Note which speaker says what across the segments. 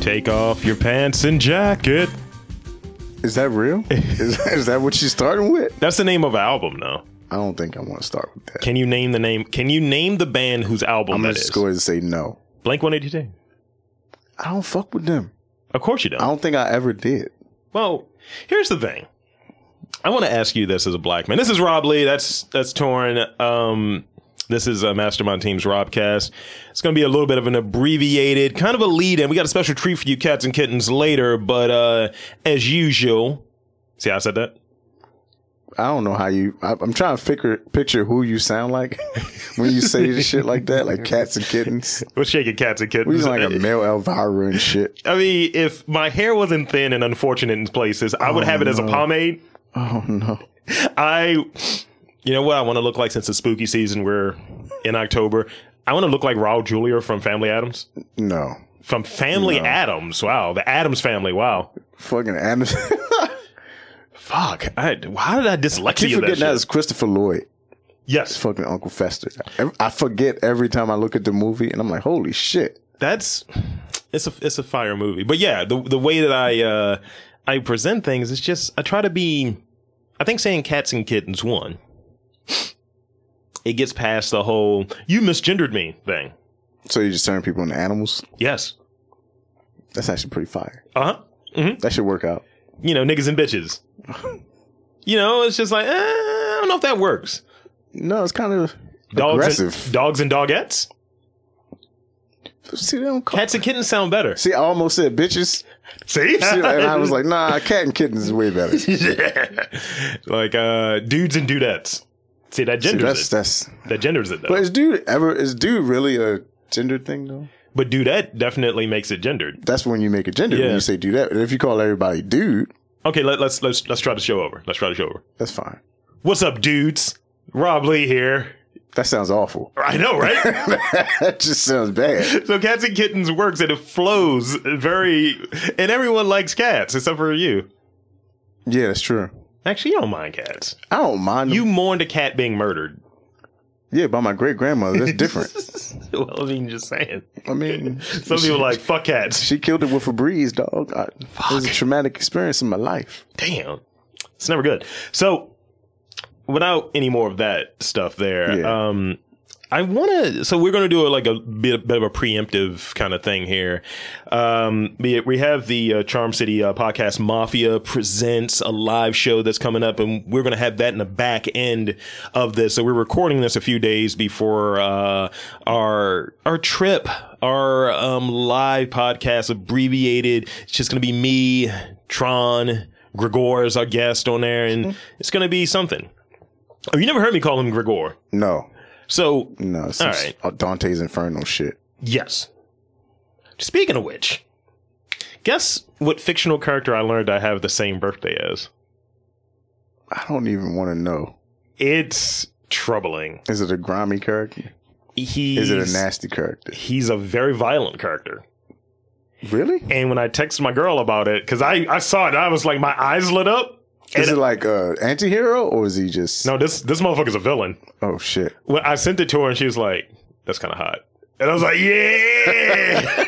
Speaker 1: Take off your pants and jacket.
Speaker 2: Is that real? is, is that what she's starting with?
Speaker 1: That's the name of an album, though.
Speaker 2: I don't think I want to start with that.
Speaker 1: Can you name the name? Can you name the band whose album
Speaker 2: I'm
Speaker 1: that
Speaker 2: gonna
Speaker 1: is?
Speaker 2: just go ahead and say no.
Speaker 1: Blank One Eighty Two.
Speaker 2: I don't fuck with them.
Speaker 1: Of course you don't.
Speaker 2: I don't think I ever did.
Speaker 1: Well, here's the thing. I want to ask you this as a black man. This is Rob Lee. That's that's Torn. Um, this is uh, Mastermind Team's Robcast. It's going to be a little bit of an abbreviated, kind of a lead in. We got a special treat for you cats and kittens later, but uh, as usual, see how I said that?
Speaker 2: I don't know how you. I, I'm trying to figure picture who you sound like when you say shit like that, like cats and kittens.
Speaker 1: We're shaking cats and kittens.
Speaker 2: We sound like a male Elvira and shit.
Speaker 1: I mean, if my hair wasn't thin and unfortunate in places, I would have it as a pomade.
Speaker 2: Oh no!
Speaker 1: I, you know what I want to look like since it's spooky season. We're in October. I want to look like Raul Julia from Family Adams.
Speaker 2: No.
Speaker 1: From Family Adams. Wow. The Adams family. Wow.
Speaker 2: Fucking Anderson.
Speaker 1: Fuck. I, how did I dyslexia
Speaker 2: Keep
Speaker 1: you that
Speaker 2: forgetting that
Speaker 1: shit?
Speaker 2: is Christopher Lloyd. It's
Speaker 1: Yes.
Speaker 2: fucking Uncle Fester. Ev- I forget every time I look at the movie, and I'm like, holy shit.
Speaker 1: That's, it's a, it's a fire movie. But yeah, the, the way that I, uh, I present things is just, I try to be, I think saying cats and kittens one, it gets past the whole, you misgendered me thing.
Speaker 2: So you just turn people into animals?
Speaker 1: Yes.
Speaker 2: That's actually pretty fire.
Speaker 1: Uh huh.
Speaker 2: That should work out.
Speaker 1: you know, niggas and bitches. You know, it's just like, eh, I don't know if that works.
Speaker 2: No, it's kind of
Speaker 1: Dogs
Speaker 2: aggressive.
Speaker 1: and, dogs and dogettes?
Speaker 2: See, they don't call.
Speaker 1: Cats and kittens sound better.
Speaker 2: See, I almost said bitches,
Speaker 1: See?
Speaker 2: See, and I was like, nah, cat and kittens is way better. See,
Speaker 1: yeah. Like uh, dudes and dudettes. See, that genders
Speaker 2: that's
Speaker 1: it.
Speaker 2: that's.
Speaker 1: That genders it, though.
Speaker 2: But
Speaker 1: But,
Speaker 2: is dude ever? Is dude really a gender thing though?
Speaker 1: dudette definitely makes it gendered.
Speaker 2: That's when you make it gender. When
Speaker 1: Yeah.
Speaker 2: you say do that, and if you call everybody dude,
Speaker 1: Okay, let, let's, let's, let's try the show over. Let's try the show over.
Speaker 2: that's fine.
Speaker 1: What's up, dudes? Rob Lee here.
Speaker 2: That sounds awful.
Speaker 1: I know, right?
Speaker 2: that just sounds bad.
Speaker 1: so Cats and Kittens works and it flows very, and everyone likes cats except for you.
Speaker 2: Yeah, that's true.
Speaker 1: Actually, you don't mind cats.
Speaker 2: I don't mind.
Speaker 1: You
Speaker 2: You,
Speaker 1: mourned a cat being murdered.
Speaker 2: yeah, by my great grandmother. That's different.
Speaker 1: well, I mean, just saying.
Speaker 2: I mean,
Speaker 1: Some people are like fuck cats.
Speaker 2: she killed it with a breeze, dog. I, It was a traumatic experience in my life.
Speaker 1: Damn, it's never good. So, without any more of that stuff, there.
Speaker 2: Yeah.
Speaker 1: Um, I want to. So we're going to do a, like a bit, bit of a preemptive kind of thing here. Um, we, we have the uh, Charm City uh, podcast Mafia presents a live show that's coming up, and we're going to have that in the back end of this. So we're recording this a few days before uh, our our trip, our um, live podcast abbreviated. It's just going to be me, Tron, Gregor is our guest on there, and it's going to be something. Oh, you never heard me call him Gregor.
Speaker 2: No,
Speaker 1: So
Speaker 2: no. It's some
Speaker 1: All right.
Speaker 2: s- uh, Dante's Inferno shit.
Speaker 1: Yes. Speaking of which, guess what fictional character I learned I have the same birthday as?
Speaker 2: I don't even want to know.
Speaker 1: It's troubling.
Speaker 2: Is it a grimy character?
Speaker 1: He's,
Speaker 2: Is it a nasty character?
Speaker 1: He's a very violent character.
Speaker 2: Really?
Speaker 1: And when I texted my girl about it, because I, I saw it, I was like, my eyes lit up.
Speaker 2: Is it
Speaker 1: And-
Speaker 2: like a anti-hero or is he just
Speaker 1: no, this this motherfucker's a villain.
Speaker 2: Oh shit.
Speaker 1: When I sent it to her, and she was like, "That's kind of hot," and I was like, "Yeah."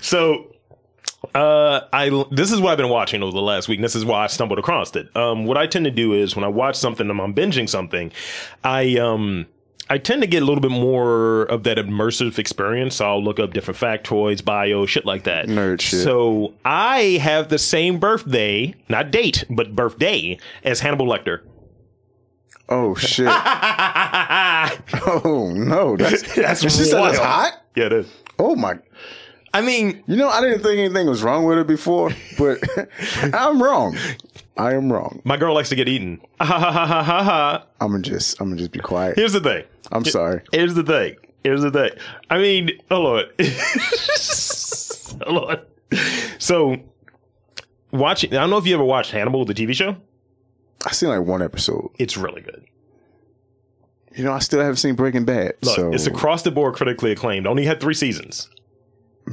Speaker 1: so, uh, I this is what I've been watching over the last week. And this is why I stumbled across it. Um, what I tend to do is when I watch something, and I'm binging something, I um. I tend to get a little bit more of that immersive experience. So I'll look up different factoids, bio, shit like that.
Speaker 2: Nerd shit.
Speaker 1: So I have the same birthday, not date, but birthday as Hannibal Lecter.
Speaker 2: Oh shit. oh no. That's
Speaker 1: That's
Speaker 2: she said
Speaker 1: wild.
Speaker 2: that's hot?
Speaker 1: Yeah, it is.
Speaker 2: Oh my
Speaker 1: I mean,
Speaker 2: You know, I didn't think anything was wrong with her before, but I'm wrong. I am wrong.
Speaker 1: my girl likes to get eaten. Here's
Speaker 2: I'ma just I'ma just be quiet.
Speaker 1: the thing.
Speaker 2: I'm sorry.
Speaker 1: Here's the thing. Here's the thing. I mean, oh, hold on. hold on. So, watching, I don't know if you ever watched Hannibal, the TV show.
Speaker 2: I seen like one episode.
Speaker 1: It's really good.
Speaker 2: You know, I still haven't seen Breaking Bad.
Speaker 1: Look,
Speaker 2: so
Speaker 1: it's across the board critically acclaimed. Only had three seasons.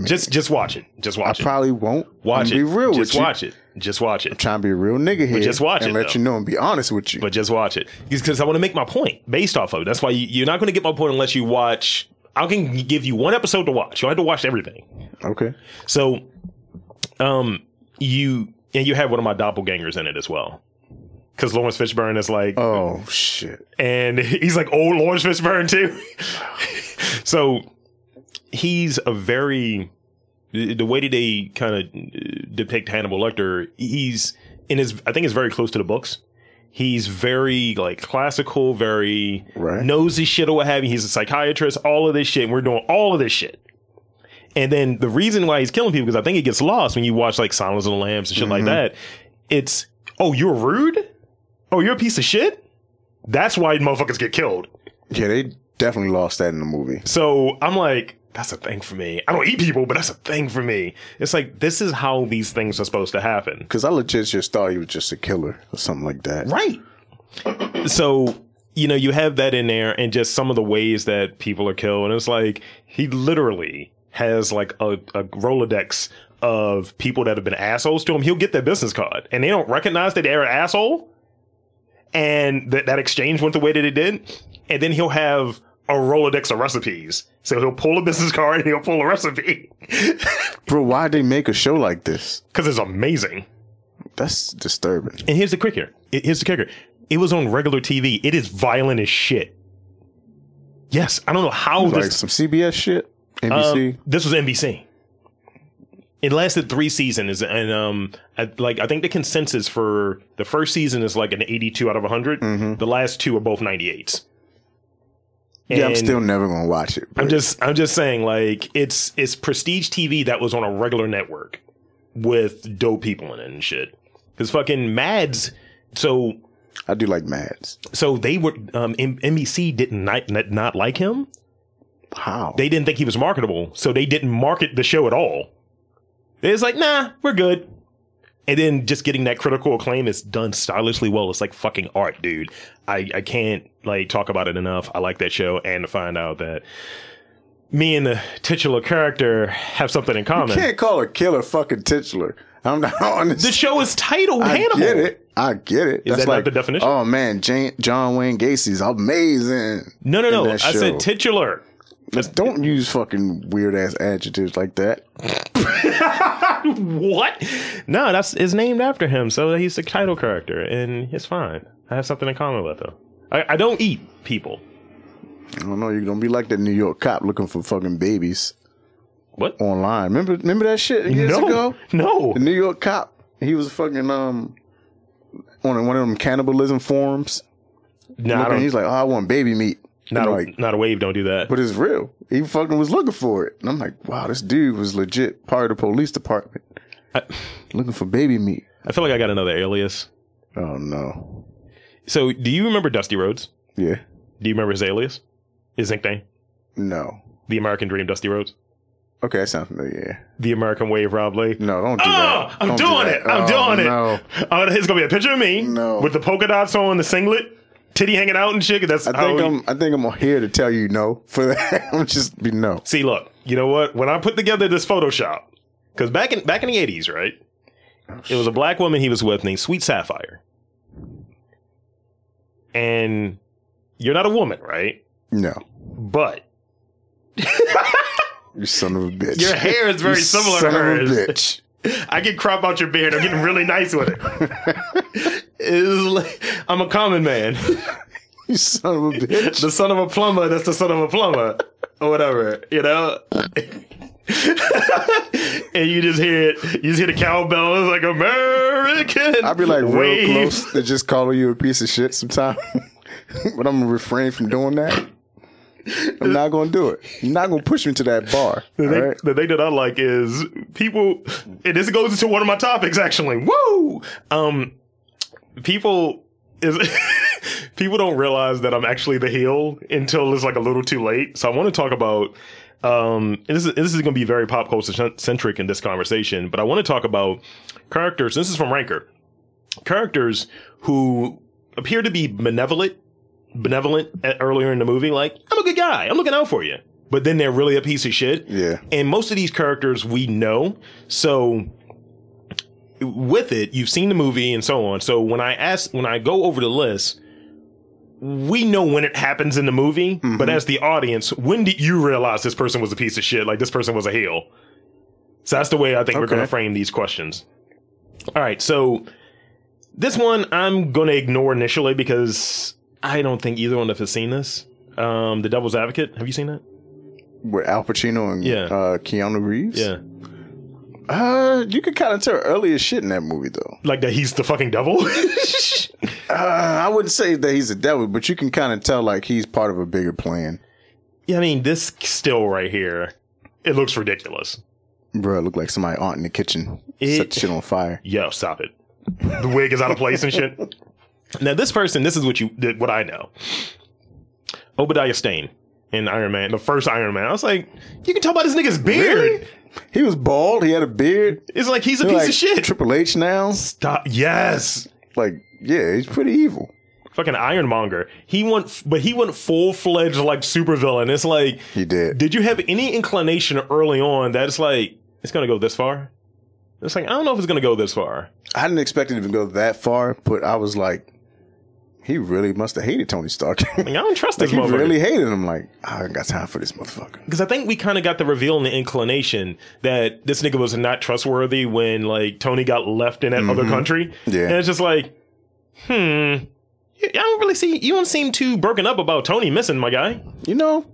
Speaker 1: Just, just watch it. Just
Speaker 2: I
Speaker 1: watch it.
Speaker 2: probably won't
Speaker 1: Watch
Speaker 2: I'm
Speaker 1: it.
Speaker 2: be real
Speaker 1: just
Speaker 2: with you.
Speaker 1: watch it. Just watch it.
Speaker 2: Trying to be a real nigga here.
Speaker 1: just watch
Speaker 2: and
Speaker 1: it,
Speaker 2: let
Speaker 1: though.
Speaker 2: you know and be honest with you.
Speaker 1: but just watch it because I want to make my point based off of it. That's why you, you're not going to get my point unless you watch I can give you one episode to watch. You don't have to watch everything.
Speaker 2: Okay.
Speaker 1: So, um, you and you have one of my doppelgangers in it as well, because Lawrence Fishburne is like,
Speaker 2: Oh shit.
Speaker 1: and he's like old Lawrence Fishburne too. so he's a very the way that they kind of depict Hannibal Lecter. He's in his I think it's very close to the books. He's very like classical, very
Speaker 2: Right.
Speaker 1: knows his shit or what have you. He's a psychiatrist, all of this shit. And we're doing all of this shit. And then the reason why he's killing people, because I think it gets lost when you watch like Silence of the Lambs and shit like that. It's, oh, you're rude? Oh, you're a piece of shit? That's why motherfuckers get killed.
Speaker 2: Yeah, they definitely lost that in the movie.
Speaker 1: So I'm like, that's a thing for me. I don't eat people, but that's a thing for me. It's like, this is how these things are supposed to happen.
Speaker 2: Cause I legit just thought he was just a killer or something like that.
Speaker 1: Right. So, you know, you have that in there and just some of the ways that people are killed. And it's like, he literally has like a, a Rolodex of people that have been assholes to him. He'll get their business card and they don't recognize that they're an asshole. And that, that exchange went the way that it did. And then he'll have a Rolodex of recipes. So he'll pull a business card and he'll pull a recipe
Speaker 2: Bro, why'd they make a show like this?
Speaker 1: because it's amazing.
Speaker 2: That's disturbing.
Speaker 1: And here's the kicker. It- Here's the kicker. It was on regular TV. It is violent as shit. Yes, I don't know how
Speaker 2: Like
Speaker 1: Oh, this.
Speaker 2: some CBS shit?
Speaker 1: um,
Speaker 2: NBC?
Speaker 1: this was NBC. It lasted three seasons, and um, I, like I think the consensus for the first season is like an 82 out of 100.
Speaker 2: Mm-hmm.
Speaker 1: The last two are both 98s.
Speaker 2: yeah, I'm
Speaker 1: And-
Speaker 2: still never gonna watch it.
Speaker 1: I'm
Speaker 2: but
Speaker 1: just I'm just saying like it's it's prestige TV that was on a regular network with dope people in it and shit. Because fucking Mads, so
Speaker 2: I do like Mads.
Speaker 1: so they were um, M- NBC didn't not, not- not like him.
Speaker 2: How?
Speaker 1: They didn't think he was marketable, so they didn't market the show at all. It's like, nah, we're good. And then just getting that critical acclaim is done stylishly well. It's like fucking art, dude. I, I can't like talk about it enough. I like that show, and to find out that me and the titular character have something in common.
Speaker 2: can't call a killer fucking titular. I'm not on this.
Speaker 1: The show is titled
Speaker 2: I
Speaker 1: Hannibal.
Speaker 2: get it. I get it.
Speaker 1: that not the definition?
Speaker 2: Oh man, Jan- John Wayne Gacy's amazing.
Speaker 1: No, no,
Speaker 2: in
Speaker 1: no. I
Speaker 2: that show.
Speaker 1: said titular.
Speaker 2: Don't use fucking weird ass adjectives like that.
Speaker 1: what? No, that's is named after him, so he's the title character, and it's fine. I have something in common with him. I, I don't eat people.
Speaker 2: I don't know. You're gonna be like that New York cop looking for fucking babies
Speaker 1: What?
Speaker 2: online. Remember, remember that shit years
Speaker 1: no,
Speaker 2: ago.
Speaker 1: no.
Speaker 2: The New York cop. He was fucking um on one of them cannibalism forums.
Speaker 1: Nah, I
Speaker 2: Looking,
Speaker 1: don't,
Speaker 2: he's like, oh, I want baby meat.
Speaker 1: not,
Speaker 2: I'm
Speaker 1: a,
Speaker 2: like,
Speaker 1: not a wave. Don't do that.
Speaker 2: but it's real. He fucking was looking for it. And I'm like, wow, this dude was legit part of the police department
Speaker 1: I-
Speaker 2: looking for baby meat.
Speaker 1: I feel like I got another alias.
Speaker 2: Oh no.
Speaker 1: So, do you remember Dusty Rhodes?
Speaker 2: Yeah.
Speaker 1: Do you remember his alias? His nickname?
Speaker 2: No.
Speaker 1: The American Dream, Dusty Rhodes.
Speaker 2: Okay, that sounds familiar.
Speaker 1: The American Wave, Rob Lee.
Speaker 2: No, don't do
Speaker 1: Oh,
Speaker 2: that.
Speaker 1: I'm
Speaker 2: Don't do
Speaker 1: doing
Speaker 2: that.
Speaker 1: it. I'm
Speaker 2: Oh,
Speaker 1: doing it.
Speaker 2: No.
Speaker 1: Oh, it's gonna be a picture of me
Speaker 2: No.
Speaker 1: with the polka dots on, the singlet, titty hanging out and shit. 'cause That's
Speaker 2: I
Speaker 1: how
Speaker 2: think
Speaker 1: he-
Speaker 2: I'm I think I'm here to tell you no for that. I'm just be no.
Speaker 1: See, look, you know what? When I put together this Photoshop, because back in back in the eighties, right? It was a black woman he was with named Sweet Sapphire, and you're not a woman, right?
Speaker 2: No.
Speaker 1: But
Speaker 2: You son of a bitch.
Speaker 1: your hair is very
Speaker 2: You
Speaker 1: similar to
Speaker 2: son of
Speaker 1: hers.
Speaker 2: a bitch.
Speaker 1: I can crop out your beard. I'm getting really nice with it. It's like- I'm a common man,
Speaker 2: You son of a bitch.
Speaker 1: the son of a plumber. That's the son of a plumber, or whatever. You know. and you just hear it. You just hear the cowbell. It's like American.
Speaker 2: I'd be like real
Speaker 1: wave.
Speaker 2: close to just calling you a piece of shit sometime. but I'm gonna refrain from doing that. I'm not gonna do it. You're not gonna push me to that bar. All
Speaker 1: The thing,
Speaker 2: right?
Speaker 1: the thing that I like is people, and this goes into one of my topics actually. Woo! Um, people is people don't realize that I'm actually the heel until it's like a little too late. So I want to talk about um, and this is this is going to be very pop culture cent- centric in this conversation, but I want to talk about characters. This is from Ranker. Characters who appear to be benevolent benevolent at, earlier in the movie, like, I'm a good guy, I'm looking out for you. But then they're really a piece of shit.
Speaker 2: Yeah.
Speaker 1: And most of these characters we know. So with it, you've seen the movie and so on. So when I ask, when I go over the list, we know when it happens in the movie, but as the audience, when did you realize this person was a piece of shit? Like this person was a heel. So that's the way I think we're
Speaker 2: Okay.
Speaker 1: going to frame these questions. All right, so this one I'm going to ignore initially because I don't think either one of us has seen this. Um, the Devil's Advocate. Have you seen that?
Speaker 2: with Al Pacino and
Speaker 1: Yeah.
Speaker 2: uh, Keanu Reeves.
Speaker 1: Yeah,
Speaker 2: Uh, you could kind of tell early as shit in that movie, though.
Speaker 1: like that. He's the fucking devil.
Speaker 2: Uh, I wouldn't say that he's a devil, but you can kind of tell like he's part of a bigger plan.
Speaker 1: yeah, I mean this still right here. It looks ridiculous.
Speaker 2: Bro, look like somebody aunt in the kitchen
Speaker 1: It-
Speaker 2: set shit on fire.
Speaker 1: yo, stop it. The wig is out of place and shit. Now, this person, this is what you, th- what I know. Obadiah Stane in Iron Man, the first Iron Man. I was like, you can tell by this nigga's beard.
Speaker 2: Really? He was bald. He had a beard.
Speaker 1: It's like he's a
Speaker 2: They're
Speaker 1: piece
Speaker 2: like
Speaker 1: of shit.
Speaker 2: Triple H now.
Speaker 1: Stop. Yes.
Speaker 2: Like, yeah, he's pretty evil.
Speaker 1: Fucking Ironmonger. He went, but he went full fledged like supervillain. It's like,
Speaker 2: He did.
Speaker 1: did you have any inclination early on that it's like, it's going to go this far? It's like, I don't know if it's going to go this far.
Speaker 2: I didn't expect it to go that far, but I was like, he really must have hated Tony Stark.
Speaker 1: Like, I don't trust
Speaker 2: like
Speaker 1: this
Speaker 2: he
Speaker 1: motherfucker.
Speaker 2: really hated him. Like, I ain't got time for this motherfucker.
Speaker 1: because I think we kind of got the reveal and the inclination that this nigga was not trustworthy when like Tony got left in that other country.
Speaker 2: Mm-hmm. Yeah.
Speaker 1: and it's just like, hmm, I don't really see. You don't seem too broken up about Tony missing my guy.
Speaker 2: You know,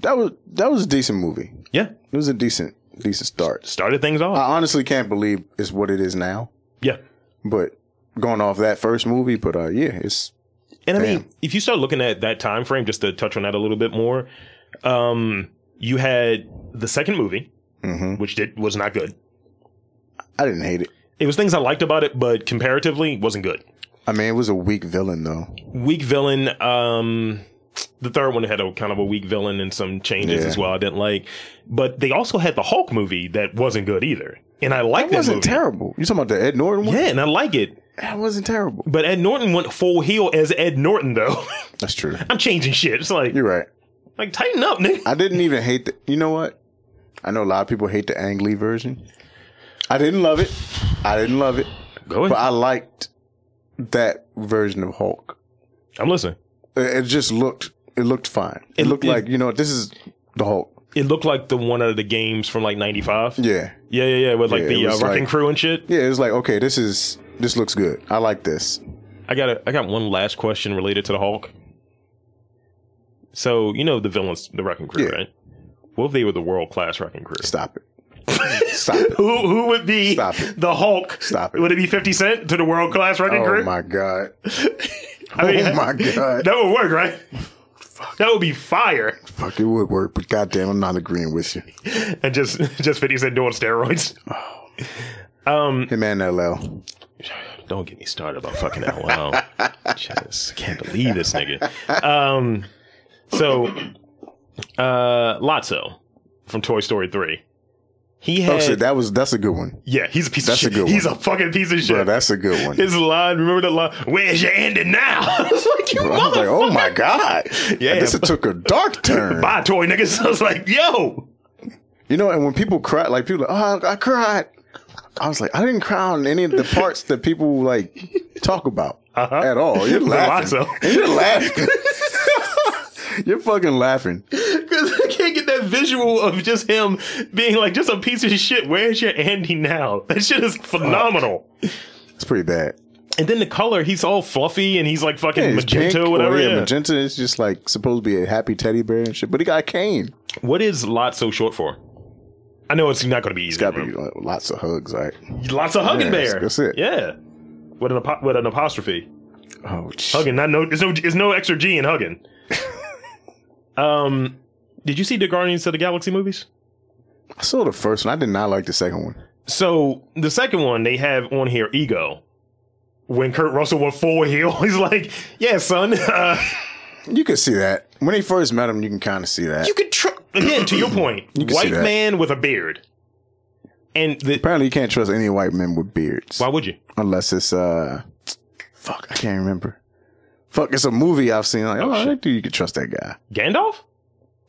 Speaker 2: that was that was a decent movie.
Speaker 1: Yeah,
Speaker 2: It was a decent decent start.
Speaker 1: started things off.
Speaker 2: I honestly can't believe it's what it is now.
Speaker 1: yeah,
Speaker 2: But going off that first movie, but uh, yeah, it's
Speaker 1: and I mean,
Speaker 2: Damn.
Speaker 1: if you start looking at that time frame, just to touch on that a little bit more, um, you had the second movie,
Speaker 2: Mhm.
Speaker 1: which did was not good.
Speaker 2: I didn't hate it.
Speaker 1: It was things I liked about it, but comparatively, wasn't good.
Speaker 2: I mean, it was a weak villain though.
Speaker 1: weak villain. Um, the third one had a kind of a weak villain and some changes
Speaker 2: Yeah.
Speaker 1: as well. I didn't like, but they also had the Hulk movie that wasn't good either, and I
Speaker 2: That
Speaker 1: like that
Speaker 2: wasn't
Speaker 1: movie.
Speaker 2: terrible. You talking about the Ed Norton one?
Speaker 1: Yeah, and I like it.
Speaker 2: That wasn't terrible.
Speaker 1: But Ed Norton went full heel as Ed Norton though.
Speaker 2: That's true.
Speaker 1: I'm changing shit. It's like
Speaker 2: You're right.
Speaker 1: like tighten up, nigga.
Speaker 2: I didn't even hate the. You know what? I know a lot of people hate the Ang Lee version. I didn't love it. I didn't love it,
Speaker 1: Go
Speaker 2: but
Speaker 1: ahead.
Speaker 2: I liked that version of Hulk.
Speaker 1: I'm listening.
Speaker 2: It it just looked. It looked fine. It,
Speaker 1: It-
Speaker 2: looked
Speaker 1: it-
Speaker 2: like you know what, this is the Hulk.
Speaker 1: It looked like the one of the games from like '95. Yeah,
Speaker 2: Yeah,
Speaker 1: yeah, yeah, with like
Speaker 2: Yeah, it
Speaker 1: the uh,
Speaker 2: was
Speaker 1: wrecking
Speaker 2: like-
Speaker 1: crew and shit.
Speaker 2: yeah. It was like okay, this is this looks good. I like this.
Speaker 1: I got a, I got one last question related to the Hulk. So you know the villains, the Wrecking Crew,
Speaker 2: Yeah.
Speaker 1: right? What if they were the world class Wrecking Crew?
Speaker 2: Stop it. Stop it.
Speaker 1: Who who would be
Speaker 2: Stop it.
Speaker 1: the Hulk?
Speaker 2: Stop it.
Speaker 1: Would it be Fifty Cent to the world class Wrecking
Speaker 2: Oh
Speaker 1: Crew?
Speaker 2: my god.
Speaker 1: I mean,
Speaker 2: oh my God.
Speaker 1: that would work, right? That would be fire,
Speaker 2: Fuck, it would work, but goddamn, I'm not agreeing with you.
Speaker 1: and just just Fifty Cent doing steroids. Um,
Speaker 2: Him and LL.
Speaker 1: don't get me started about fucking LL. just can't believe this nigga. Um, so, uh, Lotso from Toy Story Three, he had
Speaker 2: Oh shit, that was that's a good one.
Speaker 1: yeah, he's a piece
Speaker 2: That's a
Speaker 1: of shit.
Speaker 2: good
Speaker 1: he's a fucking piece of shit.
Speaker 2: Bro, that's a good one.
Speaker 1: His line, remember that line? Where's your ending now? I was like, you
Speaker 2: Bro, I was like, oh my
Speaker 1: motherfucker.
Speaker 2: god,
Speaker 1: Yeah.
Speaker 2: this took a dark turn.
Speaker 1: Bye, toy niggas. I was like, yo.
Speaker 2: You know, and when people cry, like people, like, oh, I, I cried. I was like, I didn't cry on any of the parts that people like talk about at all. You're laughing.
Speaker 1: Uh-huh. Lots of-
Speaker 2: And you're laughing. you're fucking laughing.
Speaker 1: Because I can't get that visual of just him being like, just a piece of shit. Where's your Andy now? That shit is phenomenal.
Speaker 2: It's pretty bad.
Speaker 1: And then the color, he's all fluffy and he's like fucking
Speaker 2: Yeah, it's
Speaker 1: magenta
Speaker 2: pink
Speaker 1: or
Speaker 2: or,
Speaker 1: whatever.
Speaker 2: yeah,
Speaker 1: yeah.
Speaker 2: magenta is just like supposed to be a happy teddy bear and shit, but he got a cane.
Speaker 1: what is lot so short for? I know it's not going to be easy.
Speaker 2: Got to be like, lots of hugs, right?
Speaker 1: Lots of hugging
Speaker 2: Yeah,
Speaker 1: bear.
Speaker 2: that's- that's it.
Speaker 1: Yeah. With an, apo- with an apostrophe.
Speaker 2: Oh, shit.
Speaker 1: Hugging, not no. There's no. There's no extra G in hugging. um, did you see the Guardians of the Galaxy movies?
Speaker 2: I saw the first one. I did not like the second one.
Speaker 1: So the second one they have on here, ego. When Kurt Russell went full heel, he's like, "Yeah, son, uh,
Speaker 2: You could see that when he first met him. You can kind of see that.
Speaker 1: you could tr again." To your point,
Speaker 2: can see
Speaker 1: white
Speaker 2: that.
Speaker 1: man with a beard, and the,
Speaker 2: Apparently, you can't trust any white men with beards
Speaker 1: why would you?
Speaker 2: unless it's uh, fuck, I can't remember. Fuck, it's a movie I've seen. Like, oh, I think you can trust that guy.
Speaker 1: Gandalf?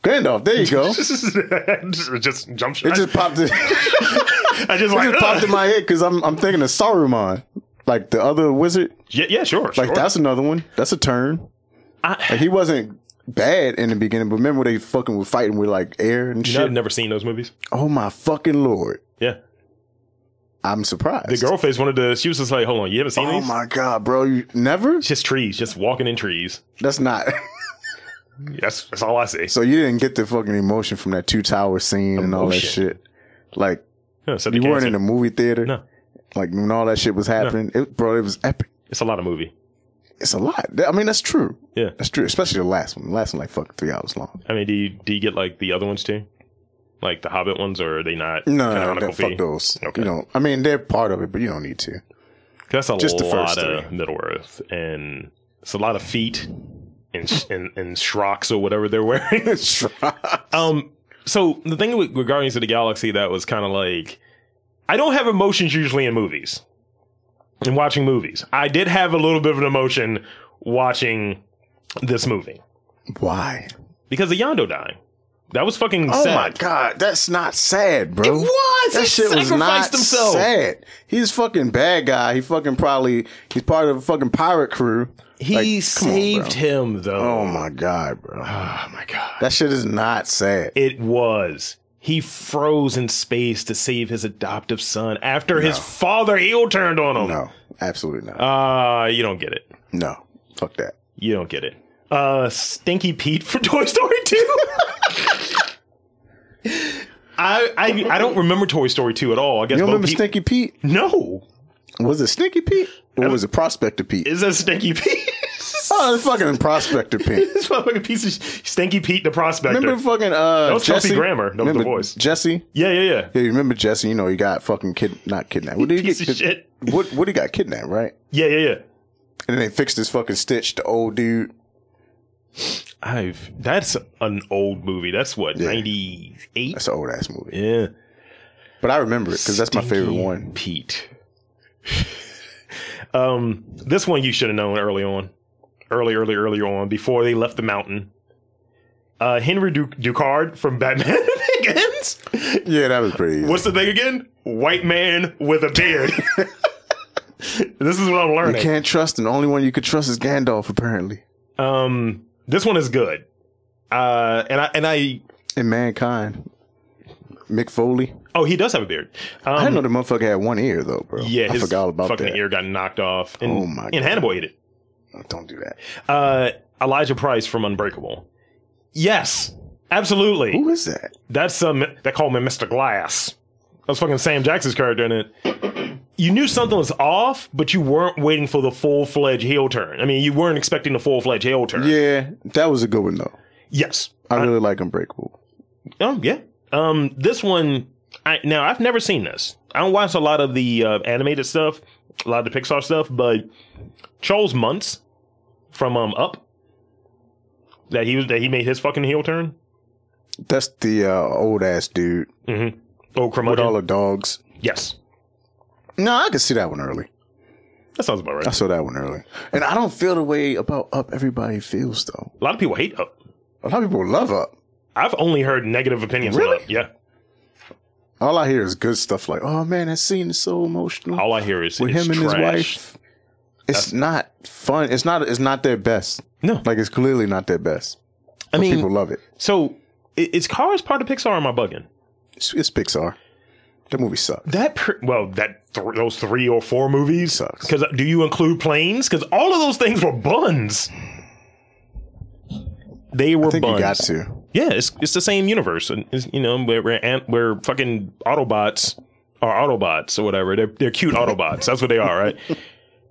Speaker 2: Gandalf, there you go. It
Speaker 1: just jump. It
Speaker 2: just popped. In, it
Speaker 1: I just like
Speaker 2: just popped
Speaker 1: ugh.
Speaker 2: in my head because I'm I'm thinking of Saruman, like the other wizard.
Speaker 1: yeah, yeah, sure,
Speaker 2: Like
Speaker 1: sure.
Speaker 2: that's another one. That's a turn.
Speaker 1: I,
Speaker 2: Like he wasn't bad in the beginning, but remember they fucking were fighting with like air and
Speaker 1: you know, I've
Speaker 2: shit.
Speaker 1: never seen those movies.
Speaker 2: Oh my fucking lord!
Speaker 1: Yeah.
Speaker 2: I'm surprised.
Speaker 1: The girl face wanted to, she was just like, hold on, you haven't seen
Speaker 2: Oh
Speaker 1: these?
Speaker 2: my god, bro! You never?
Speaker 1: It's just trees, just walking in trees.
Speaker 2: That's not.
Speaker 1: That's that's all I see.
Speaker 2: so you didn't get the fucking emotion from that two tower scene and all that
Speaker 1: Emotion.
Speaker 2: shit. Like
Speaker 1: Yeah, so the
Speaker 2: you weren't
Speaker 1: cancer.
Speaker 2: in the movie theater.
Speaker 1: No.
Speaker 2: Like when all that shit was happening, it, bro, it was epic.
Speaker 1: It's a lot of movie.
Speaker 2: It's a lot. That- I mean, that's true.
Speaker 1: Yeah.
Speaker 2: That's true. Especially the last one. The last one like fucking three hours long.
Speaker 1: I mean, do you, do you get like the other ones too? Like the Hobbit ones, or are they not?
Speaker 2: No,
Speaker 1: canonical
Speaker 2: no, no,
Speaker 1: fee?
Speaker 2: fuck those.
Speaker 1: Okay.
Speaker 2: You know, I mean, they're part of it, but you don't need to.
Speaker 1: That's a
Speaker 2: Just the
Speaker 1: lot
Speaker 2: first
Speaker 1: of Middle Earth, and it's a lot of feet and sh- and and shrocks or whatever they're wearing. um, so the thing with, with Guardians of the Galaxy that was kind of like, I don't have emotions usually in movies, in watching movies. I did have a little bit of an emotion watching this movie
Speaker 2: Why?
Speaker 1: because of Yondo dying. That was fucking
Speaker 2: Oh
Speaker 1: sad.
Speaker 2: my god, that's not sad, bro.
Speaker 1: It was.
Speaker 2: That
Speaker 1: He
Speaker 2: shit was
Speaker 1: sacrificed
Speaker 2: not
Speaker 1: himself.
Speaker 2: sad. He's fucking bad guy. He fucking probably he's part of a fucking pirate crew.
Speaker 1: He
Speaker 2: Like, come on,
Speaker 1: saved
Speaker 2: bro.
Speaker 1: him though.
Speaker 2: Oh my god, bro.
Speaker 1: Oh my god.
Speaker 2: That shit is not sad.
Speaker 1: It was. He froze in space to save his adoptive son after his father heel turned on him.
Speaker 2: No, absolutely not.
Speaker 1: Uh, you don't get it.
Speaker 2: No, fuck that.
Speaker 1: You don't get it. Uh, Stinky Pete from Toy Story 2. I, I I don't remember Toy Story 2 at all. I guess
Speaker 2: You don't
Speaker 1: Bo
Speaker 2: remember
Speaker 1: Peep-
Speaker 2: Stinky Pete?
Speaker 1: No.
Speaker 2: Was it Stinky Pete or was it Prospector Pete?
Speaker 1: Is that Stinky Pete?
Speaker 2: Oh, it's fucking Prospector Pete.
Speaker 1: this motherfucking piece of sh- Stinky Pete the Prospector.
Speaker 2: Remember fucking uh
Speaker 1: was Chelsea
Speaker 2: Jesse
Speaker 1: Grammer. That was the
Speaker 2: Remember
Speaker 1: voice.
Speaker 2: Jesse.
Speaker 1: yeah, yeah, yeah.
Speaker 2: Yeah, you remember Jesse? You know he got fucking kid, not kidnapped. What did he
Speaker 1: Piece
Speaker 2: get?
Speaker 1: of shit.
Speaker 2: What what he got kidnapped? Right,
Speaker 1: Yeah, yeah, yeah.
Speaker 2: and then they fixed his fucking stitch. The old dude.
Speaker 1: I've that's an old movie. That's what,
Speaker 2: Yeah.
Speaker 1: ninety eight?
Speaker 2: That's an old ass movie,
Speaker 1: Yeah.
Speaker 2: but I remember it because that's my favorite
Speaker 1: Stinky
Speaker 2: one.
Speaker 1: Pete. um, this one you should have known early on, early, early, early on, before they left the mountain. Uh, Henry du- Ducard from Batman Begins.
Speaker 2: Yeah, that was pretty. Easy.
Speaker 1: What's the thing again? White man with a beard. this is what I'm
Speaker 2: You
Speaker 1: learning.
Speaker 2: can't trust, and the only one you could trust is Gandalf. Apparently,
Speaker 1: Um, this one is good. Uh, and I and I.
Speaker 2: and mankind. Mick Foley.
Speaker 1: Oh, he does have a beard. Um,
Speaker 2: I didn't know the motherfucker had one ear though, bro.
Speaker 1: Yeah,
Speaker 2: I
Speaker 1: his
Speaker 2: forgot all about
Speaker 1: fucking
Speaker 2: that.
Speaker 1: ear got knocked off. And,
Speaker 2: Oh my
Speaker 1: And
Speaker 2: God.
Speaker 1: Hannibal ate it.
Speaker 2: Don't do that.
Speaker 1: uh, Elijah Price from Unbreakable. Yes, absolutely.
Speaker 2: Who is that?
Speaker 1: That's um, that called me Mr. Glass. That was fucking Sam Jackson's character in it. You knew something was off, but you weren't waiting for the full fledged heel turn. I mean, you weren't expecting the full fledged heel turn.
Speaker 2: Yeah, that was a good one though.
Speaker 1: Yes.
Speaker 2: I really like Unbreakable.
Speaker 1: Oh yeah. Um, this one. I now I've never seen this. I don't watch a lot of the uh, animated stuff, a lot of the Pixar stuff, but Charles Muntz from um Up that he was that he made his fucking heel turn.
Speaker 2: That's the uh, old ass dude
Speaker 1: Oh,
Speaker 2: with
Speaker 1: curmudgeon.
Speaker 2: all the dogs.
Speaker 1: yes,
Speaker 2: No, I could see that one early.
Speaker 1: that sounds about right.
Speaker 2: I saw that one early. And I don't feel the way about Up everybody feels though.
Speaker 1: A lot of people hate Up.
Speaker 2: A lot of people love Up.
Speaker 1: I've only heard negative opinions.
Speaker 2: Really?
Speaker 1: On Up. Yeah.
Speaker 2: All I hear is good stuff like, "Oh man, that scene is so emotional."
Speaker 1: All I hear is
Speaker 2: with
Speaker 1: it's
Speaker 2: him and
Speaker 1: trash.
Speaker 2: his wife. It's not fun. It's not. It's not their best.
Speaker 1: No.
Speaker 2: like it's clearly not their best.
Speaker 1: I mean,
Speaker 2: People love it.
Speaker 1: so i- is Cars part of Pixar? Or am I bugging?
Speaker 2: It's, it's Pixar. That movie sucked.
Speaker 1: That pr- well, that th- those three or four movies
Speaker 2: Sucks.
Speaker 1: Because do you include planes? Because all of those things were buns. They were
Speaker 2: I think
Speaker 1: buns.
Speaker 2: you got to.
Speaker 1: yeah, it's it's the same universe, and it's, you know where where, ant, where fucking Autobots are Autobots or whatever. They're they're cute Autobots. That's what they are, right?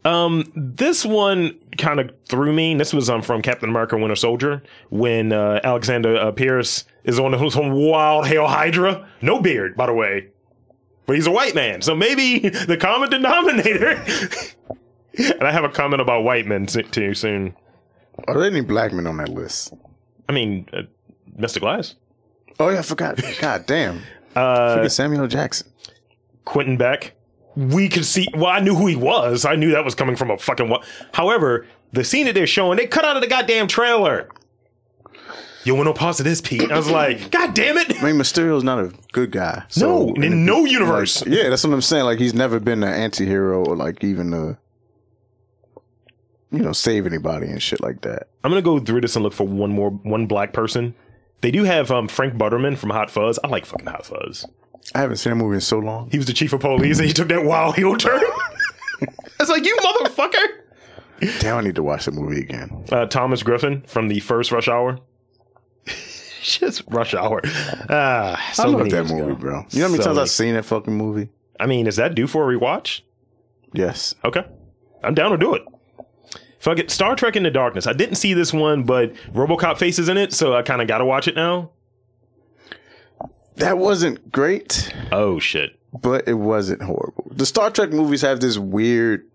Speaker 1: Um, this one kind of threw me. This was um from Captain America: Winter Soldier when uh, Alexander uh, Pierce is on some wild hail Hydra, no beard, by the way, but he's a white man, so maybe the common denominator. and I have a comment about white men s- too soon.
Speaker 2: Are there any black men on that list?
Speaker 1: I mean, uh, Mr. Glass,
Speaker 2: Oh yeah, I forgot. God damn.
Speaker 1: uh,
Speaker 2: Forget Samuel Jackson.
Speaker 1: Quentin Beck. We could see. Well, I knew who he was. I knew that was coming from a fucking. Wa- However, the scene that they're showing, they cut out of the goddamn trailer. You want no parts of this, Pete? I was like, God damn it!
Speaker 2: I mean, Mysterio's not a good guy. So
Speaker 1: No, in no universe.
Speaker 2: Yeah, that's what I'm saying. Like he's never been an anti-hero or like even a you know, save anybody and shit like that.
Speaker 1: I'm gonna go through this and look for one more one black person. They do have um, Frank Butterman from Hot Fuzz. I like fucking Hot Fuzz.
Speaker 2: I haven't seen that movie in so long.
Speaker 1: He was the chief of police and he took that wild heel turn. it's like you motherfucker.
Speaker 2: Damn, I need to watch the movie again.
Speaker 1: Uh, Thomas Griffin from the first Rush Hour. Shit's Rush Hour. Ah, so
Speaker 2: I love
Speaker 1: many
Speaker 2: that
Speaker 1: years
Speaker 2: movie,
Speaker 1: ago.
Speaker 2: bro. You know how many
Speaker 1: So
Speaker 2: times
Speaker 1: many-
Speaker 2: I've seen that fucking movie?
Speaker 1: I mean, is that due for a rewatch?
Speaker 2: Yes.
Speaker 1: Okay. I'm down to do it. Fuck it. Star Trek Into Darkness. I didn't see this one, but Robocop faces in it, so I kind of got to watch it now.
Speaker 2: That wasn't great,
Speaker 1: Oh, shit.
Speaker 2: but it wasn't horrible. The Star Trek movies have this weird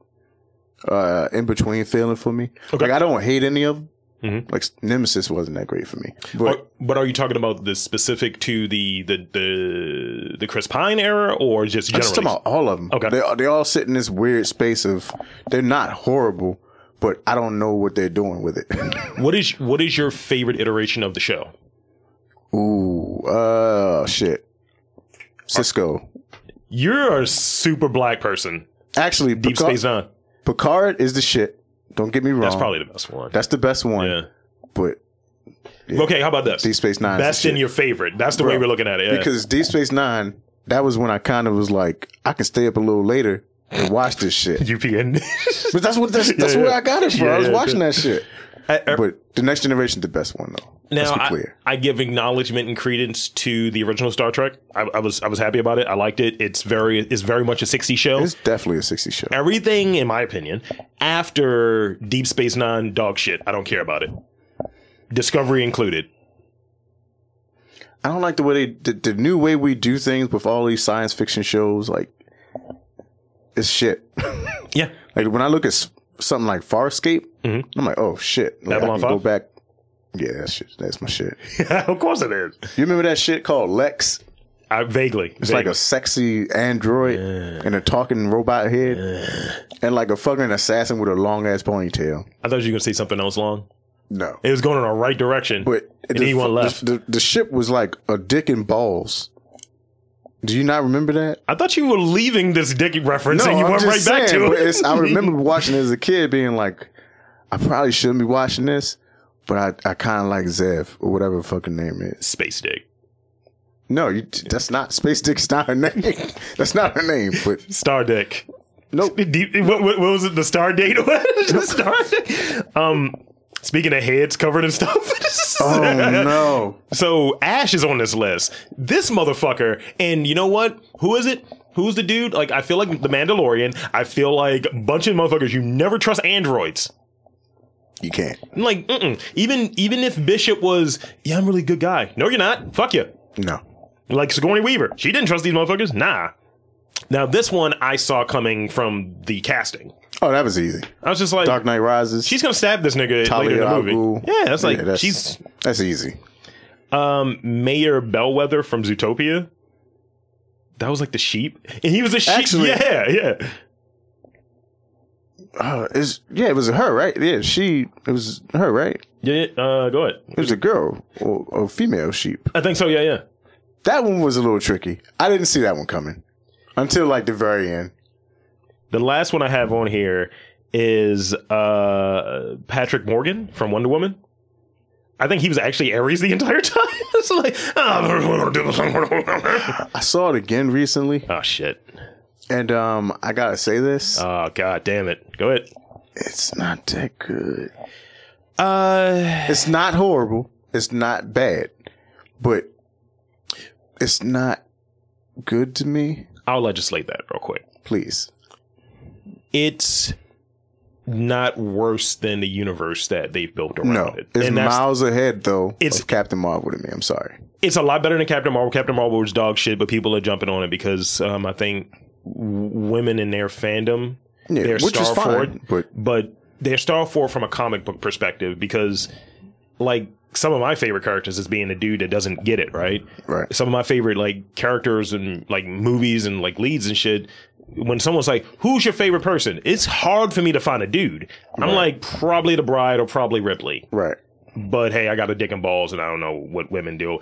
Speaker 2: uh in between feeling for me.
Speaker 1: Okay.
Speaker 2: Like I don't hate any of them.
Speaker 1: Mhm.
Speaker 2: Like Nemesis wasn't that great for me.
Speaker 1: But
Speaker 2: But
Speaker 1: are, but are you talking about the specific to the the the, the Chris Pine era or just generally?
Speaker 2: I'm just talking about all of them.
Speaker 1: Okay.
Speaker 2: They they all sit in this weird space of they're not horrible, but I don't know what they're doing with it.
Speaker 1: What is what is your favorite iteration of the show?
Speaker 2: Ooh, uh shit. Cisco.
Speaker 1: You're a super black person.
Speaker 2: Actually,
Speaker 1: Deep
Speaker 2: Picard,
Speaker 1: Space Nine.
Speaker 2: Picard is the shit. Don't get me wrong.
Speaker 1: That's probably the best one.
Speaker 2: that's the best one.
Speaker 1: yeah.
Speaker 2: But
Speaker 1: Okay, how about this?
Speaker 2: Deep Space Nine. is
Speaker 1: Best
Speaker 2: the
Speaker 1: in
Speaker 2: shit.
Speaker 1: your favorite. That's the way
Speaker 2: Bro,
Speaker 1: we're looking at it. yeah.
Speaker 2: because Deep Space Nine. That was when I kind of was like, I can stay up a little later and watch this shit.
Speaker 1: UPN.
Speaker 2: But that's what that's, that's
Speaker 1: yeah.
Speaker 2: where I got it from.
Speaker 1: Yeah,
Speaker 2: I was
Speaker 1: yeah,
Speaker 2: watching
Speaker 1: yeah.
Speaker 2: that shit. But the Next Generation, the best one though. Let's
Speaker 1: Now
Speaker 2: be
Speaker 1: I,
Speaker 2: clear.
Speaker 1: I give acknowledgement and credence to the original Star Trek. I, I was I was happy about it. I liked it. It's very it's very much a 60 show.
Speaker 2: It's definitely a 60 show.
Speaker 1: Everything, in my opinion, after Deep Space Nine, dog shit. I don't care about it. Discovery included.
Speaker 2: I don't like the way they the, the new way we do things with all these science fiction shows. Like, it's shit.
Speaker 1: Yeah,
Speaker 2: Like when I look at s- something like Farscape,
Speaker 1: Mhm.
Speaker 2: I'm like, oh shit, Like,
Speaker 1: Babylon
Speaker 2: I can go
Speaker 1: five?
Speaker 2: back. Yeah, that shit. That's my shit.
Speaker 1: of course it is.
Speaker 2: You remember that shit called Lex?
Speaker 1: I, vaguely,
Speaker 2: It's like a sexy android and a talking robot head and like a fucking assassin with a long ass ponytail.
Speaker 1: I thought you were gonna say something else long.
Speaker 2: No,
Speaker 1: It was going in the right direction,
Speaker 2: but
Speaker 1: and anyone
Speaker 2: the,
Speaker 1: left.
Speaker 2: The, the ship was like a dick and balls. Do you not remember that?
Speaker 1: I thought you were leaving this dick reference, and you went right back to
Speaker 2: but
Speaker 1: it.
Speaker 2: it's- I remember watching it as a kid, being like, I probably shouldn't be watching this, but I, I kind of like Zev or whatever her fucking name is.
Speaker 1: Space dick,
Speaker 2: No, you, that's not Space Dick's not her name. that's not her name. But
Speaker 1: star dick.
Speaker 2: nope.
Speaker 1: Deep, what, what, what was it? The star date? The star date? Um, speaking of heads covered in stuff.
Speaker 2: Oh no,
Speaker 1: So Ash is on this list. This motherfucker, and you know what? Who is it? Who's the dude? Like, I feel like the Mandalorian. I feel like a bunch of motherfuckers. You never trust androids.
Speaker 2: you can't.
Speaker 1: I'm like, mm-mm. even even if Bishop was, yeah, I'm a really good guy. No, you're not. Fuck you.
Speaker 2: No,
Speaker 1: Like Sigourney Weaver, she didn't trust these motherfuckers. Nah. Now this one I saw coming from the casting.
Speaker 2: oh that was easy.
Speaker 1: I was just like,
Speaker 2: Dark Knight Rises.
Speaker 1: She's gonna stab this nigga later
Speaker 2: Talia
Speaker 1: in
Speaker 2: Al
Speaker 1: the movie.
Speaker 2: Ghul.
Speaker 1: Yeah, that's like
Speaker 2: Yeah, that's-
Speaker 1: she's
Speaker 2: that's easy.
Speaker 1: um Mayor Bellwether from Zootopia. That was like the sheep, and he was a sheep.
Speaker 2: Actually-
Speaker 1: yeah, yeah.
Speaker 2: Uh, is yeah, it was her right? Yeah, she. It was her right.
Speaker 1: Yeah, uh, go ahead.
Speaker 2: It was a girl or a female sheep.
Speaker 1: I think so. Yeah, yeah.
Speaker 2: That one was a little tricky. I didn't see that one coming until like the very end.
Speaker 1: The last one I have on here is uh, Patrick Morgan from Wonder Woman. I think he was actually Aries the entire time. it's like, "Ah, oh,
Speaker 2: I saw it again recently,
Speaker 1: oh shit!
Speaker 2: and um, I gotta say this:
Speaker 1: Oh god, damn it! Go ahead.
Speaker 2: it's not that good.
Speaker 1: Uh,
Speaker 2: It's not horrible. It's not bad, but it's not good to me.
Speaker 1: I'll legislate that real quick.
Speaker 2: Please,
Speaker 1: it's not worse than the universe that they've built around
Speaker 2: no.
Speaker 1: it.
Speaker 2: It's
Speaker 1: and that's,
Speaker 2: miles ahead though
Speaker 1: It's-
Speaker 2: of Captain Marvel to me. I'm sorry.
Speaker 1: it's a lot better than Captain Marvel. Captain Marvel was dog shit, but people are jumping on it because um, I think w- women in their fandom,
Speaker 2: Yeah,
Speaker 1: they're
Speaker 2: which is
Speaker 1: star
Speaker 2: fine,
Speaker 1: for it,
Speaker 2: but
Speaker 1: but they're star for it from a comic book perspective because, like, some of my favorite characters is being a dude that doesn't get it, right?
Speaker 2: right.
Speaker 1: some of my favorite like characters and like movies and like leads and shit. When someone's like, "Who's your favorite person?" It's hard for me to find a dude. I'm like, probably the bride or probably Ripley.
Speaker 2: Right.
Speaker 1: But hey, I got a dick and balls, and I don't know what women do.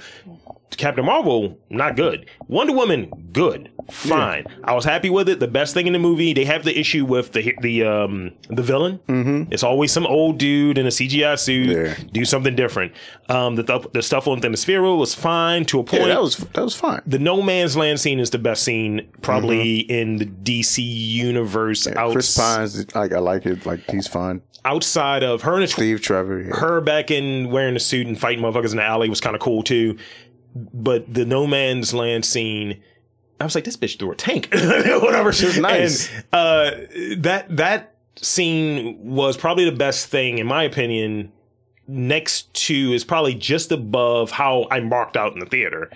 Speaker 1: Captain Marvel, not good. Wonder Woman, good, fine. I was happy with it. The best thing in the movie, they have the issue with the the um the villain. Mm-hmm. It's always some old dude in a CGI suit.
Speaker 2: Yeah.
Speaker 1: Do something different. Um, the th- the stuff on Themyscira was fine to a point.
Speaker 2: Yeah, that was that was fine.
Speaker 1: the No Man's Land scene is the best scene probably in the DC universe. outs-
Speaker 2: Mm-hmm. Chris Pine's like I like it. Like he's fine.
Speaker 1: outside of her and the
Speaker 2: Steve Trevor. yeah.
Speaker 1: her back in wearing a suit and fighting motherfuckers in the alley was kind of cool too. But the no man's land scene, I was like, this bitch threw a tank, whatever. She
Speaker 2: was nice.
Speaker 1: And, uh, that that scene was probably the best thing in my opinion. Next to is probably just above how I marked out in the theater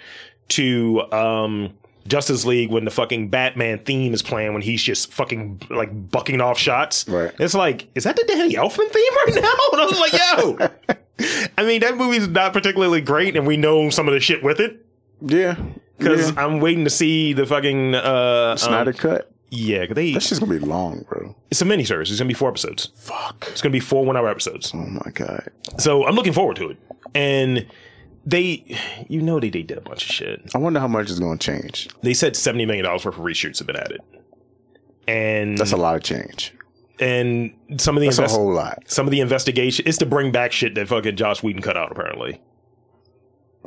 Speaker 1: to um Justice League when the fucking Batman theme is playing when he's just fucking like bucking off shots.
Speaker 2: Right.
Speaker 1: It's like, is that the Danny Elfman theme right now? And I was like, yo. I mean, that movie's not particularly great, and we know some of the shit with it
Speaker 2: Yeah,
Speaker 1: because
Speaker 2: yeah.
Speaker 1: I'm waiting to see the fucking uh, um,
Speaker 2: Snyder cut.
Speaker 1: yeah. 'cause They
Speaker 2: That shit's gonna be long, bro.
Speaker 1: it's a miniseries. It's gonna be four episodes.
Speaker 2: Fuck.
Speaker 1: It's gonna be four one-hour episodes.
Speaker 2: Oh my god.
Speaker 1: So I'm looking forward to it, and they, you know, they, they did a bunch of shit.
Speaker 2: I wonder how much is gonna change.
Speaker 1: They said seventy million dollars worth of reshoots have been added, and
Speaker 2: That's a lot of change.
Speaker 1: and some of the
Speaker 2: It's a
Speaker 1: invest-
Speaker 2: whole lot.
Speaker 1: some of the investigation is to bring back shit that fucking Josh Whedon cut out apparently.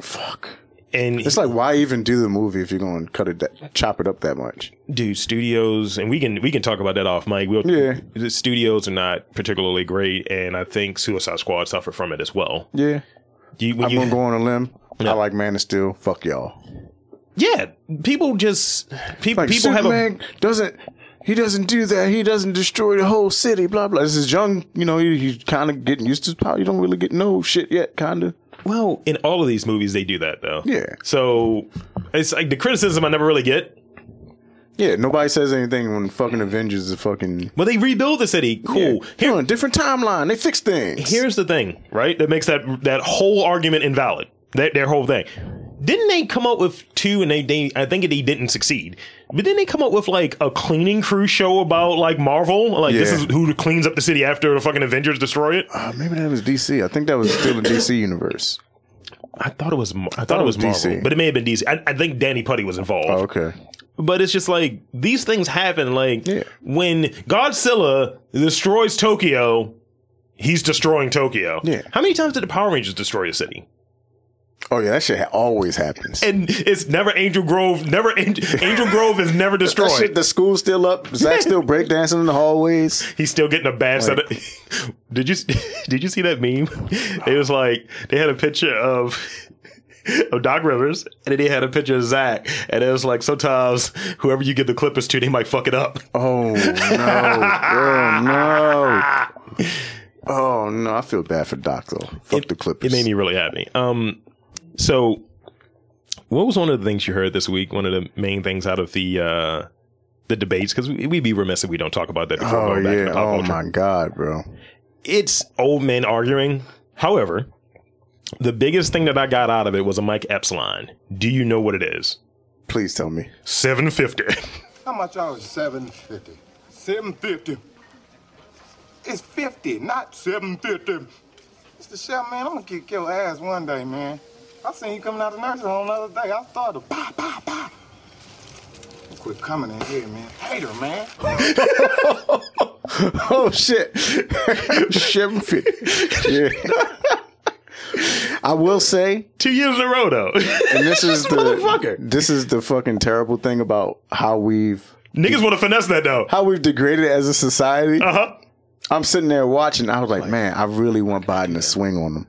Speaker 2: Fuck.
Speaker 1: And
Speaker 2: It's like why even do the movie if you're gonna cut it, that, chop it up that much?
Speaker 1: dude, studios, and we can we can talk about that off mic. We'll,
Speaker 2: Yeah.
Speaker 1: the studios are not particularly great, and I think Suicide Squad suffered from it as well.
Speaker 2: Yeah.
Speaker 1: You, when
Speaker 2: I'm
Speaker 1: you-
Speaker 2: gonna go on a limb.
Speaker 1: Yeah.
Speaker 2: I like Man of Steel. Fuck y'all.
Speaker 1: yeah, people just people
Speaker 2: Like
Speaker 1: people have a
Speaker 2: Superman doesn't. He doesn't do that. He doesn't destroy the whole city. Blah blah. This is young. You know, he, he's kind of getting used to his power. You don't really get no shit yet. Kind of.
Speaker 1: well in all of these movies they do that though.
Speaker 2: Yeah.
Speaker 1: So it's like the criticism I never really get.
Speaker 2: Yeah. Nobody says anything when fucking Avengers is fucking.
Speaker 1: Well, they rebuild the city. Cool.
Speaker 2: Here on a different timeline. They fix things.
Speaker 1: Here's the thing, right? That makes that that whole argument invalid. That their whole thing. Didn't they come up with two and they, they I think they didn't succeed. But then they come up with like a cleaning crew show about like Marvel, like this
Speaker 2: Yeah.
Speaker 1: is who cleans up the city after the fucking Avengers destroy it.
Speaker 2: Uh, maybe that was DC. I think that was still the DC universe.
Speaker 1: I thought it was Mar- I thought, it was,
Speaker 2: it was
Speaker 1: Marvel,
Speaker 2: DC.
Speaker 1: but it may have been DC. I, I think Danny Putty was involved.
Speaker 2: Oh, okay.
Speaker 1: But it's just like these things happen. Like
Speaker 2: Yeah.
Speaker 1: when Godzilla destroys Tokyo, he's destroying Tokyo.
Speaker 2: Yeah.
Speaker 1: How many times did the Power Rangers destroy a city?
Speaker 2: Oh yeah, that shit ha- always happens.
Speaker 1: and it's never Angel Grove. Never Angel, Angel Grove is never
Speaker 2: That shit,
Speaker 1: destroyed.
Speaker 2: the school's still up. Zach's still breakdancing in the hallways.
Speaker 1: He's still getting a bad set. Of, did you did you see that meme? It was like they had a picture of. Of Doc Rivers, and then they had a picture of Zach, and it was like sometimes whoever you give the clippers to, they might fuck it up.
Speaker 2: Oh no! oh no! Oh no! I feel bad for Doc though. Fuck the Clippers.
Speaker 1: It made me really happy. Um, so what was one of the things you heard this week? One of the main things out of the uh the debates, because we, we'd be remiss if we don't talk about that. Before
Speaker 2: oh
Speaker 1: going back to
Speaker 2: yeah!
Speaker 1: the pop
Speaker 2: Oh
Speaker 1: culture.
Speaker 2: my God, bro!
Speaker 1: it's old men arguing. However, the biggest thing that I got out of it was a Mike Epps line. Do you know what it is?
Speaker 2: Please tell me.
Speaker 1: 750.
Speaker 3: How much I was 750? 750. It's 50, not 750. Mr. Chef, man, I'm gonna kick your ass one day, man. I seen you coming out of the nursing home the other day. I started to pop, pop, pop. Quit coming in here, man. Hater, man.
Speaker 2: Oh shit! Shit. Yeah. I will say,
Speaker 1: Two years in a row, though.
Speaker 2: and this is the
Speaker 1: Motherfucker.
Speaker 2: this is the fucking terrible thing about how we've
Speaker 1: Niggas want to finesse that, though.
Speaker 2: how we've degraded as a society.
Speaker 1: Uh huh.
Speaker 2: I'm sitting there watching. I was like, man, I really want Biden to swing on them.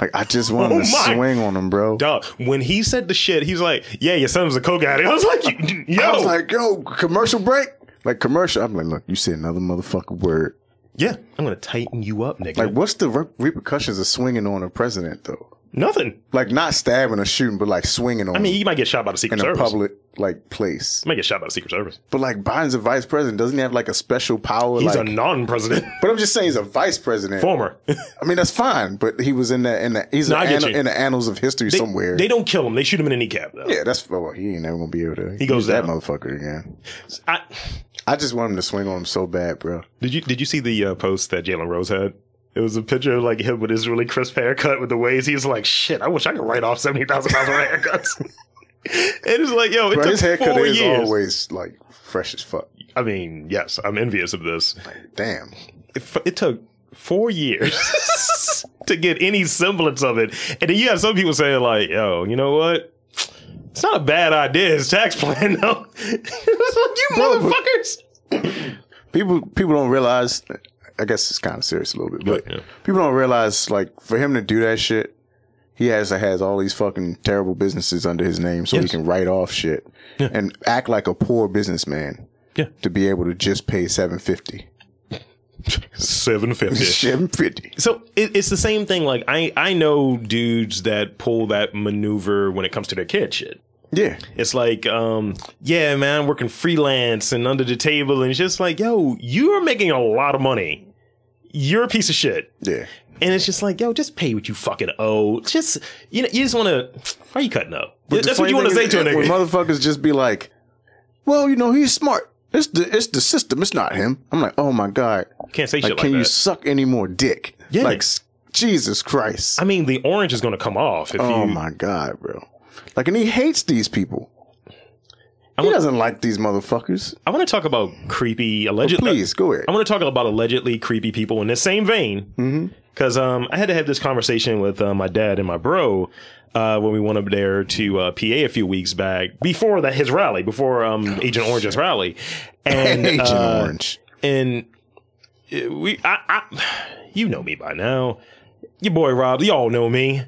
Speaker 2: Like I just want him
Speaker 1: Oh,
Speaker 2: to
Speaker 1: my.
Speaker 2: swing on them, bro.
Speaker 1: Dog, when he said the shit, he's like, yeah, your son was a coke addict. I was like, yo.
Speaker 2: I was like, yo, commercial break. Like commercial. I'm like, look, you said another motherfucking word.
Speaker 1: yeah, I'm going to tighten you up, nigga.
Speaker 2: Like, what's the re- repercussions of swinging on a president though?
Speaker 1: Nothing.
Speaker 2: Like, not stabbing or shooting, but like swinging on
Speaker 1: I mean,
Speaker 2: him
Speaker 1: you might get shot by the Secret
Speaker 2: in a
Speaker 1: Service. You
Speaker 2: public like place.
Speaker 1: might get shot by the Secret Service.
Speaker 2: But like, Biden's a vice president. Doesn't he have like a special power?
Speaker 1: He's
Speaker 2: like,
Speaker 1: a non president.
Speaker 2: but I'm just saying, he's a vice president.
Speaker 1: Former.
Speaker 2: I mean, that's fine. But he was in the in the he's
Speaker 1: No, I
Speaker 2: an
Speaker 1: get
Speaker 2: ann-
Speaker 1: you.
Speaker 2: in the annals of history
Speaker 1: They-
Speaker 2: somewhere.
Speaker 1: They don't kill him, they shoot him in a kneecap, though.
Speaker 2: yeah, that's oh, well, he ain't never gonna be able to. He
Speaker 1: goes
Speaker 2: that
Speaker 1: down.
Speaker 2: motherfucker again.
Speaker 1: I,
Speaker 2: I just want him to swing on him so bad, bro.
Speaker 1: did, you, did you see the uh, post that Jalen Rose had? It was a picture of like him with his really crisp haircut with the waves. He's like, shit, I wish I could write off seventy thousand dollars worth of haircuts. it is like, yo, it
Speaker 2: Bro,
Speaker 1: took
Speaker 2: his haircut
Speaker 1: four
Speaker 2: is
Speaker 1: years.
Speaker 2: always like fresh as fuck.
Speaker 1: I mean, yes, I'm envious of this.
Speaker 2: Like, damn.
Speaker 1: It, f- it took four years to get any semblance of it, and then you have some people saying like, yo, you know what? It's not a bad idea. His tax plan, though. you
Speaker 2: Bro, but-
Speaker 1: motherfuckers.
Speaker 2: people people don't realize. I guess it's kind of serious a little bit, but
Speaker 1: Yeah.
Speaker 2: people don't realize like for him to do that shit, he has has all these fucking terrible businesses under his name, so he
Speaker 1: Yes.
Speaker 2: can write off shit and act like a poor businessman.
Speaker 1: Yeah.
Speaker 2: to be able to just pay seven fifty.
Speaker 1: Seven fifty.
Speaker 2: Seven fifty.
Speaker 1: So it, it's the same thing. Like I, I know dudes that pull that maneuver when it comes to their kid shit.
Speaker 2: Yeah,
Speaker 1: It's like, um, yeah, man, I'm working freelance and under the table, and it's just like, yo, you are making a lot of money. You're a piece of shit,
Speaker 2: yeah.
Speaker 1: and it's just like, yo, just pay what you fucking owe. Just you know, you just want to. Why are you cutting up?
Speaker 2: But the
Speaker 1: That's what you
Speaker 2: funny
Speaker 1: want to
Speaker 2: thing
Speaker 1: say
Speaker 2: is
Speaker 1: to a
Speaker 2: that when
Speaker 1: nigga.
Speaker 2: motherfuckers just be like, "Well, you know, he's smart. It's the it's the system. It's not him." I'm like, "Oh my god,
Speaker 1: Can't say
Speaker 2: like,
Speaker 1: shit like
Speaker 2: can
Speaker 1: that.
Speaker 2: you suck any more dick?"
Speaker 1: Yeah.
Speaker 2: like s- Jesus Christ.
Speaker 1: I mean, the orange is going to come off if
Speaker 2: Oh
Speaker 1: you.
Speaker 2: my god, bro! Like, and he hates these people.
Speaker 1: I'm
Speaker 2: He
Speaker 1: a-
Speaker 2: doesn't like these motherfuckers.
Speaker 1: I want to talk about creepy alleged.
Speaker 2: Please go ahead.
Speaker 1: I want to talk about allegedly creepy people in the same
Speaker 2: Mm-hmm.
Speaker 1: vein. Because um, I had to have this conversation with uh, my dad and my bro uh, when we went up there to uh, PA a few weeks back before that his rally, before um, Agent Orange's rally, and
Speaker 2: Oh, Agent
Speaker 1: uh,
Speaker 2: Orange.
Speaker 1: and uh, we I, I you know me by now, your boy Rob, y'all know me.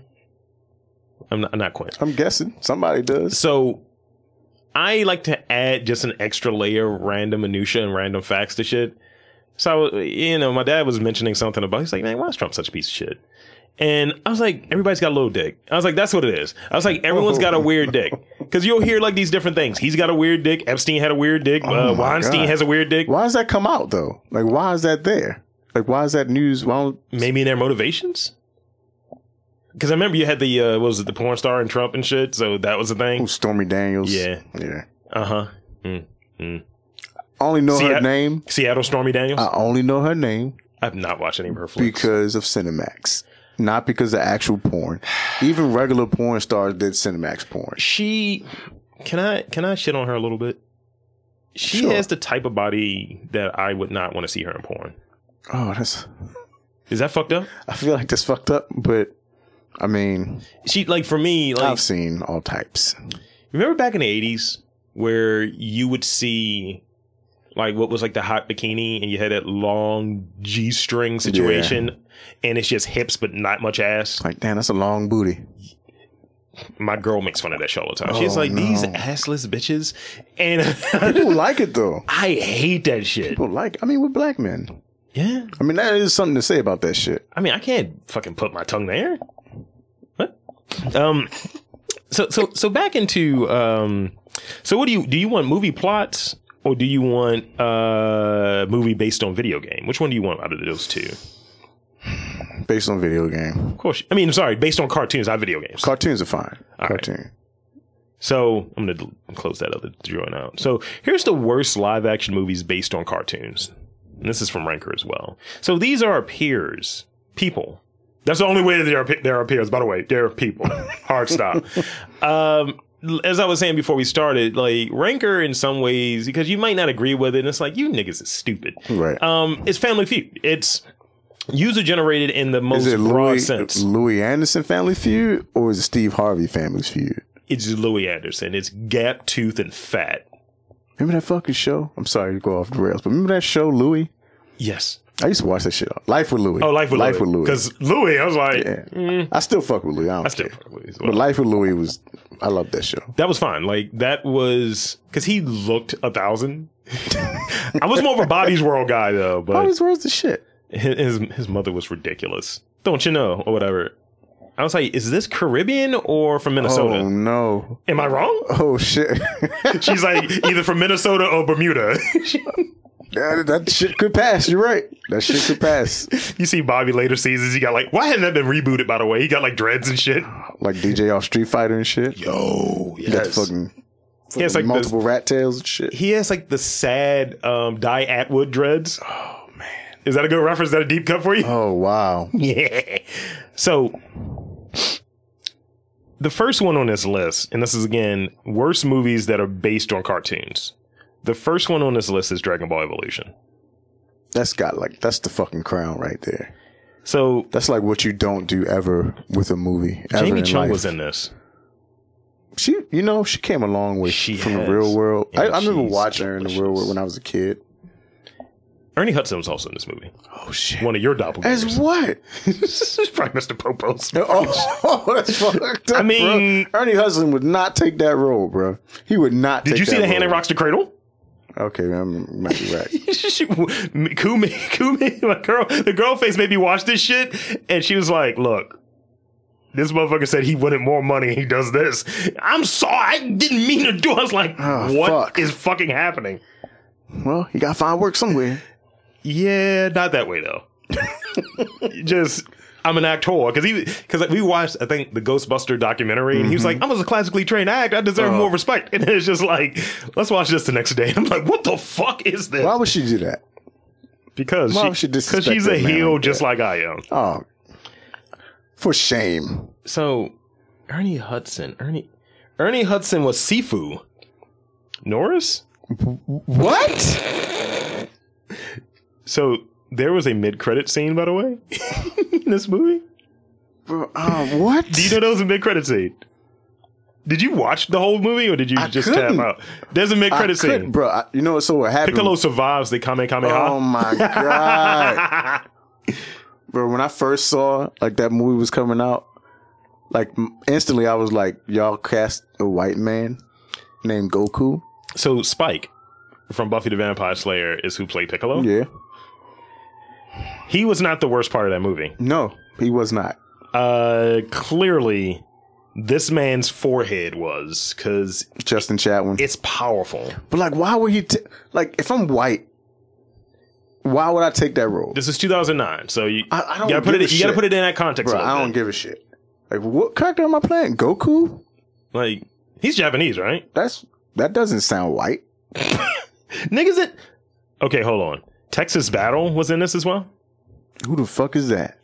Speaker 1: I'm not, I'm not Quinn.
Speaker 2: I'm guessing somebody does.
Speaker 1: So I like to add just an extra layer of random minutia and random facts to shit. So you know, my dad was mentioning something about he's like, man, why is Trump such a piece of shit? And I was like, everybody's got a little dick. I was like, that's what it is. I was like, everyone's
Speaker 2: Oh.
Speaker 1: got a weird dick. Because you'll hear like these different things. He's got a weird dick. Epstein had a weird dick.
Speaker 2: Oh
Speaker 1: uh,
Speaker 2: my
Speaker 1: Weinstein
Speaker 2: God.
Speaker 1: has a weird dick.
Speaker 2: Why does that come out though? Like, why is that there? Like, why is that news? Why don't
Speaker 1: Maybe in their motivations. Because I remember you had the uh, what was it the porn star and Trump and shit. So that was the
Speaker 2: oh,
Speaker 1: thing.
Speaker 2: Stormy Daniels?
Speaker 1: Yeah.
Speaker 2: yeah.
Speaker 1: Uh huh.
Speaker 2: I only know
Speaker 1: See,
Speaker 2: her
Speaker 1: I-
Speaker 2: name.
Speaker 1: Seattle Stormy Daniels.
Speaker 2: I only know her name
Speaker 1: I've not watched any of her flicks.
Speaker 2: Oh. because of Cinemax, not because of actual porn. Even regular porn stars did Cinemax porn.
Speaker 1: she can I can I shit on her a little bit? She
Speaker 2: Sure.
Speaker 1: has the type of body that I would not want to see her in porn.
Speaker 2: Oh, that's.
Speaker 1: Is that fucked up?
Speaker 2: I feel like that's fucked up, but I mean,
Speaker 1: She like for me like
Speaker 2: I've seen all types.
Speaker 1: remember back in the eighties where you would see like what was like the hot bikini and you had that long G string situation and it's just hips but not much ass.
Speaker 2: Like, damn, that's a long booty.
Speaker 1: My girl makes fun of that shit all the time.
Speaker 2: Oh,
Speaker 1: She's like
Speaker 2: no.
Speaker 1: these assless bitches and
Speaker 2: People like it though.
Speaker 1: I hate that shit.
Speaker 2: People like. I mean, we're black men.
Speaker 1: Yeah.
Speaker 2: I mean, that is something to say about that shit.
Speaker 1: I mean, I can't fucking put my tongue there. What? Um. So so so back into um. So what do you do? You want movie plots or do you want uh movie based on video game? Which one do you want out of those two?
Speaker 2: Based on video game,
Speaker 1: Of course. I mean, sorry, based on cartoons, not video games.
Speaker 2: cartoons are fine.
Speaker 1: All right.
Speaker 2: Cartoon.
Speaker 1: So I'm gonna del- close that other drawing out. So here's the worst live action movies based on cartoons. And this is from Ranker as well. So these are our peers, people. That's the only way that they're they're our peers. By the way, they're people. Hard stop. um, l- as I was saying before we started, like Ranker in some ways because you might not agree with it, and it's like you niggas is stupid.
Speaker 2: Right.
Speaker 1: Um, it's Family Feud. It's user generated in the most
Speaker 2: is it
Speaker 1: broad
Speaker 2: Louis uh,
Speaker 1: sense.
Speaker 2: Louis Anderson Family Feud or is it Steve Harvey Family Feud?
Speaker 1: It's Louis Anderson. It's gap tooth and fat.
Speaker 2: Remember that fucking show? I'm sorry to go off the rails, but remember that show Louis?
Speaker 1: Yes.
Speaker 2: I used to watch that shit. Life with Louis.
Speaker 1: Oh, Life with
Speaker 2: Life with Louis.
Speaker 1: Because Louis, I was like,
Speaker 2: Yeah. I still fuck with Louis. I don't
Speaker 1: I still
Speaker 2: care.
Speaker 1: fuck with Louis as
Speaker 2: But
Speaker 1: well.
Speaker 2: Life with Louis was, I love that show.
Speaker 1: That was fine. Like, that was because he looked a thousand. I was more of a Bobby's World guy, though,
Speaker 2: All
Speaker 1: but
Speaker 2: these words the shit.
Speaker 1: his, his mother was ridiculous. Don't you know? Or whatever. I was like, is this Caribbean or from Minnesota?
Speaker 2: Oh no.
Speaker 1: Am I wrong?
Speaker 2: Oh shit.
Speaker 1: She's like, either from Minnesota or Bermuda.
Speaker 2: that, that shit could pass. You're right. That shit could pass.
Speaker 1: you see Bobby later seasons, he got like, why hadn't that been rebooted, by the way? He got like dreads and shit.
Speaker 2: Like DJ off Street Fighter and shit.
Speaker 1: Yo,
Speaker 2: You got the fucking,
Speaker 1: He has like this-
Speaker 2: multiple rat tails and shit.
Speaker 1: he has like the sad um Die Atwood dreads. Oh man. Is that a good reference? Is that a deep cut for you?
Speaker 2: Oh wow.
Speaker 1: Yeah. So the first one on this list, and this is again worst movies that are based on cartoons. The first one on this list is Dragon Ball Evolution.
Speaker 2: That's got like that's the fucking crown right there.
Speaker 1: So
Speaker 2: That's like what you don't do ever with a movie. Ever
Speaker 1: Jamie
Speaker 2: in
Speaker 1: Chung
Speaker 2: life.
Speaker 1: was in this.
Speaker 2: She, you know, she came a long way
Speaker 1: She
Speaker 2: from
Speaker 1: has.
Speaker 2: the real world. I,
Speaker 1: And
Speaker 2: I remember
Speaker 1: she's
Speaker 2: watching her in the real
Speaker 1: delicious.
Speaker 2: world when I was a kid.
Speaker 1: Ernie Hudson was also in this movie.
Speaker 2: Oh shit!
Speaker 1: One of your
Speaker 2: As
Speaker 1: doppelgangers.
Speaker 2: what?
Speaker 1: Probably Mr. Popo's.
Speaker 2: Oh, that's fucked up.
Speaker 1: I mean-
Speaker 2: bro. Ernie Hudson would not take that role, bro. He would not.
Speaker 1: Did
Speaker 2: take
Speaker 1: you see
Speaker 2: that
Speaker 1: the hand
Speaker 2: role.
Speaker 1: that rocks the cradle?
Speaker 2: Okay, I'm might be right.
Speaker 1: Kumi, Kumi, my girl, the girl face made me watch this shit, and she was like, "Look, this motherfucker said he wanted more money. and He does this. I'm sorry, I didn't mean to do. it." I was like,
Speaker 2: Ah,
Speaker 1: "What is
Speaker 2: fuck.
Speaker 1: fucking happening?"
Speaker 2: well, he got to find work somewhere.
Speaker 1: Yeah, not that way though. Just. I'm an actor because he because we watched I think the Ghostbuster documentary and he
Speaker 2: Mm-hmm.
Speaker 1: was like I was a classically trained actor I deserve
Speaker 2: Uh-huh.
Speaker 1: more respect and it's just like let's watch this the next day I'm like what the fuck is this
Speaker 2: Why would she do that?
Speaker 1: because
Speaker 2: why
Speaker 1: she-
Speaker 2: would she disrespect
Speaker 1: she's a
Speaker 2: that man
Speaker 1: heel
Speaker 2: like
Speaker 1: just
Speaker 2: that?
Speaker 1: like I am
Speaker 2: Oh, for shame.
Speaker 1: So Ernie Hudson, Ernie Ernie Hudson was Sifu. Norris?
Speaker 2: What?
Speaker 1: So there was a mid-credit scene, by the way, in this movie.
Speaker 2: Bro, uh, what?
Speaker 1: Do you know there was a mid-credit scene? Did you watch the whole movie or did you
Speaker 2: I
Speaker 1: just
Speaker 2: couldn't.
Speaker 1: tap out? There's a
Speaker 2: I
Speaker 1: mid-credit
Speaker 2: couldn't,
Speaker 1: scene.
Speaker 2: bro. I, you know, so what happened?
Speaker 1: Piccolo survives the Kamehameha.
Speaker 2: Oh my god, bro! When I first saw like that movie was coming out, like m- instantly I was like, "Y'all cast a white man named Goku."
Speaker 1: so Spike from Buffy the Vampire Slayer is who played Piccolo.
Speaker 2: Yeah,
Speaker 1: He was not the worst part of that movie.
Speaker 2: no, he was not.
Speaker 1: Uh clearly this man's forehead was cuz
Speaker 2: Justin Chatwin.
Speaker 1: it's powerful.
Speaker 2: But like, why would he? T- like, if I'm white, why would I take that role?
Speaker 1: This is 2009, so you,
Speaker 2: I- I don't
Speaker 1: you gotta put
Speaker 2: give
Speaker 1: it.
Speaker 2: a
Speaker 1: You gotta
Speaker 2: shit.
Speaker 1: put it in that context.
Speaker 2: Bro,
Speaker 1: a little
Speaker 2: I don't
Speaker 1: bit.
Speaker 2: give a shit. Like, what character am I playing? Goku?
Speaker 1: like he's Japanese, right?
Speaker 2: That's that doesn't sound white.
Speaker 1: Niggas, it. Okay, hold on. Texas Battle was in this as well.
Speaker 2: Who the fuck is that?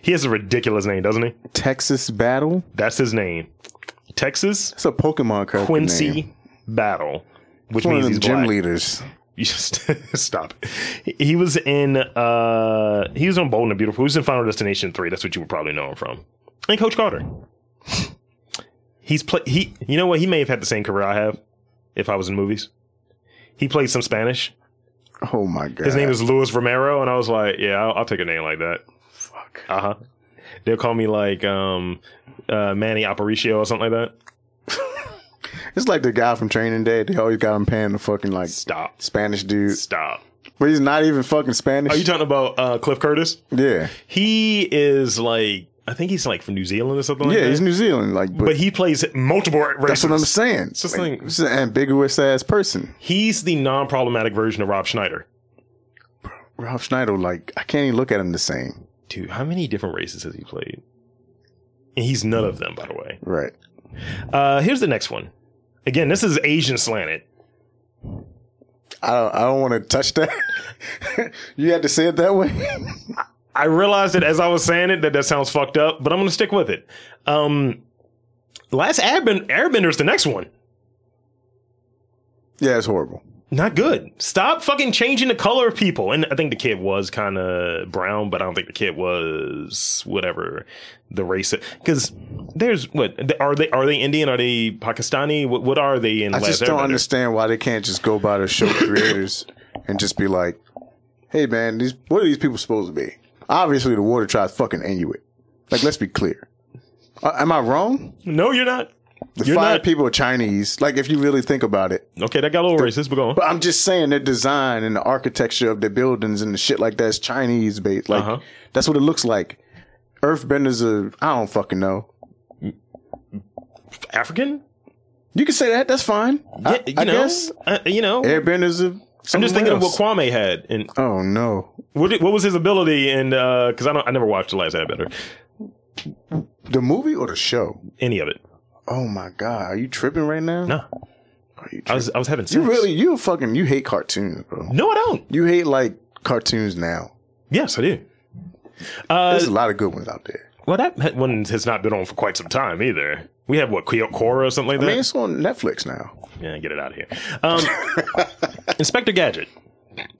Speaker 1: He has a ridiculous name, doesn't he?
Speaker 2: Texas Battle?
Speaker 1: That's his name, Texas
Speaker 2: That's a Pokemon character.
Speaker 1: Quincy
Speaker 2: name.
Speaker 1: Battle, which
Speaker 2: It's one
Speaker 1: means
Speaker 2: of them
Speaker 1: he's
Speaker 2: gym
Speaker 1: black.
Speaker 2: leaders.
Speaker 1: You just stop. it. He was in. uh He was on Bold and the Beautiful. He was in Final Destination Three. That's what you would probably know him from. And Coach Carter. He's play. He. You know what? He may have had the same career I have, if I was in movies. He played some Spanish.
Speaker 2: Oh my god.
Speaker 1: His name is Luis Romero, and I was like, yeah, I'll, I'll take a name like that.
Speaker 2: Fuck.
Speaker 1: Uh huh. They'll call me like um uh Manny Aparicio or something like that.
Speaker 2: It's like the guy from Training Day. They always got him paying the fucking like
Speaker 1: Stop.
Speaker 2: Spanish dude,
Speaker 1: Stop.
Speaker 2: but he's not even fucking Spanish.
Speaker 1: Are you talking about uh Cliff Curtis?
Speaker 2: yeah,
Speaker 1: He is like. I think he's like from New Zealand or something like
Speaker 2: yeah.
Speaker 1: that.
Speaker 2: He's New Zealand, like, but,
Speaker 1: but he plays multiple races.
Speaker 2: that's what I'm saying. It's
Speaker 1: just like-
Speaker 2: this is an ambiguous ass person.
Speaker 1: He's the non-problematic version of Rob Schneider.
Speaker 2: Ralph Schneider, like, I can't even look at him the same.
Speaker 1: Dude, how many different races has he played? And he's none of them, by the way.
Speaker 2: Right.
Speaker 1: Uh, here's the next one. Again, this is Asian slanted.
Speaker 2: I don't. I don't want to touch that. you had to say it that way.
Speaker 1: I realized it as I was saying it that that sounds fucked up, but I'm gonna stick with it. Um, Last Airbend- Airbender's the next one.
Speaker 2: yeah, it's horrible.
Speaker 1: Not good. Stop fucking changing the color of people. And I think the kid was kind of brown, but I don't think the kid was whatever the race. Because there's what are they? Are they Indian? Are they Pakistani? What, what are they in?
Speaker 2: I
Speaker 1: Last
Speaker 2: just don't
Speaker 1: Airbender?
Speaker 2: understand why they can't just go by the show creators and just be like, "Hey, man, these what are these people supposed to be?" Obviously, the water tribe's fucking Inuit. Like, let's be clear. Uh, am I wrong?
Speaker 1: No, you're not.
Speaker 2: The
Speaker 1: You're
Speaker 2: five
Speaker 1: not.
Speaker 2: people are Chinese. Like, if you really think about it.
Speaker 1: Okay, that got a little racist, but go on.
Speaker 2: But I'm just saying their design and the architecture of their buildings and the shit like that's Chinese based. Like,
Speaker 1: Uh-huh.
Speaker 2: that's what it looks like. Earthbenders are, I don't fucking know.
Speaker 1: African?
Speaker 2: You can say that. That's fine. I,
Speaker 1: Yeah, you
Speaker 2: I
Speaker 1: know,
Speaker 2: guess
Speaker 1: uh, you know.
Speaker 2: airbenders are.
Speaker 1: I'm just thinking
Speaker 2: else.
Speaker 1: of what Kwame had, and
Speaker 2: Oh no!
Speaker 1: what, did- what was his ability, and because I don't, I never watched the Last Airbender,
Speaker 2: The movie or the show?
Speaker 1: any of it.
Speaker 2: Oh my god! Are you tripping right now?
Speaker 1: No,
Speaker 2: Are you,
Speaker 1: I
Speaker 2: tripping?
Speaker 1: was, I was having sex.
Speaker 2: you really you fucking you hate cartoons, bro.
Speaker 1: No, I don't.
Speaker 2: You hate like cartoons now.
Speaker 1: Yes, I do. Uh,
Speaker 2: There's a lot of good ones out there.
Speaker 1: Well, that ha- one has not been on for quite some time either. We have what Kyo- Korra or something like
Speaker 2: I
Speaker 1: that.
Speaker 2: mean, it's on Netflix now.
Speaker 1: yeah, get it out of here. Um, Inspector Gadget,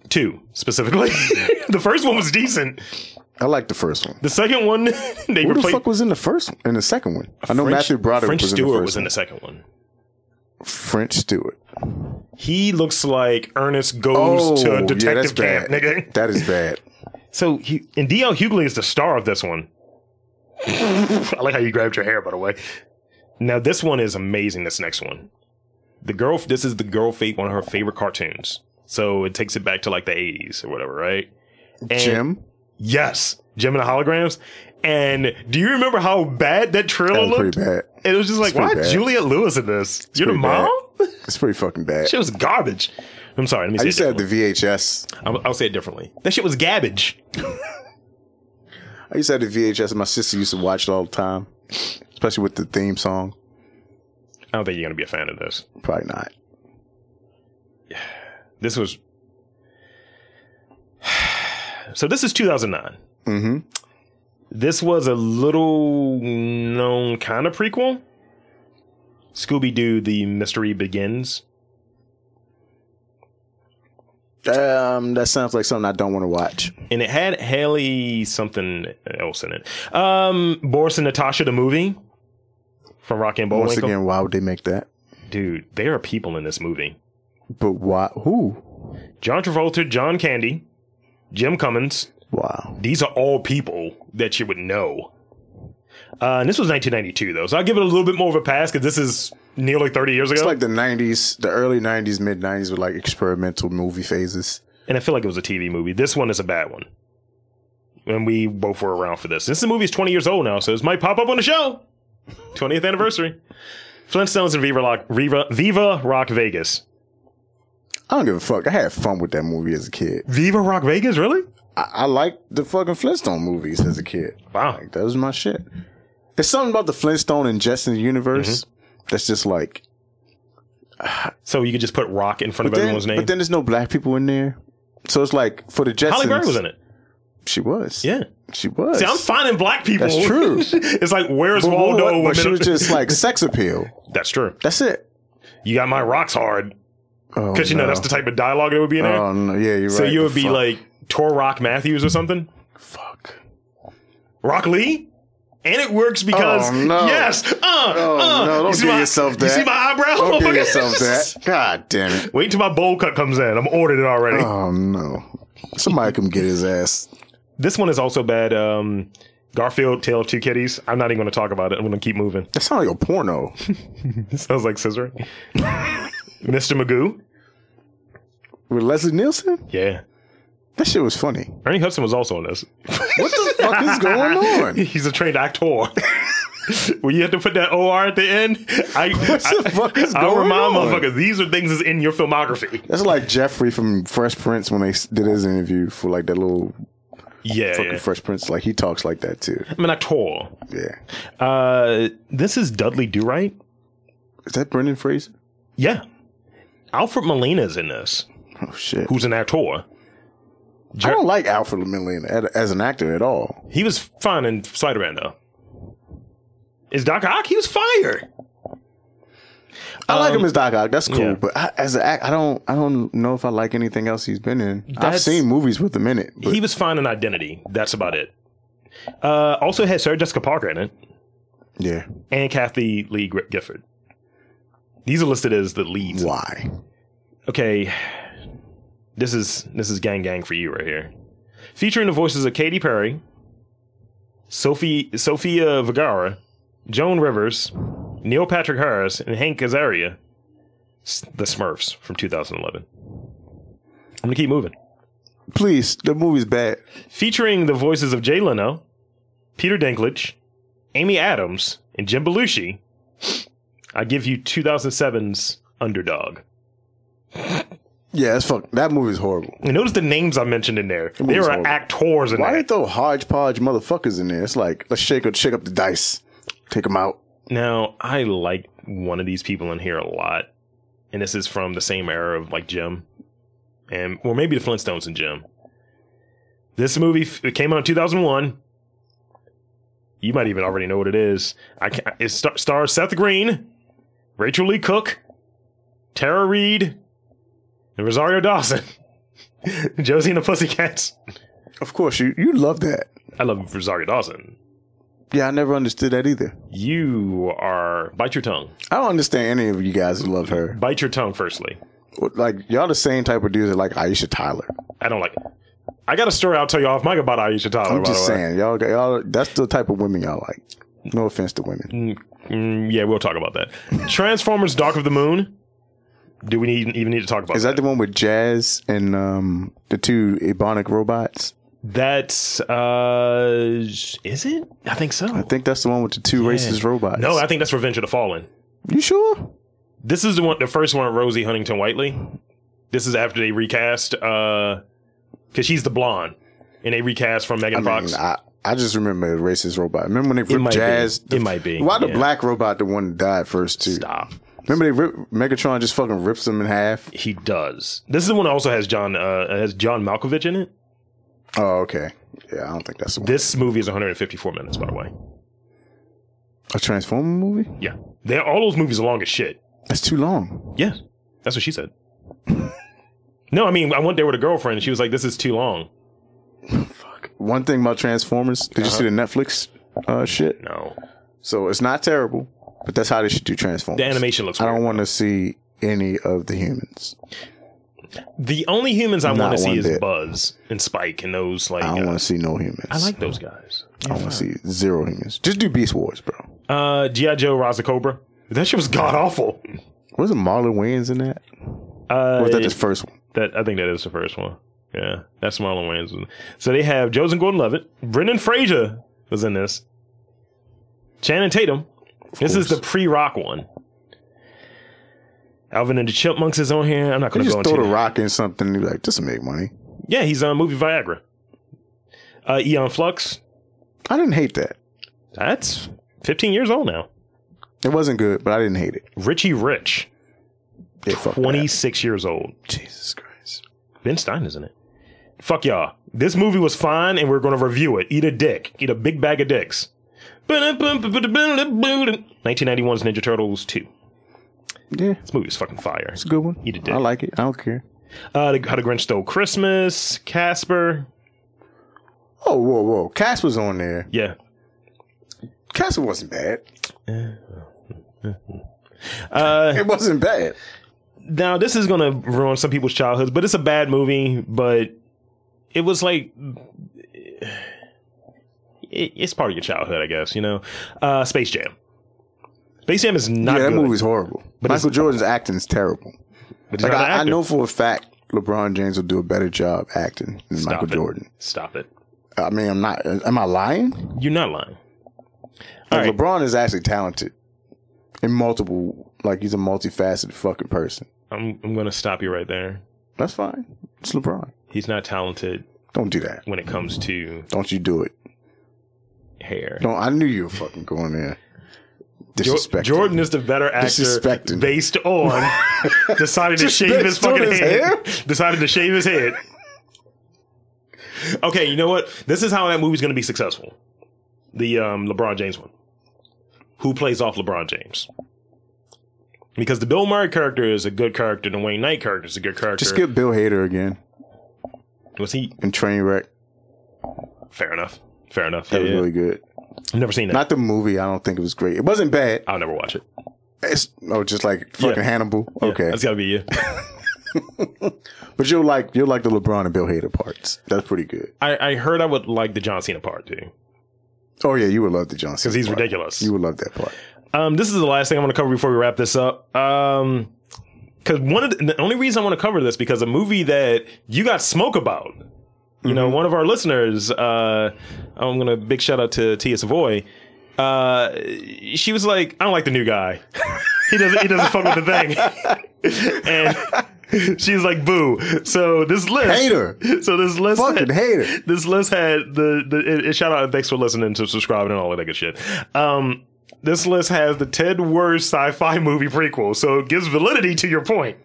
Speaker 1: two specifically. the first one was decent.
Speaker 2: I like the first one.
Speaker 1: The second one they
Speaker 2: Who the
Speaker 1: replaced.
Speaker 2: fuck was in the first one? In the second one? I know Matthew Broderick
Speaker 1: French
Speaker 2: was in
Speaker 1: Stewart
Speaker 2: the first
Speaker 1: was in
Speaker 2: one.
Speaker 1: the second one.
Speaker 2: French Stewart.
Speaker 1: He looks like Ernest goes to a detective
Speaker 2: Oh, bad.
Speaker 1: camp, nigga.
Speaker 2: That is bad.
Speaker 1: So he and DL Hughley is the star of this one. I like how you grabbed your hair, by the way. Now this one is amazing. This next one, the girl. This is the girl fate, one of her favorite cartoons. So it takes it back to like the eighties or whatever, right? And-
Speaker 2: Jim?
Speaker 1: yes, Jim and the holograms. And do you remember how bad that trailer
Speaker 2: That was
Speaker 1: looked?
Speaker 2: pretty bad.
Speaker 1: It was just like,
Speaker 2: It's pretty
Speaker 1: why
Speaker 2: bad.
Speaker 1: Juliet Lewis in this? You're the
Speaker 2: pretty
Speaker 1: mom.
Speaker 2: It's pretty fucking bad.
Speaker 1: Shit was garbage. I'm sorry. Let me
Speaker 2: I
Speaker 1: say
Speaker 2: used to
Speaker 1: it
Speaker 2: have the VHS.
Speaker 1: differently. I'll, I'll say it differently. That shit was garbage.
Speaker 2: I used to have the VHS. and My sister used to watch it all the time, especially with the theme song.
Speaker 1: I don't think you're gonna be a fan of this.
Speaker 2: Probably not.
Speaker 1: This was. So this is 2009.
Speaker 2: Mm-hmm.
Speaker 1: This was a little known kind of prequel. Scooby Doo: The Mystery Begins.
Speaker 2: Um, that sounds like something I don't want to watch.
Speaker 1: and it had Haley something else in it. Um, Boris and Natasha, the movie from Rocky and
Speaker 2: Once
Speaker 1: Bullwinkle.
Speaker 2: again, why would they make that?
Speaker 1: Dude, there are people in this movie:
Speaker 2: But why? Who?
Speaker 1: John Travolta, John Candy, Jim Cummins.
Speaker 2: Wow.
Speaker 1: These are all people that you would know. Uh, and this was 1992, though, so I'll give it a little bit more of a pass because this is nearly 30 years ago,
Speaker 2: It's like the '90s, the early '90s, mid '90s with like experimental movie phases.
Speaker 1: and I feel like it was a TV movie. This one is a bad one, and we both were around for this. This movie is 20 years old now, so this might pop up on the show. 20th anniversary. Flintstones and Viva Rock, Viva, Viva Rock Vegas.
Speaker 2: I don't give a fuck. I had fun with that movie as a kid.
Speaker 1: Viva Rock Vegas, really?
Speaker 2: I, I liked the fucking Flintstone movies as a kid.
Speaker 1: Wow.
Speaker 2: Like, that was my shit. There's something about the Flintstone and Justin universe
Speaker 1: Mm-hmm.
Speaker 2: that's just like.
Speaker 1: So you could just put Rock in front
Speaker 2: But
Speaker 1: of
Speaker 2: then,
Speaker 1: everyone's name.
Speaker 2: but then there's no black people in there, so it's like for the Jetsons.
Speaker 1: Holly Berry was in it.
Speaker 2: She was.
Speaker 1: Yeah.
Speaker 2: She was.
Speaker 1: See, I'm finding black people.
Speaker 2: That's true.
Speaker 1: it's like, where's
Speaker 2: But- but-
Speaker 1: Waldo?
Speaker 2: but,
Speaker 1: women?
Speaker 2: she was just like sex appeal.
Speaker 1: That's true.
Speaker 2: That's it.
Speaker 1: You got my rocks hard.
Speaker 2: Oh,
Speaker 1: Because, you know,
Speaker 2: no.
Speaker 1: that's the type of dialogue that would be in there.
Speaker 2: Oh no! Yeah, you're
Speaker 1: so
Speaker 2: right.
Speaker 1: you would be
Speaker 2: Fuck.
Speaker 1: like Tor Rock Matthews or something.
Speaker 2: fuck.
Speaker 1: Rock Lee? And it works because
Speaker 2: Oh, no.
Speaker 1: yes, uh,
Speaker 2: Oh
Speaker 1: uh.
Speaker 2: no!
Speaker 1: You
Speaker 2: Don't
Speaker 1: see
Speaker 2: give
Speaker 1: my-
Speaker 2: yourself that.
Speaker 1: You see Oh my eyebrow?
Speaker 2: Don't give
Speaker 1: Motherfucker?
Speaker 2: yourself that. God damn it!
Speaker 1: Wait till my bowl cut comes in. I'm ordered it already.
Speaker 2: Oh no! Somebody come get his ass.
Speaker 1: This one is also bad. Um, Garfield, Tale of Two Kitties. I'm not even going to talk about it. I'm going to keep moving.
Speaker 2: That sounds like a porno.
Speaker 1: This sounds like scissoring. Mr. Magoo.
Speaker 2: With Leslie Nielsen?
Speaker 1: Yeah.
Speaker 2: That shit was funny.
Speaker 1: Ernie Hudson was also in this.
Speaker 2: What the fuck is going on?
Speaker 1: He's a trained actor. when you have to put that OR at the end, I,
Speaker 2: the fuck is
Speaker 1: I, I'll
Speaker 2: going
Speaker 1: remind
Speaker 2: on?
Speaker 1: motherfuckers these are things that's in your filmography.
Speaker 2: That's like Jeffrey from Fresh Prince when they s- did his interview for like that little
Speaker 1: Yeah.
Speaker 2: fucking
Speaker 1: yeah.
Speaker 2: Fresh Prince. Like he talks like that too.
Speaker 1: I'm an actor.
Speaker 2: Yeah.
Speaker 1: Uh, this is Dudley Do Right.
Speaker 2: Is that Brendan Fraser?
Speaker 1: Yeah. Alfred Molina's in this,
Speaker 2: Oh shit.
Speaker 1: who's an actor.
Speaker 2: I don't like Alfred Molina at- as an actor at all.
Speaker 1: He was fine in Spider Man though. Is Doc Ock? He was fire.
Speaker 2: I like him as Doc Ock. That's
Speaker 1: Um,
Speaker 2: cool.
Speaker 1: yeah.
Speaker 2: But I, as an act, I don't. I don't know if I like anything else he's been in. I've
Speaker 1: That's-
Speaker 2: seen movies with him in it. But
Speaker 1: He was fine in Identity. That's about it. Uh, also had Sarah Jessica Parker in it
Speaker 2: yeah.
Speaker 1: and Kathy Lee Gri- Gifford. These are listed as the leads.
Speaker 2: Why?
Speaker 1: Okay, this is this is gang gang for you right here, featuring the voices of Katy Perry, Sophie Sophia Vergara, Joan Rivers, Neil Patrick Harris, and Hank Azaria. S- The Smurfs from 2011. I'm gonna keep moving.
Speaker 2: Please, the movie's bad.
Speaker 1: featuring the voices of Jay Leno, Peter Dinklage, Amy Adams, and Jim Belushi, I give you 2007's Underdog.
Speaker 2: Yeah, that's fuck. That movie's horrible.
Speaker 1: And notice the names I mentioned in there. There
Speaker 2: was
Speaker 1: are
Speaker 2: horrible.
Speaker 1: actors in
Speaker 2: Why
Speaker 1: there.
Speaker 2: they throw hodgepodge motherfuckers in there? It's like let's shake up, shake up the dice, take them out.
Speaker 1: Now, I like one of these people in here a lot. And this is from the same era of like Jim. And or maybe the Flintstones and Jim. This movie f- it came out in 2001. You might even already know what it is. I can it star- stars Seth Green, Rachel Lee Cook, Tara Reid, and Rosario Dawson. Josie and the Pussycats.
Speaker 2: Of course, you you love that.
Speaker 1: I love Rosario Dawson.
Speaker 2: Yeah, I never understood that either.
Speaker 1: You are bite your tongue.
Speaker 2: I don't understand any of you guys who love her.
Speaker 1: Bite your tongue firstly.
Speaker 2: Like y'all the same type of dudes that like Aisha Tyler.
Speaker 1: I don't like. I got a story I'll tell you off mic about Aisha Tyler.
Speaker 2: I'm
Speaker 1: by
Speaker 2: just
Speaker 1: the way.
Speaker 2: saying, y'all y'all that's the type of women y'all like. No offense to women.
Speaker 1: Mm, yeah, we'll talk about that. Transformers: Dark of the Moon. Do we need, even need to talk about
Speaker 2: Is that the one with Jazz and um the two Ebonic robots?
Speaker 1: That's uh, is it? I think so.
Speaker 2: I think that's the one with the two racist robots.
Speaker 1: no, I think that's Revenge of the Fallen.
Speaker 2: you sure?
Speaker 1: This is the one, the first one of Rosie Huntington Whiteley. This is after they recast, uh, because she's the blonde, and they recast from Megan
Speaker 2: I
Speaker 1: Fox.
Speaker 2: mean, I, I just remember a racist robot. Remember when they ripped
Speaker 1: might be.
Speaker 2: Jazz?
Speaker 1: It might be,
Speaker 2: Why the
Speaker 1: yeah.
Speaker 2: black robot the one that died first too?
Speaker 1: Stop.
Speaker 2: Remember they rip, Megatron just fucking rips them in half.
Speaker 1: He does. This is the one that also has John uh, has John Malkovich in it.
Speaker 2: Oh, okay. Yeah, I don't think that's the one.
Speaker 1: This movie is 154 minutes, by the way.
Speaker 2: a Transformer movie.
Speaker 1: Yeah, they all those movies are long as shit.
Speaker 2: That's too long.
Speaker 1: Yeah, that's what she said. no, I mean, I went there with a girlfriend. And she was like, "This is too long."
Speaker 2: One thing about Transformers, did you see the
Speaker 1: Uh-huh.
Speaker 2: Netflix uh, shit?
Speaker 1: No,
Speaker 2: So it's not terrible, but that's how they should do Transformers.
Speaker 1: the animation looks.
Speaker 2: I don't
Speaker 1: weird.
Speaker 2: want to see any of the humans.
Speaker 1: The only humans I
Speaker 2: Not
Speaker 1: want to see
Speaker 2: one
Speaker 1: is
Speaker 2: bit.
Speaker 1: Buzz and Spike and those like.
Speaker 2: I don't
Speaker 1: uh,
Speaker 2: want to see no humans.
Speaker 1: I like those guys.
Speaker 2: I want to see zero humans. Just do Beast Wars, bro.
Speaker 1: Uh, GI Joe, Rise of Cobra. That shit was god awful.
Speaker 2: Wasn't Marlon Wayans in that?
Speaker 1: Uh,
Speaker 2: Or was that the first one?
Speaker 1: That I think that is the first one. Yeah, that's Marlon Wayans. one. So they have Joseph Gordon-Levitt, Brendan Fraser was in this, Channing Tatum. This is
Speaker 2: course.
Speaker 1: the pre-Rock one. Alvin and the Chipmunks is on here. I'm not
Speaker 2: They
Speaker 1: going to go
Speaker 2: just
Speaker 1: into
Speaker 2: throw the
Speaker 1: that.
Speaker 2: rock in something and be like, this will make money.
Speaker 1: Yeah, he's on movie Viagra. Uh, Eon Flux.
Speaker 2: I didn't hate that.
Speaker 1: That's 15 years old now.
Speaker 2: It wasn't good, but I didn't hate it.
Speaker 1: Richie Rich,
Speaker 2: Yeah, fuck
Speaker 1: 26 years old.
Speaker 2: that. Jesus Christ.
Speaker 1: Ben Stein, isn't it? Fuck y'all. This movie was fine, and we're going to review it. Eat a dick. Eat a big bag of dicks. 1991's Ninja Turtles 2.
Speaker 2: Yeah,
Speaker 1: This movie was fucking fire.
Speaker 2: it's a good one.
Speaker 1: Eat a dick.
Speaker 2: I like it. I don't care.
Speaker 1: Uh, How the Grinch Stole Christmas, Casper.
Speaker 2: Oh, whoa, whoa. Cass was on there.
Speaker 1: Yeah.
Speaker 2: Cass wasn't bad.
Speaker 1: Uh,
Speaker 2: It wasn't bad.
Speaker 1: now, this is going to ruin some people's childhoods, but it's a bad movie, but it was like. It, it's part of your childhood, I guess, you know? Uh, Space Jam. Space Jam is not
Speaker 2: yeah, that
Speaker 1: good.
Speaker 2: movie's horrible.
Speaker 1: But
Speaker 2: Michael Jordan's acting's terrible.
Speaker 1: but he's
Speaker 2: Like,
Speaker 1: not an
Speaker 2: I, I
Speaker 1: actor.
Speaker 2: know for a fact LeBron James will do a better job acting than
Speaker 1: Stop
Speaker 2: Michael
Speaker 1: it.
Speaker 2: Jordan.
Speaker 1: Stop it.
Speaker 2: I mean, I'm not. Am I lying?
Speaker 1: You're not lying. All
Speaker 2: Like,
Speaker 1: right.
Speaker 2: LeBron is actually talented in multiple. Like he's a multifaceted fucking person.
Speaker 1: I'm I'm gonna stop you right there.
Speaker 2: That's fine. It's LeBron.
Speaker 1: He's not talented
Speaker 2: Don't do that.
Speaker 1: when it comes to
Speaker 2: Don't you do it.
Speaker 1: hair.
Speaker 2: Don't. I knew you were fucking going there.
Speaker 1: Jo-
Speaker 2: Disrespect.
Speaker 1: Jordan is the better actor
Speaker 2: Disrespecting.
Speaker 1: based on decided to
Speaker 2: Just
Speaker 1: shave his
Speaker 2: based on
Speaker 1: fucking
Speaker 2: his
Speaker 1: head.
Speaker 2: hair?
Speaker 1: Decided to shave his head. Okay, you know what? This is how that movie's gonna be successful. The um, LeBron James one. Who plays off LeBron James? Because the Bill Murray character is a good character, the Wayne Knight character is a good character.
Speaker 2: Just get Bill Hader again
Speaker 1: Was he
Speaker 2: and Trainwreck.
Speaker 1: fair enough? Fair enough.
Speaker 2: That
Speaker 1: Yeah,
Speaker 2: was
Speaker 1: yeah.
Speaker 2: really good.
Speaker 1: I've never seen that.
Speaker 2: Not the movie. I don't think it was great. It wasn't bad.
Speaker 1: I'll never watch it.
Speaker 2: It's oh, just like fucking
Speaker 1: Yeah.
Speaker 2: Hannibal.
Speaker 1: Yeah,
Speaker 2: Okay,
Speaker 1: that's gotta be you.
Speaker 2: but you'll like you'll like the LeBron and Bill Hader parts. That's pretty good.
Speaker 1: I, I heard I would like the John Cena part too
Speaker 2: Oh yeah, you would love the Johnson
Speaker 1: because he's
Speaker 2: part.
Speaker 1: ridiculous.
Speaker 2: You would love that part.
Speaker 1: Um, this is the last thing I want to cover before we wrap this up. Um, because one of the, the only reason I want to cover this because a movie that you got smoke about. You
Speaker 2: Mm-hmm.
Speaker 1: know, one of our listeners. Uh, I'm gonna big shout out to Tia Savoy. Uh, she was like, I don't like the new guy. he doesn't. He doesn't fuck with the thing. and she's like, boo. So this list.
Speaker 2: Hater.
Speaker 1: So this list.
Speaker 2: Fucking hater.
Speaker 1: this list had the, the it, it- shout out and thanks for listening to subscribing and all of that good shit. Um, this list has the ten worst sci-fi movie prequel, so it gives validity to your point.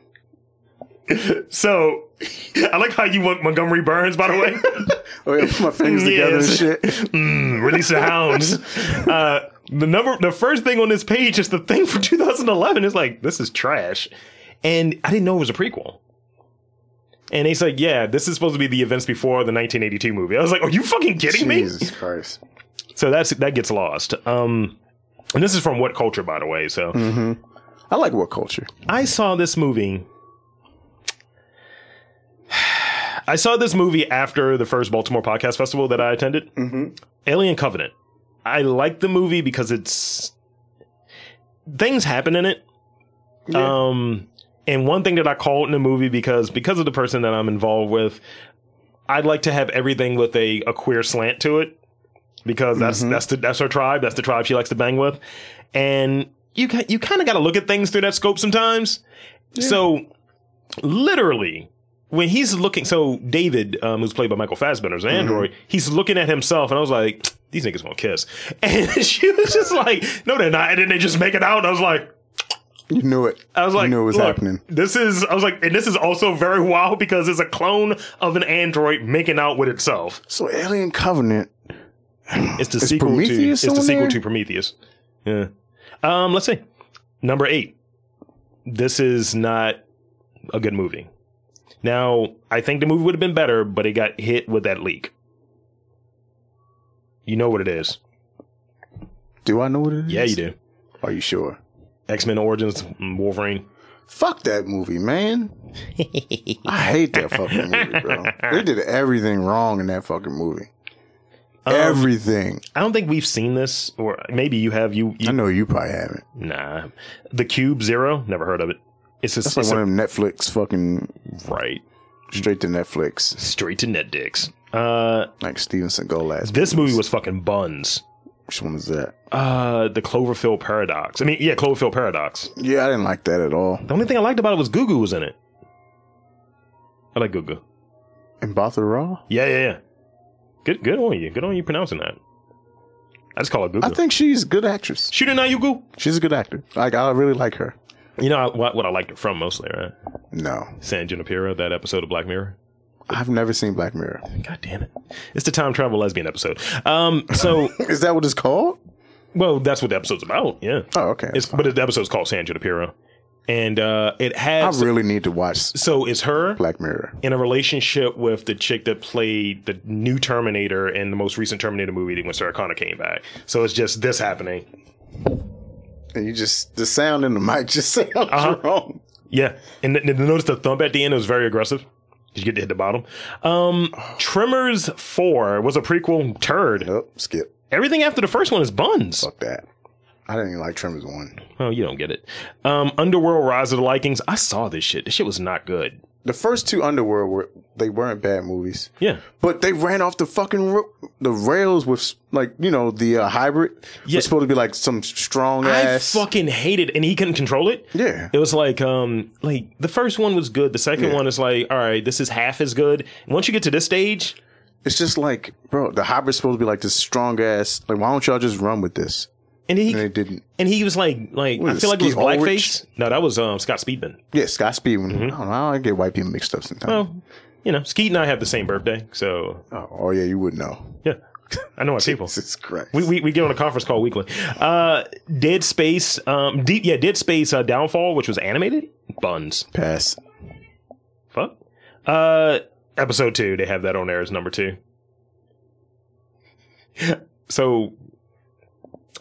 Speaker 1: so I like how you want Montgomery Burns, by the way.
Speaker 2: Oh yeah, put my fingers together
Speaker 1: Yes.
Speaker 2: and shit.
Speaker 1: Mm, Release the hounds. Uh, the number, the first thing on this page is the thing for 2011. It's like this is trash, and I didn't know it was a prequel. And they said, "Yeah, this is supposed to be the events before the 1982 movie." I was like, "Are you fucking kidding me?"
Speaker 2: Jesus Christ.
Speaker 1: So that's that gets lost. Um, and this is from what culture, by the way. So
Speaker 2: I like what culture.
Speaker 1: I saw this movie. I saw this movie after the first Baltimore Podcast Festival that I attended. Mm-hmm. Alien Covenant. I like the movie because it's things happen in it. Um, and one thing that I called in the movie because because of the person that I'm involved with, I'd like to have everything with a, a queer slant to it because that's that's the that's her tribe. That's the tribe she likes to bang with, and you ca- you kind of got to look at things through that scope sometimes. So, literally, when he's looking, so David, um, who's played by Michael Fassbender's
Speaker 2: Mm-hmm.
Speaker 1: android, he's looking at himself, and I was like, "These niggas won't kiss," and she was just like, "No, they're not," and then they just make it out, and I was like.
Speaker 2: You knew it.
Speaker 1: I was like,
Speaker 2: you knew it was
Speaker 1: "Look,
Speaker 2: happening.
Speaker 1: This is, I was like, and this is also very wild because it's a clone of an android making out with itself.
Speaker 2: So Alien Covenant.
Speaker 1: It's the
Speaker 2: Is
Speaker 1: sequel
Speaker 2: Prometheus
Speaker 1: to it's the
Speaker 2: on
Speaker 1: sequel
Speaker 2: there?
Speaker 1: to Prometheus. Yeah. Um, let's see. Number eight. This is not a good movie. Now, I think the movie would have been better, but it got hit with that leak. You know what it is.
Speaker 2: Do I know what it is?
Speaker 1: Yeah, you do.
Speaker 2: Are you sure?
Speaker 1: X Men Origins Wolverine.
Speaker 2: Fuck that movie, man. I hate that fucking movie, bro. They did everything wrong in that fucking movie.
Speaker 1: Um,
Speaker 2: everything.
Speaker 1: I don't think we've seen this, or maybe you have. You,
Speaker 2: I
Speaker 1: you
Speaker 2: know you probably haven't.
Speaker 1: nah. The Cube Zero. Never heard of it. It's just
Speaker 2: That's like
Speaker 1: it's
Speaker 2: one of them Netflix fucking
Speaker 1: a- right
Speaker 2: straight to Netflix,
Speaker 1: straight to net dicks. Uh,
Speaker 2: like Steven Seagal last.
Speaker 1: this movie was fucking buns.
Speaker 2: Which one was that?
Speaker 1: Uh, the Cloverfield Paradox. I mean, yeah, Cloverfield Paradox.
Speaker 2: Yeah, I didn't like that at all.
Speaker 1: The only thing I liked about it was Gugu was in it. I like Gugu.
Speaker 2: And Bothra Raw?
Speaker 1: Yeah, yeah, yeah. Good, good on you. Good on you pronouncing that. I just call it
Speaker 2: I
Speaker 1: Gugu.
Speaker 2: think she's a good actress.
Speaker 1: Shooting now, you go.
Speaker 2: She's a good actor. Like I really like her.
Speaker 1: You know I- what, what I liked it from mostly, right?
Speaker 2: No,
Speaker 1: San Junipero, that episode of Black Mirror.
Speaker 2: I've never seen Black Mirror.
Speaker 1: God damn it! It's the time travel lesbian episode. Um, so
Speaker 2: Is that what it's called?
Speaker 1: well, that's what the episode's about. Yeah,
Speaker 2: Oh, okay.
Speaker 1: it's but the episode's called San Junipero, and uh, it
Speaker 2: I
Speaker 1: has
Speaker 2: really need to watch
Speaker 1: so it's her
Speaker 2: Black Mirror.
Speaker 1: in a relationship with the chick that played the new Terminator in the most recent Terminator movie when Sarah Connor came back. So it's just this happening.
Speaker 2: And you just the sound in the mic just sounds
Speaker 1: Uh-huh.
Speaker 2: wrong.
Speaker 1: Yeah, and th- th- notice the thump at the end it was very aggressive. Did you get to hit the bottom? Um, Tremors Four was a prequel turd.
Speaker 2: Nope, skip.
Speaker 1: Everything after the first one is buns.
Speaker 2: Fuck that. I didn't even like Tremors one.
Speaker 1: Oh, you don't get it. Um, Underworld Rise of the Likings. I saw this shit. This shit was not good.
Speaker 2: The first two Underworld were they weren't bad movies.
Speaker 1: Yeah.
Speaker 2: But they ran off the fucking ro- the rails with like you know the uh, hybrid.
Speaker 1: Yeah.
Speaker 2: was supposed to be like some strong ass.
Speaker 1: I fucking hated, and he couldn't control it.
Speaker 2: Yeah.
Speaker 1: it was like, um, like the first one was good. The second
Speaker 2: Yeah.
Speaker 1: one is like, all right, this is half as good. And once you get to this stage,
Speaker 2: It's just like, bro, the hybrid's supposed to be like this strong ass. Like, why don't y'all just run with this?
Speaker 1: and he
Speaker 2: And they didn't.
Speaker 1: and he was like, like I
Speaker 2: is
Speaker 1: feel like it was
Speaker 2: Steve Ulrich?
Speaker 1: blackface. No, that was um Scott Speedman.
Speaker 2: Yeah, Scott Speedman.
Speaker 1: Mm-hmm.
Speaker 2: I don't know. I don't get white people mixed up sometimes.
Speaker 1: Oh, you know, Skeet and I have the same birthday, so
Speaker 2: Oh, oh, yeah, you would know.
Speaker 1: yeah, I know my people.
Speaker 2: Jesus Christ.
Speaker 1: We, we, we get on a conference call weekly. Uh, Dead Space, um, deep yeah, Dead Space uh, Downfall, which was animated, buns.
Speaker 2: pass.
Speaker 1: Fuck. Uh, episode two, they have that on there as number two. so,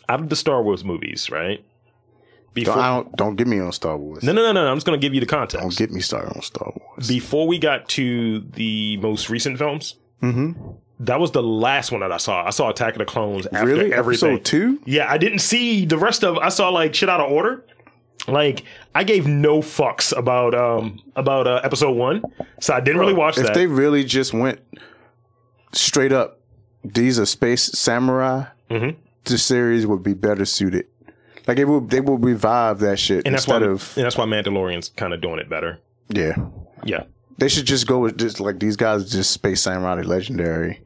Speaker 1: out of the Star Wars movies, right?
Speaker 2: Don't,
Speaker 1: Before,
Speaker 2: I don't, don't get me on Star Wars.
Speaker 1: no, no, no, no. I'm just going to give you the
Speaker 2: Don't
Speaker 1: context.
Speaker 2: get me started on Star Wars.
Speaker 1: Before we got to the most recent films,
Speaker 2: Mm-hmm.
Speaker 1: that was the last one that I saw. I saw Attack of the Clones after
Speaker 2: really?
Speaker 1: everything.
Speaker 2: Episode two?
Speaker 1: Yeah, I didn't see the rest of. I saw like shit out of order. Like I gave no fucks about um about uh, episode one, so I didn't really watch
Speaker 2: If
Speaker 1: that.
Speaker 2: they really just went straight up, these are space samurai.
Speaker 1: Mm-hmm.
Speaker 2: The series would be better suited. Like it would, they will revive that shit
Speaker 1: and that's why
Speaker 2: instead of
Speaker 1: and that's why Mandalorian's kind of doing it better.
Speaker 2: yeah.
Speaker 1: Yeah,
Speaker 2: They should just go with just like these guys, just space samurai, they're legendary.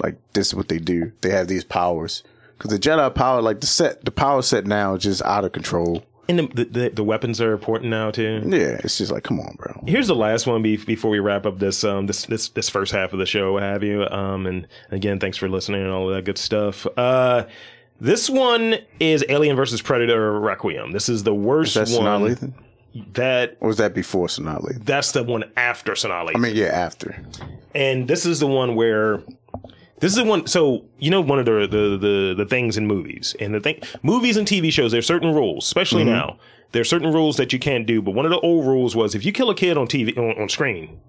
Speaker 2: Like this is what they do. They have these powers because the Jedi power, like the set, the power set now is just out of control.
Speaker 1: And the, the the weapons are important now too.
Speaker 2: Yeah, it's just like, come on, bro.
Speaker 1: Here's the last one be- before we wrap up this um this this this first half of the show, what have you. Um, and again, thanks for listening and all of that good stuff. Uh, this one is Alien versus Predator Requiem. This is the worst
Speaker 2: That's
Speaker 1: one.
Speaker 2: not Lathan?
Speaker 1: That
Speaker 2: Or was that before Sonali? Lathan?
Speaker 1: that's the one after Sonali.
Speaker 2: I mean, yeah, after.
Speaker 1: and this is the one where this is the one so you know one of the the the, the things in movies and the thing movies and tv shows there's certain rules especially now there's certain rules that you can't do but one of the old rules was if you kill a kid on tv on, on screen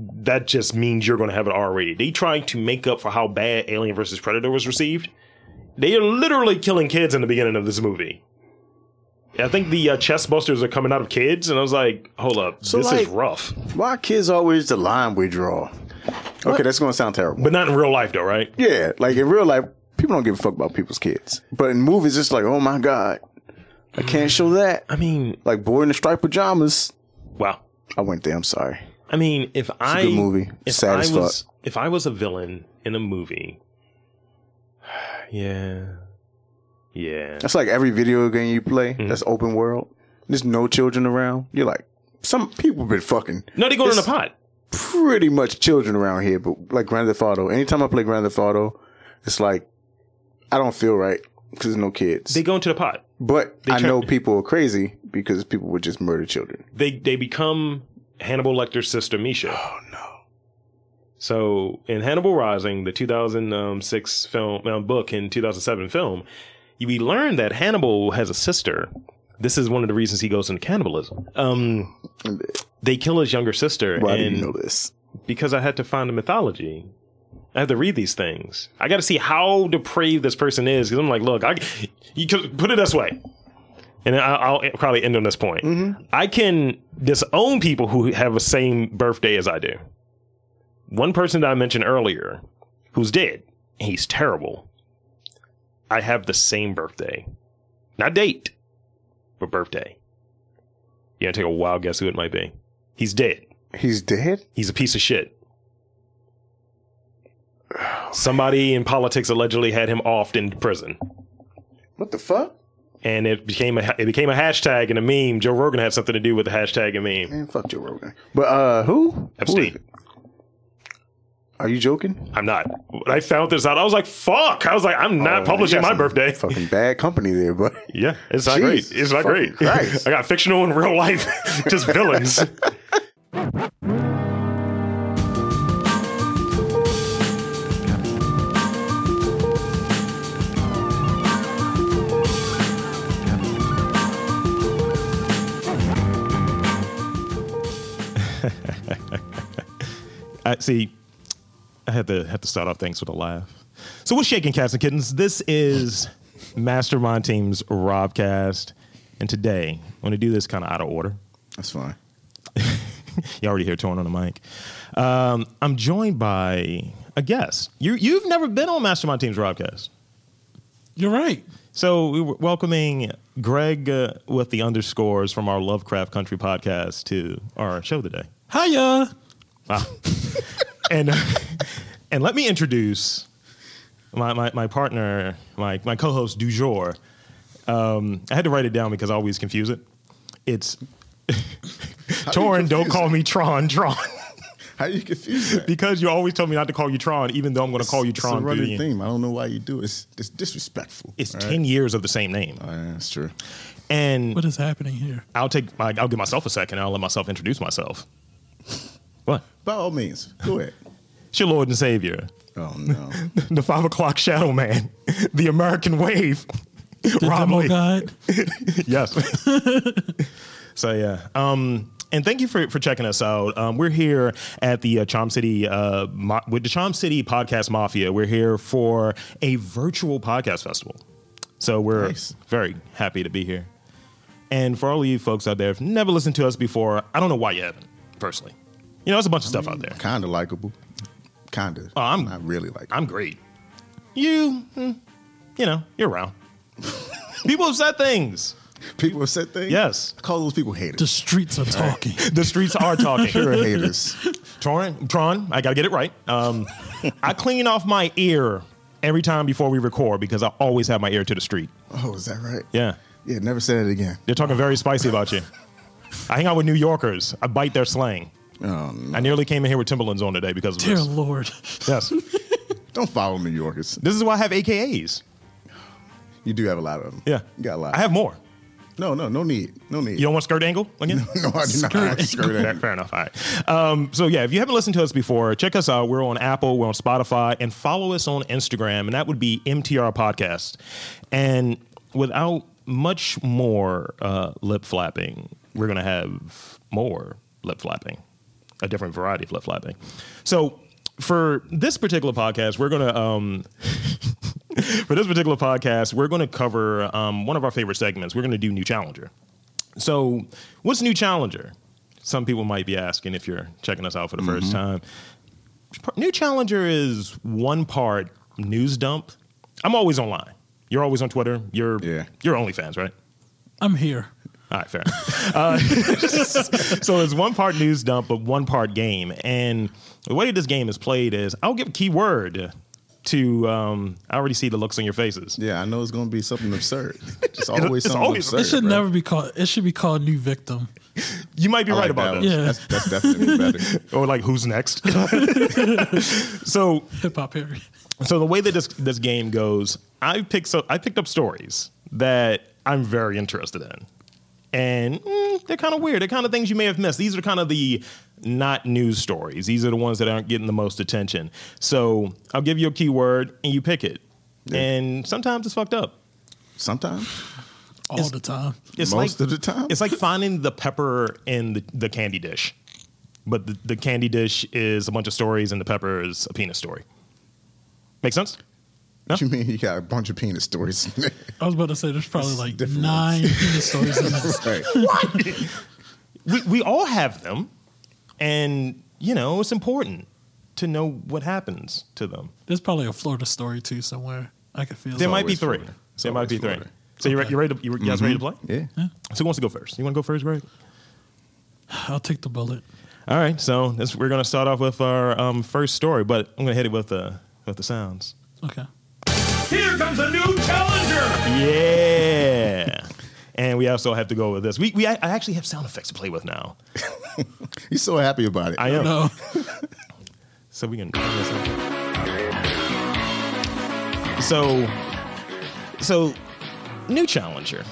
Speaker 1: that just means you're going to have an r rated they trying to make up for how bad alien versus predator was received they are literally killing kids in the beginning of this movie I think the uh, chest busters are coming out of kids, and I was like, "Hold up, this
Speaker 2: like-
Speaker 1: is rough."
Speaker 2: Why kids always the line we draw? Okay, that's going to sound terrible.
Speaker 1: But not in real life, though, right?
Speaker 2: Yeah, like in real life, people don't give a fuck about people's kids. But in movies, it's like, oh my god, I can't show that.
Speaker 1: I mean,
Speaker 2: Like boy in the striped pajamas.
Speaker 1: wow.
Speaker 2: I went there. I'm sorry.
Speaker 1: I mean, if I
Speaker 2: good movie.
Speaker 1: if
Speaker 2: Sad
Speaker 1: I
Speaker 2: as
Speaker 1: was if I was a villain in a movie, yeah, yeah,
Speaker 2: That's like every video game you play.
Speaker 1: Mm-hmm.
Speaker 2: That's open world. There's no children around. You're like, some people been fucking
Speaker 1: no, they going in a pot.
Speaker 2: pretty much children around here. But like Grand Theft Auto. Anytime I play Grand Theft Auto, it's like I don't feel right because there's no kids.
Speaker 1: They go into the pot.
Speaker 2: but I
Speaker 1: try-
Speaker 2: know people are crazy because people would just murder children.
Speaker 1: They they become Hannibal Lecter's sister Misha.
Speaker 2: Oh no.
Speaker 1: So in Hannibal Rising, the 2006 film uh, book and 2007 film, we learn that Hannibal has a sister. This is one of the reasons he goes into cannibalism. Um, they kill his younger sister,
Speaker 2: Why do
Speaker 1: and
Speaker 2: you know this?
Speaker 1: because I had to find the mythology. I had to read these things. I got to see how depraved this person is because I'm like, look, I you could put it this way, and I, I'll probably end on this point. I can disown people who have the same birthday as I do. One person that I mentioned earlier, who's dead, he's terrible. I have the same birthday, not date, but birthday. You gotta take a wild guess who it might be. He's dead.
Speaker 2: He's dead.
Speaker 1: He's a piece of shit. Somebody in politics allegedly had him offed in prison,
Speaker 2: What the fuck?
Speaker 1: and it became a it became a hashtag and a meme. Joe Rogan had something to do with the hashtag and meme.
Speaker 2: Man, fuck Joe Rogan. But uh, who? Who is
Speaker 1: Epstein.
Speaker 2: it? Are you joking?
Speaker 1: I'm not. When I found this out, I was like, "Fuck!" I was like, "I'm not
Speaker 2: Oh,
Speaker 1: publishing
Speaker 2: you got
Speaker 1: my
Speaker 2: some
Speaker 1: birthday."
Speaker 2: Fucking bad company there, but
Speaker 1: Yeah, it's not
Speaker 2: Jeez,
Speaker 1: great. It's not
Speaker 2: fucking
Speaker 1: great.
Speaker 2: Christ.
Speaker 1: I got fictional and real life, just villains. I see. I had to have to start off things with a laugh. So what's shaking, cats and kittens? This is Mastermind Team's Robcast, and today I'm going to do this kind of out of order.
Speaker 2: that's fine.
Speaker 1: You already hear Torn on the mic. Um, I'm joined by a guest. You you've never been on Mastermind Team's Robcast,
Speaker 4: You're right.
Speaker 1: so we were welcoming Greg uh, with the underscores from our Lovecraft Country podcast to our show today.
Speaker 4: Hiya.
Speaker 1: Wow. and uh, and let me introduce my, my, my partner, my, my co-host du jour. Um, I had to write it down because I always confuse it. It's Torin, don't
Speaker 2: confuse
Speaker 1: call me Tron, Tron.
Speaker 5: How do you confuse that?
Speaker 1: because you always told me not to call you Tron, even though I'm going to call you
Speaker 5: It's
Speaker 1: Tron.
Speaker 5: a
Speaker 1: through the
Speaker 5: running
Speaker 1: end.
Speaker 5: theme. I don't know why you do it. It's, it's disrespectful.
Speaker 1: It's
Speaker 5: all right? Uh,
Speaker 1: 10 years of the same name.
Speaker 5: All
Speaker 2: Uh,
Speaker 5: right, that's true.
Speaker 1: And
Speaker 4: What is happening here?
Speaker 1: I'll take my, I'll give myself a second. and I'll let myself introduce myself. What?
Speaker 5: By all means, go ahead.
Speaker 1: It's your Lord and Savior,
Speaker 5: Oh no!
Speaker 1: the five o'clock shadow man, the American wave.
Speaker 4: The
Speaker 1: Rob
Speaker 4: demo
Speaker 1: Lee.
Speaker 4: god.
Speaker 1: yes. so yeah. Um, and thank you for, for checking us out. Um, we're here at the uh, Chom City uh, mo- with the Chom City Podcast Mafia. We're here for a virtual podcast festival. So we're
Speaker 5: Nice.
Speaker 1: very happy to be here. And for all of you folks out there who've never listened to us before, I don't know why you haven't. Personally, you know, there's a bunch of stuff out there.
Speaker 5: Kinda likable. Kinda.
Speaker 1: Oh, I'm-
Speaker 5: not really like.
Speaker 1: I'm great. You, mm, you know, you're around. People have said things.
Speaker 5: People have said things.
Speaker 1: Yes.
Speaker 5: I call those people haters.
Speaker 4: The streets are talking.
Speaker 1: The streets are talking.
Speaker 5: They're haters.
Speaker 1: Tron, Tron, I gotta get it right. Um, I clean off my ear every time before we record because I always have my ear to the street.
Speaker 5: Oh, is that right?
Speaker 1: Yeah.
Speaker 2: Yeah, never say that again.
Speaker 1: They're talking very spicy about you. I hang out with New Yorkers. I bite their slang.
Speaker 2: Um,
Speaker 1: I nearly came in here with Timberlands on today because of
Speaker 4: Dear
Speaker 1: this.
Speaker 4: Lord.
Speaker 1: Yes.
Speaker 2: don't follow New Yorkers.
Speaker 1: This is why I have AKAs.
Speaker 2: You do have a lot of them.
Speaker 1: Yeah.
Speaker 2: you got a lot.
Speaker 1: I have more.
Speaker 2: No, no, no need, no need.
Speaker 1: You don't want skirt angle again?
Speaker 2: no, I do not.
Speaker 4: Skirt.
Speaker 2: Skirt
Speaker 1: Fair,
Speaker 2: angle.
Speaker 1: fair enough. All right. Um, so yeah, if you haven't listened to us before, check us out. We're on Apple, we're on Spotify, and follow us on Instagram, and that would be MTR Podcast. And without much more uh, lip flapping, we're gonna have more lip flapping, a different variety of lip flapping. So for this particular podcast, we're gonna. Um, For this particular podcast, we're going to cover um, one of our favorite segments. We're going to do New Challenger. So, what's New Challenger? Some people might be asking if you're checking us out for the
Speaker 2: Mm-hmm.
Speaker 1: first time. New Challenger is one part news dump. I'm always online. You're always on Twitter. You're
Speaker 2: Yeah.
Speaker 1: you're OnlyFans, right?
Speaker 4: I'm here.
Speaker 1: All right, fair. uh, so it's one part news dump, but one part game. And the way this game is played is I'll give a keyword to. Um, I already see the looks on your faces.
Speaker 2: Yeah, I know it's gonna be something absurd. It's always
Speaker 1: it's
Speaker 2: something
Speaker 1: always-
Speaker 2: absurd.
Speaker 4: It should
Speaker 2: bro.
Speaker 4: never be called. It should be called New Victim.
Speaker 1: You might be
Speaker 2: I
Speaker 1: right
Speaker 2: like
Speaker 1: about that.
Speaker 2: that one.
Speaker 4: Yeah.
Speaker 2: That's, that's definitely better.
Speaker 1: Or like, who's next? so
Speaker 4: Hip Hop Harry.
Speaker 1: So the way that this this game goes, I picked so I picked up stories that I'm very interested in, and mm, they're kind of weird. They're kind of things you may have missed. These are kind of the not news stories. These are the ones that aren't getting the most attention. So I'll give you a keyword and you pick it, and sometimes it's fucked up.
Speaker 2: Sometimes,
Speaker 4: All the time.
Speaker 1: It's
Speaker 2: most
Speaker 1: like
Speaker 2: of the time,
Speaker 1: it's like finding the pepper in the, the candy dish, but the, the candy dish is a bunch of stories and the pepper is a penis story. Make sense?
Speaker 2: what you mean you got a bunch of penis stories. in there?
Speaker 4: I was about to say there's probably like
Speaker 2: different
Speaker 4: nine penis stories in this.
Speaker 2: Right.
Speaker 1: we, we all have them, and you know it's important to know what happens to them.
Speaker 4: There's probably a Florida story too somewhere. I could feel
Speaker 1: There
Speaker 4: that.
Speaker 1: might be
Speaker 2: always
Speaker 1: three.
Speaker 2: Florida. It's
Speaker 1: There might be
Speaker 2: always
Speaker 1: three.
Speaker 2: Florida.
Speaker 1: So you re- you ready? To, you guys ready to play?
Speaker 2: Yeah.
Speaker 1: So who wants to go first? You want to go first, Greg?
Speaker 4: I'll take the bullet.
Speaker 1: All right. So this, we're going to start off with our um, first story, but I'm going to hit it with the with the sounds.
Speaker 4: Okay.
Speaker 1: Here comes a new challenger. Yeah. And we also have to go with this. We, we I I actually have sound effects to play with now.
Speaker 2: You're so happy about it.
Speaker 1: I am.
Speaker 4: No.
Speaker 1: So we can. So, so new challenger.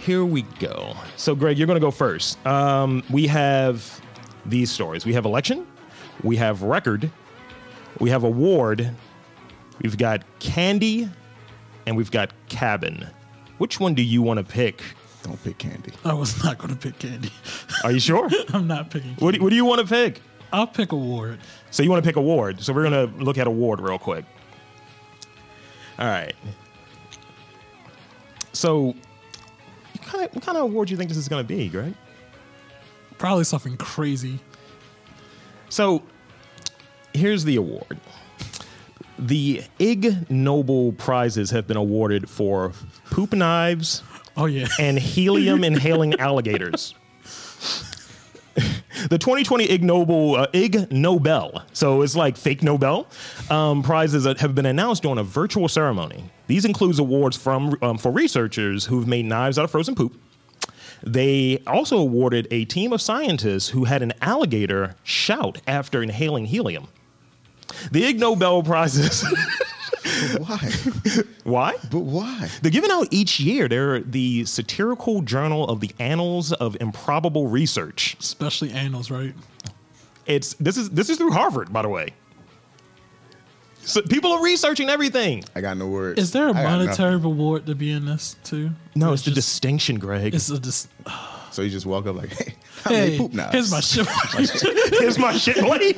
Speaker 1: Here we go. So Greg, you're going to go first. Um, we have these stories. We have election. We have record. We have award. We've got candy, and we've got cabin. Which one do you want to pick?
Speaker 2: Don't pick candy.
Speaker 4: I was not going to pick candy.
Speaker 1: Are you sure?
Speaker 4: I'm not picking.
Speaker 1: what, do, what do you want to pick?
Speaker 4: I'll pick award.
Speaker 1: So you want to pick award. So we're gonna look at award real quick. All right. So, you kinda, what kind of award do you think this is gonna be, Greg?
Speaker 4: Probably something crazy.
Speaker 1: So, here's the award. The Ig Nobel prizes have been awarded for poop knives
Speaker 4: Oh yeah.
Speaker 1: and helium inhaling alligators. The 2020 Ig Nobel, uh, Ig Nobel, so it's like fake Nobel um, prizes that have been announced during a virtual ceremony. These includes awards from um, for researchers who've made knives out of frozen poop. They also awarded a team of scientists who had an alligator shout after inhaling helium. The Ig Nobel prizes.
Speaker 2: Why?
Speaker 1: Why?
Speaker 2: but why?
Speaker 1: They're given out each year. They're the Satirical Journal of the Annals of Improbable Research.
Speaker 4: Especially annals, right?
Speaker 1: It's this is this is through Harvard, by the way. So people are researching everything.
Speaker 2: I got no words.
Speaker 4: Is there a
Speaker 2: I got
Speaker 4: monetary reward to be in this too?
Speaker 1: No,
Speaker 4: Or
Speaker 1: it's the
Speaker 4: just-
Speaker 1: distinction, Greg.
Speaker 4: It's a dis-
Speaker 2: nothing. So you just walk up like, hey, how many
Speaker 4: hey,
Speaker 2: poop knives?
Speaker 4: here's my shit.
Speaker 1: Here's my shit, buddy.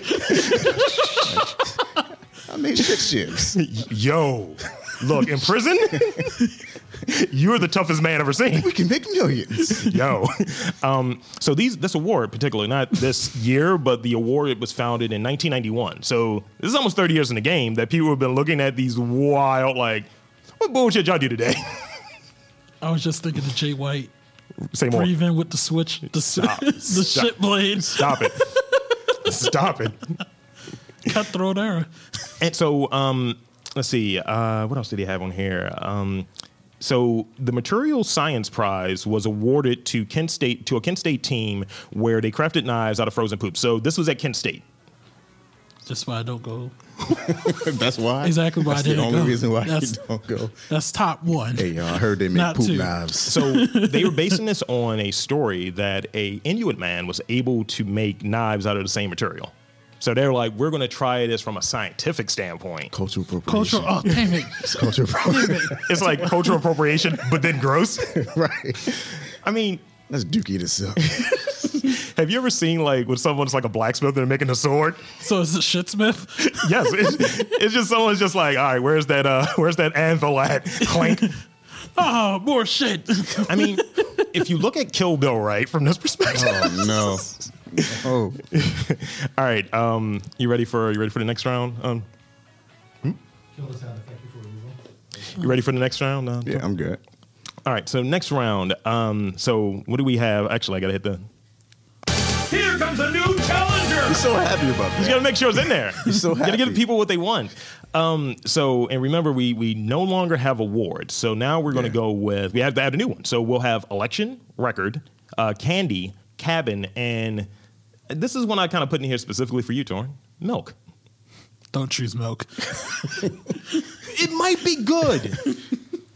Speaker 2: I made shit shifts.
Speaker 1: Yo, look, in prison, you're the toughest man ever seen.
Speaker 2: we can make millions.
Speaker 1: Yo. Um, so these this award, particularly not this year, but the award it was founded in 1991. So this is almost 30 years in the game that people have been looking at these wild like, what bullshit y'all do today?
Speaker 4: I was just thinking of Jay White
Speaker 1: Say more.
Speaker 4: breathing with the switch, the,
Speaker 1: Stop.
Speaker 4: the
Speaker 1: Stop.
Speaker 4: shit blade,
Speaker 1: Stop it. Stop it.
Speaker 4: cutthroat era.
Speaker 1: And so, um, let's see. Uh, what else did he have on here? Um, So the Material Science Prize was awarded to Kent State to a Kent State team where they crafted knives out of frozen poop. So this was at Kent State.
Speaker 4: That's why I don't go.
Speaker 2: That's why.
Speaker 4: Exactly why I
Speaker 2: That's the
Speaker 4: didn't
Speaker 2: only
Speaker 4: go.
Speaker 2: reason why
Speaker 4: That's-
Speaker 2: you don't go.
Speaker 4: That's top one.
Speaker 2: Hey, y'all, I heard they make
Speaker 4: Not
Speaker 2: poop
Speaker 4: two.
Speaker 2: knives.
Speaker 1: So they were basing this on a story that a Inuit man was able to make knives out of the same material. So they were like, we're going to try this from a scientific standpoint.
Speaker 2: Cultural appropriation.
Speaker 4: Cultural. Oh, damn it.
Speaker 2: It's cultural appropriation.
Speaker 1: It's like cultural appropriation, but then gross.
Speaker 2: right.
Speaker 1: I mean,
Speaker 2: Let's dookie this up.
Speaker 1: have you ever seen like when someone's like a blacksmith and they're making a sword?
Speaker 4: So is it Shitsmith?
Speaker 1: Yes, it's, it's just someone's just like, all right, where's that? Uh, where's that anvil at? Clank.
Speaker 4: Oh, more shit.
Speaker 1: I mean, if you look at Kill Bill, right, from this perspective.
Speaker 2: Oh no. Oh,
Speaker 1: All right, um, you ready for you ready for the next round? Um, you ready for the next round? Uh,
Speaker 2: yeah, I'm good.
Speaker 1: All right, so next round. Um, so what do we have? Actually, I gotta hit the. Here comes a new challenger.
Speaker 2: I'm so happy about
Speaker 1: You
Speaker 2: that.
Speaker 1: gotta make sure it's in there.
Speaker 2: so
Speaker 1: You gotta give
Speaker 2: happy.
Speaker 1: the people what they want. Um, so and remember, we we no longer have awards. So now we're gonna
Speaker 2: Yeah.
Speaker 1: go with we have to add a new one. So we'll have election, record, uh, candy, cabin, and this is one I kind of put in here specifically for you, Torn. Milk.
Speaker 4: Don't choose milk.
Speaker 1: It might be good.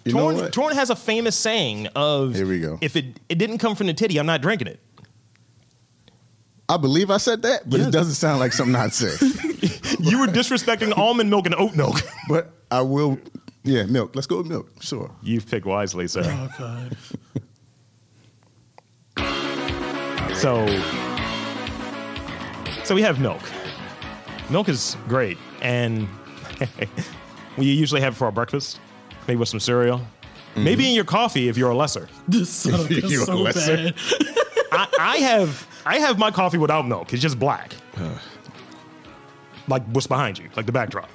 Speaker 2: You know
Speaker 1: Torn,
Speaker 2: what?
Speaker 1: Torn has a famous saying of
Speaker 2: Here we go.
Speaker 1: If it, it didn't come from the titty, I'm not drinking it.
Speaker 2: I believe I said that, but
Speaker 1: Yes.
Speaker 2: it doesn't sound like something I'd say.
Speaker 1: You were disrespecting almond milk and oat milk.
Speaker 2: but I will. Yeah, milk. Let's go with milk. Sure.
Speaker 1: You've picked wisely, sir.
Speaker 4: Oh, God.
Speaker 1: So, so we have milk. Milk is great, and we usually have it for our breakfast, maybe with some cereal, maybe in your coffee if you're a lesser.
Speaker 4: This sucks
Speaker 2: You are
Speaker 4: so
Speaker 2: lesser.
Speaker 4: bad.
Speaker 1: I, I have I have my coffee without milk. It's just black.
Speaker 4: Uh,
Speaker 1: Like what's behind you, like the backdrop.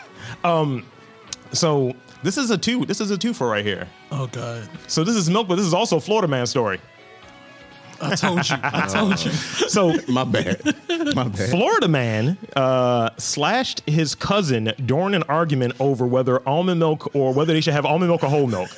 Speaker 1: um, so this is a two. This is a two for right here.
Speaker 4: Oh, God.
Speaker 1: So this is milk, but this is also Florida man story.
Speaker 4: I told you. I told you.
Speaker 1: So
Speaker 2: My bad. My bad.
Speaker 1: Florida man uh, slashed his cousin during an argument over whether almond milk or whether they should have almond milk or whole milk.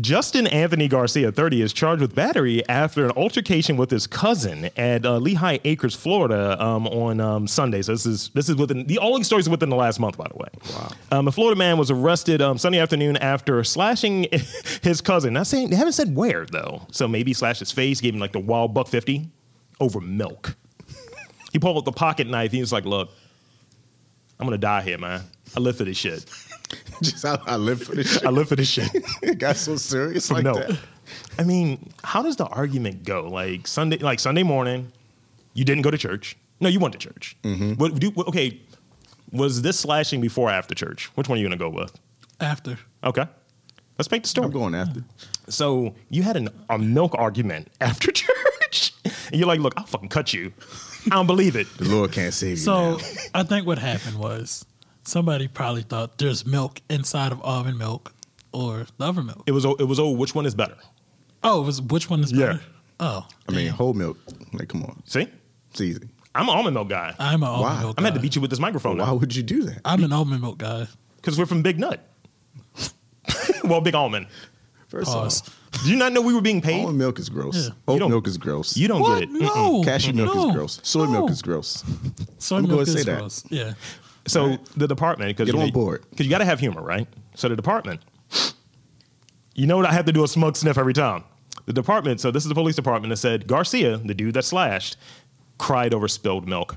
Speaker 1: Justin Anthony Garcia, 30, is charged with battery after an altercation with his cousin at uh, Lehigh Acres, Florida, um, on um, Sunday. So this is this is within the all these stories are within the last month, by the way. Wow. Um, a Florida man was arrested um, Sunday afternoon after slashing his cousin. Not saying they haven't said where though. So maybe he slashed his face, gave him like the wild buck fifty over milk. he pulled out the pocket knife. He was like, "Look, I'm gonna die here, man. I live for this shit.
Speaker 2: Just I, I live for this shit.
Speaker 1: I live for this shit."
Speaker 2: It got so serious
Speaker 1: for
Speaker 2: like
Speaker 1: milk.
Speaker 2: that.
Speaker 1: I mean, how does the argument go? Like Sunday, like Sunday morning, you didn't go to church. No, you went to church.
Speaker 2: Mm-hmm.
Speaker 1: What do? what- okay, was this slashing before or after church? Which one are you gonna go with?
Speaker 4: After.
Speaker 1: Okay, let's make the story.
Speaker 2: I'm going after.
Speaker 1: So you had an, a milk argument after church, and you're like, "Look, I'll fucking cut you." I don't believe it.
Speaker 2: The Lord can't save you.
Speaker 4: So
Speaker 2: now.
Speaker 4: I think what happened was somebody probably thought there's milk inside of almond milk or the other milk.
Speaker 1: It was. oh, It was. Oh, which one is better?
Speaker 4: Oh, it was which one is
Speaker 1: Yeah.
Speaker 4: better? Oh,
Speaker 2: I mean, whole milk. Like, come on.
Speaker 1: See,
Speaker 2: It's easy.
Speaker 1: I'm an almond milk guy.
Speaker 4: I'm an almond
Speaker 2: Wow.
Speaker 4: milk.
Speaker 1: I'm
Speaker 4: guy.
Speaker 1: had to beat you with this microphone
Speaker 2: Why
Speaker 1: now
Speaker 2: would you do that?
Speaker 4: I'm an almond milk guy.
Speaker 1: because we're from Big Nut. well, Big Almond.
Speaker 2: First
Speaker 4: Pause.
Speaker 2: off,
Speaker 1: Do you not know we were being paid?
Speaker 2: almond milk is gross.
Speaker 4: Yeah.
Speaker 1: You
Speaker 2: Oat
Speaker 1: don't-
Speaker 2: milk is gross.
Speaker 1: You don't
Speaker 4: What?
Speaker 1: get it. Mm-mm.
Speaker 4: No.
Speaker 2: Cashew milk
Speaker 4: No.
Speaker 2: is gross. Soy
Speaker 4: No.
Speaker 2: milk is gross.
Speaker 4: Soy
Speaker 2: I'm gonna
Speaker 4: milk
Speaker 2: say
Speaker 4: is
Speaker 2: that.
Speaker 4: gross. Yeah.
Speaker 1: So the department, because
Speaker 2: Get on board.
Speaker 1: because you got to have humor, right? So the department, you know what I have to do a smug sniff every time. The department. So this is the police department that said Garcia, the dude that slashed, cried over spilled milk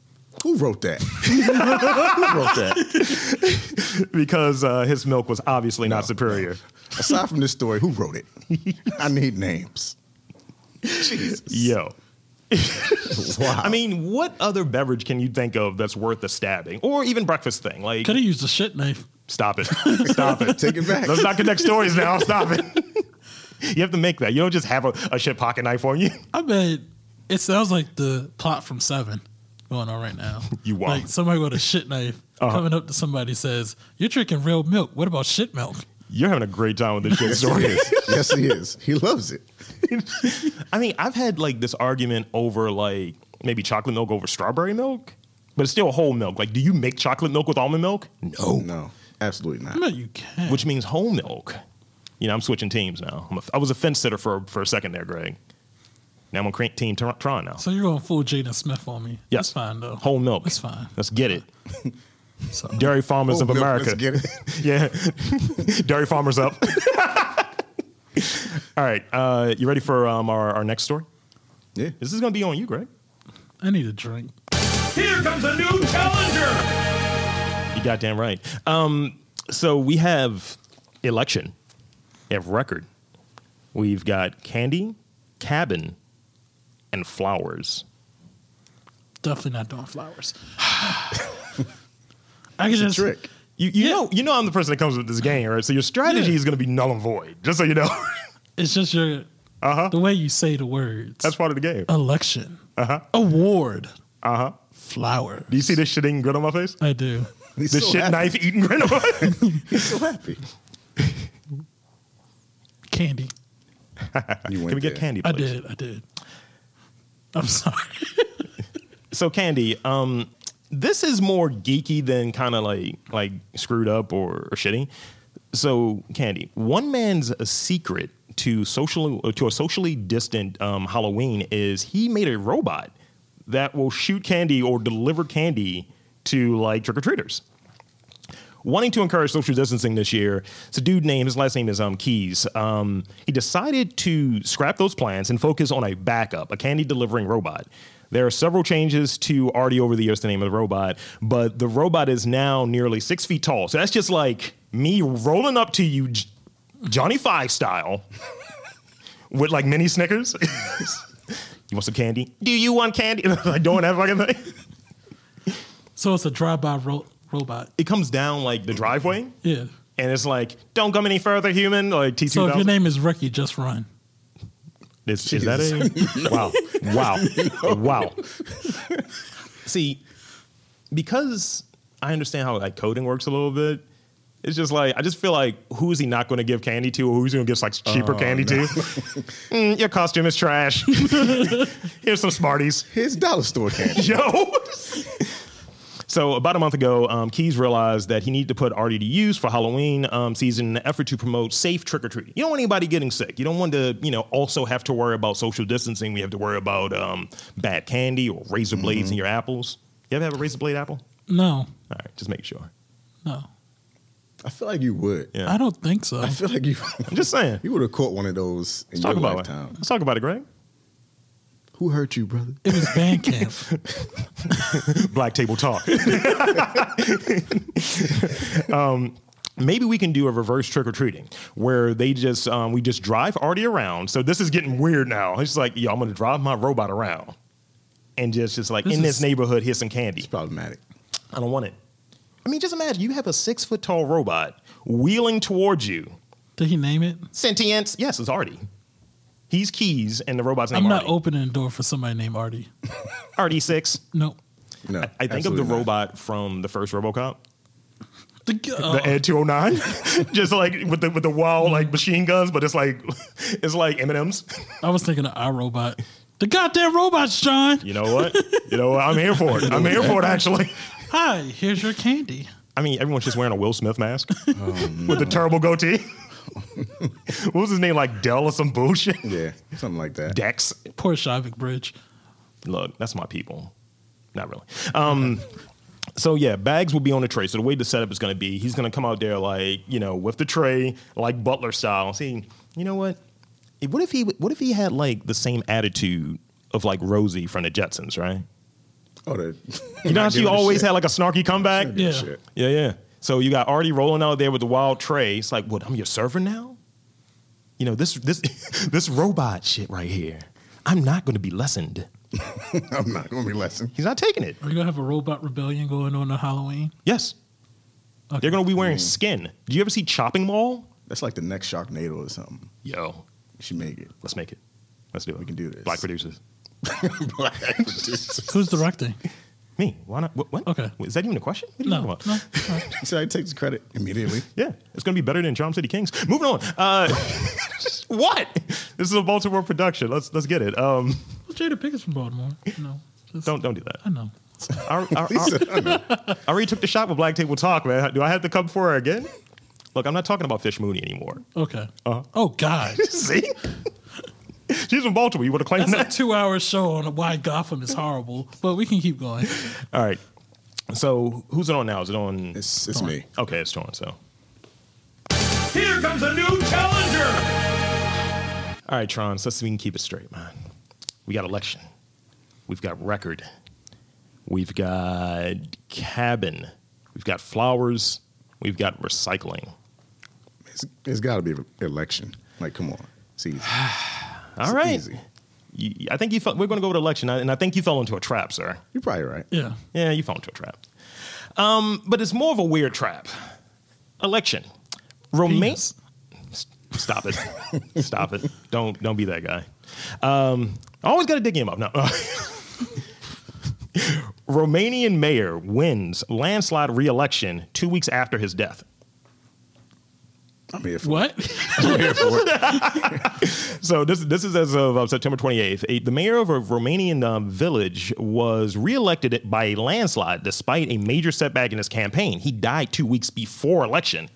Speaker 2: Who wrote that? Who wrote that?
Speaker 1: because uh, his milk was obviously not superior.
Speaker 2: Aside from this story, who wrote it? I need names.
Speaker 1: Yo.
Speaker 2: Wow.
Speaker 1: I mean, what other beverage can you think of that's worth a stabbing or even breakfast thing? Like,
Speaker 4: Could have used a shit knife.
Speaker 1: stop it, stop it.
Speaker 2: take it back.
Speaker 1: Let's not connect stories now. Stop it. you have to make that. You don't just have a, a shit pocket knife on you.
Speaker 4: I bet it sounds like the plot from Seven going on right now.
Speaker 1: You wild.
Speaker 4: Like somebody with a shit knife
Speaker 2: Uh-huh.
Speaker 4: coming up to somebody says, "You're drinking real milk. What about shit milk?"
Speaker 1: You're having a great time with this shit story.
Speaker 2: yes, he is. He loves it.
Speaker 1: I mean, I've had like this argument over like maybe chocolate milk over strawberry milk, but it's still whole milk. Like, do you make chocolate milk with almond milk? No.
Speaker 2: No. Absolutely not.
Speaker 4: No, you can't.
Speaker 1: which means whole milk. You know, I'm switching teams now. I'm a, I was a fence sitter for for a second there, Greg. Now I'm on cre- team Tron Tron now.
Speaker 4: so you're going full Jaden Smith on me.
Speaker 1: Yes.
Speaker 4: That's fine though.
Speaker 1: Whole milk.
Speaker 4: That's fine.
Speaker 1: Let's get it.
Speaker 4: So
Speaker 1: Dairy farmers
Speaker 2: Whole
Speaker 1: of
Speaker 2: milk,
Speaker 1: America.
Speaker 2: Let's get it.
Speaker 1: Yeah. Dairy farmers up. All right. Uh, you ready for um, our, our next story?
Speaker 2: Yeah.
Speaker 1: This is going to be on you, Greg.
Speaker 4: I need a drink.
Speaker 6: Here comes a new challenger.
Speaker 1: You goddamn right. Um, so we have election. We have record. We've got candy, cabin, and flowers.
Speaker 4: Definitely not doing flowers. I can just
Speaker 2: Trick.
Speaker 1: You, you know you know I'm the person that comes with this game, right? So your strategy
Speaker 4: Yeah.
Speaker 1: is going to be null and void. Just so you know,
Speaker 4: it's just your uh-huh. the way you say the words.
Speaker 1: that's part of the game.
Speaker 6: Oh.
Speaker 4: election. Uh-huh. Award. Uh-huh. Flower.
Speaker 1: Do you see this shit eating grin on my face?
Speaker 4: I do.
Speaker 2: He's
Speaker 1: This
Speaker 2: so
Speaker 1: shit
Speaker 2: happy.
Speaker 1: knife eating grin on my face.
Speaker 2: He's so happy.
Speaker 4: Candy.
Speaker 2: You went
Speaker 1: Can we get
Speaker 2: there.
Speaker 1: candy?
Speaker 4: I
Speaker 1: Please?
Speaker 4: did. I did. I'm sorry.
Speaker 1: So candy. Um, this is more geeky than kind of like like screwed up or, or shitty. So candy. One man's secret to socially to a socially distant um, Halloween is he made a robot that will shoot candy or deliver candy to like trick or treaters. wanting to encourage social distancing this year, it's a dude named his last name is um Keys. Um, he decided to scrap those plans and focus on a backup, a candy delivering robot. There are several changes to already over the years the name of the robot, but the robot is now nearly six feet tall. So that's just like me rolling up to you, J- Johnny Five style, with like mini Snickers. you want some candy? Do you want candy? like doing that fucking thing.
Speaker 4: so it's a drive-by ro- robot.
Speaker 1: It comes down like the driveway.
Speaker 4: Yeah.
Speaker 1: and it's like, don't come any further, human. Like T
Speaker 4: So
Speaker 1: two
Speaker 4: if your
Speaker 1: thousand.
Speaker 4: name is Ricky, just run.
Speaker 1: Is, is that a wow, wow, wow? See, because I understand how like coding works a little bit. It's just like I just feel like who is he not going to give candy to, or who's going to give like cheaper
Speaker 4: Oh,
Speaker 1: candy to? Mm, your costume is trash. Here's some Smarties.
Speaker 2: Here's dollar store candy.
Speaker 1: Yo. So about a month ago, um, Keys realized that he needed to put Artie to use for Halloween um, season in an effort to promote safe trick or treating. You don't want anybody getting sick. You don't want to, you know, also have to worry about social distancing. We have to worry about um, bad candy or razor blades
Speaker 4: Mm-hmm.
Speaker 1: in your apples. You ever have a razor blade apple?
Speaker 4: No.
Speaker 1: All right, just make sure.
Speaker 4: No.
Speaker 2: I feel like you would.
Speaker 1: Yeah.
Speaker 4: I don't think so.
Speaker 2: I feel like you.
Speaker 1: I'm just saying.
Speaker 2: You would have caught one of those in
Speaker 1: Let's talk
Speaker 2: your
Speaker 1: about it.
Speaker 2: lifetime.
Speaker 1: Let's talk about it, Greg.
Speaker 2: Who hurt you, brother?
Speaker 4: It was Bandcamp.
Speaker 1: Black Table Talk. um, maybe we can do a reverse trick or treating where they just um, we just drive Artie around. So this is getting weird now. It's like, yo, I'm gonna drive my robot around and just just like
Speaker 4: This
Speaker 1: in this
Speaker 4: is-
Speaker 1: neighborhood, here's some candy.
Speaker 2: It's problematic.
Speaker 1: I don't want it. I mean, just imagine you have a six foot tall robot wheeling towards you.
Speaker 4: Did he name it?
Speaker 1: Sentience, yes, it's Artie. He's Keys, and the robot's name
Speaker 4: I'm not
Speaker 1: Artie.
Speaker 4: opening the door for somebody named Artie.
Speaker 1: Artie six.
Speaker 4: Nope.
Speaker 1: I
Speaker 2: No,
Speaker 1: think of the
Speaker 2: absolutely not.
Speaker 1: robot from the first RoboCop.
Speaker 4: The, g-
Speaker 1: the
Speaker 4: oh,
Speaker 1: Ed 209, just like with the with the wild like machine guns, but it's like it's like M and M's.
Speaker 4: I was thinking of iRobot. The goddamn robots, John.
Speaker 1: You know what? you know what? I'm here for it. I'm here for it. Actually,
Speaker 4: Hi, here's your candy.
Speaker 1: I mean everyone's just wearing a Will Smith mask with the terrible goatee. what was his name? Like Dell or some bullshit?
Speaker 2: Yeah, something like that.
Speaker 1: Dex.
Speaker 4: Poor Shavik Bridge.
Speaker 1: Look, that's my people. Not really. Um, so yeah, bags will be on the tray. So the way the setup is going to be, he's going to come out there like you know with the tray, like Butler style. See, you know what? Eh, What if he? What if he had like the same attitude of like Rosie from the Jetsons, right?
Speaker 2: Oh, the,
Speaker 1: You know how she always had like a snarky comeback.
Speaker 4: Yeah.
Speaker 2: shit.
Speaker 1: yeah, yeah. So you got Artie rolling out there with the wild tray. It's like, what? I'm your server now. You know this this this robot shit right here. I'm not going to be lessened.
Speaker 2: I'm not gonna be lesson.
Speaker 1: He's not taking it.
Speaker 4: Are you gonna have a robot rebellion going on on Halloween?
Speaker 1: Yes.
Speaker 4: Okay.
Speaker 1: They're going to be wearing skin. Do you ever see Chopping Mall?
Speaker 2: That's like the next Sharknado or something.
Speaker 1: Yo,
Speaker 2: You should make it.
Speaker 1: let's make it. Let's do it. We
Speaker 2: can do this.
Speaker 1: Black producers.
Speaker 4: Who's directing?
Speaker 1: Me? Why not? What? what?
Speaker 4: Okay.
Speaker 1: Is that even a question? What are you
Speaker 4: No,
Speaker 1: talking
Speaker 4: no.
Speaker 1: about?
Speaker 4: no.
Speaker 2: so I take the credit immediately.
Speaker 1: Yeah, it's going to be better than Charm City Kings. Moving on. Uh, what? This is a Baltimore production. Let's let's get it. Um,
Speaker 4: Well, Jada Pickett's from Baltimore. No, just,
Speaker 1: don't don't do that.
Speaker 4: I know.
Speaker 1: I, I, I, I already took the shot with Black Table Talk, man. Do I have to come for her again? Look, I'm not talking about Fish Mooney anymore.
Speaker 4: Okay.
Speaker 1: Uh-huh.
Speaker 4: Oh God,
Speaker 1: See? She's from Baltimore. You want to claim
Speaker 4: that's a
Speaker 1: that?
Speaker 4: two-hour show on why Gotham is horrible. But we can keep going.
Speaker 1: All right. So who's it on now? Is it on?
Speaker 2: It's, it's me.
Speaker 1: Okay, it's Torrance. So.
Speaker 7: Here comes a new challenger.
Speaker 1: All right, Tron, so let's see if we can keep it straight, man. We got election. We've got record. We've got cabin. We've got flowers. We've got recycling.
Speaker 2: It's, it's got to be election. Like, come on. It's easy.
Speaker 1: All right.
Speaker 2: easy.
Speaker 1: You- I think you fell, we're going to go with election, and I think you fell into a trap, sir.
Speaker 2: You're probably right.
Speaker 4: Yeah.
Speaker 1: Yeah, you fell into a trap. Um, but it's more of a weird trap. Election. Romaine.
Speaker 4: Penis.
Speaker 1: Stop it. Stop it. Don't don't be that guy. Um, I always got to dig him up. No. Romanian mayor wins landslide re-election two weeks after his death.
Speaker 2: I'm here for
Speaker 4: What?
Speaker 1: So this this is as of uh, September 28th. A- The mayor of a Romanian um, village was reelected by a landslide despite a major setback in his campaign. He died two weeks before election.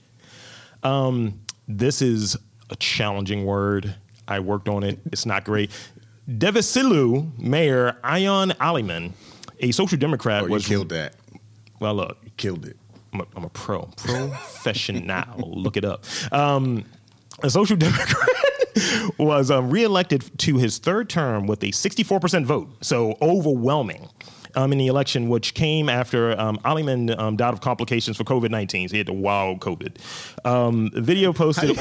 Speaker 1: Um, this is a challenging word. I worked on it. It's not great. Devasilu Mayor Ion Aliman, a social democrat,
Speaker 2: Oh, you
Speaker 1: was
Speaker 2: killed that.
Speaker 1: well. Look,
Speaker 2: You killed it.
Speaker 1: I'm a, I'm a pro, professional. Look it up. Um, a social democrat was um, reelected to his third term with a 64% vote, so overwhelming. Um, in the election, which came after um, Aliman um, died of complications for COVID 19. So he had the wild COVID. Um, video posted.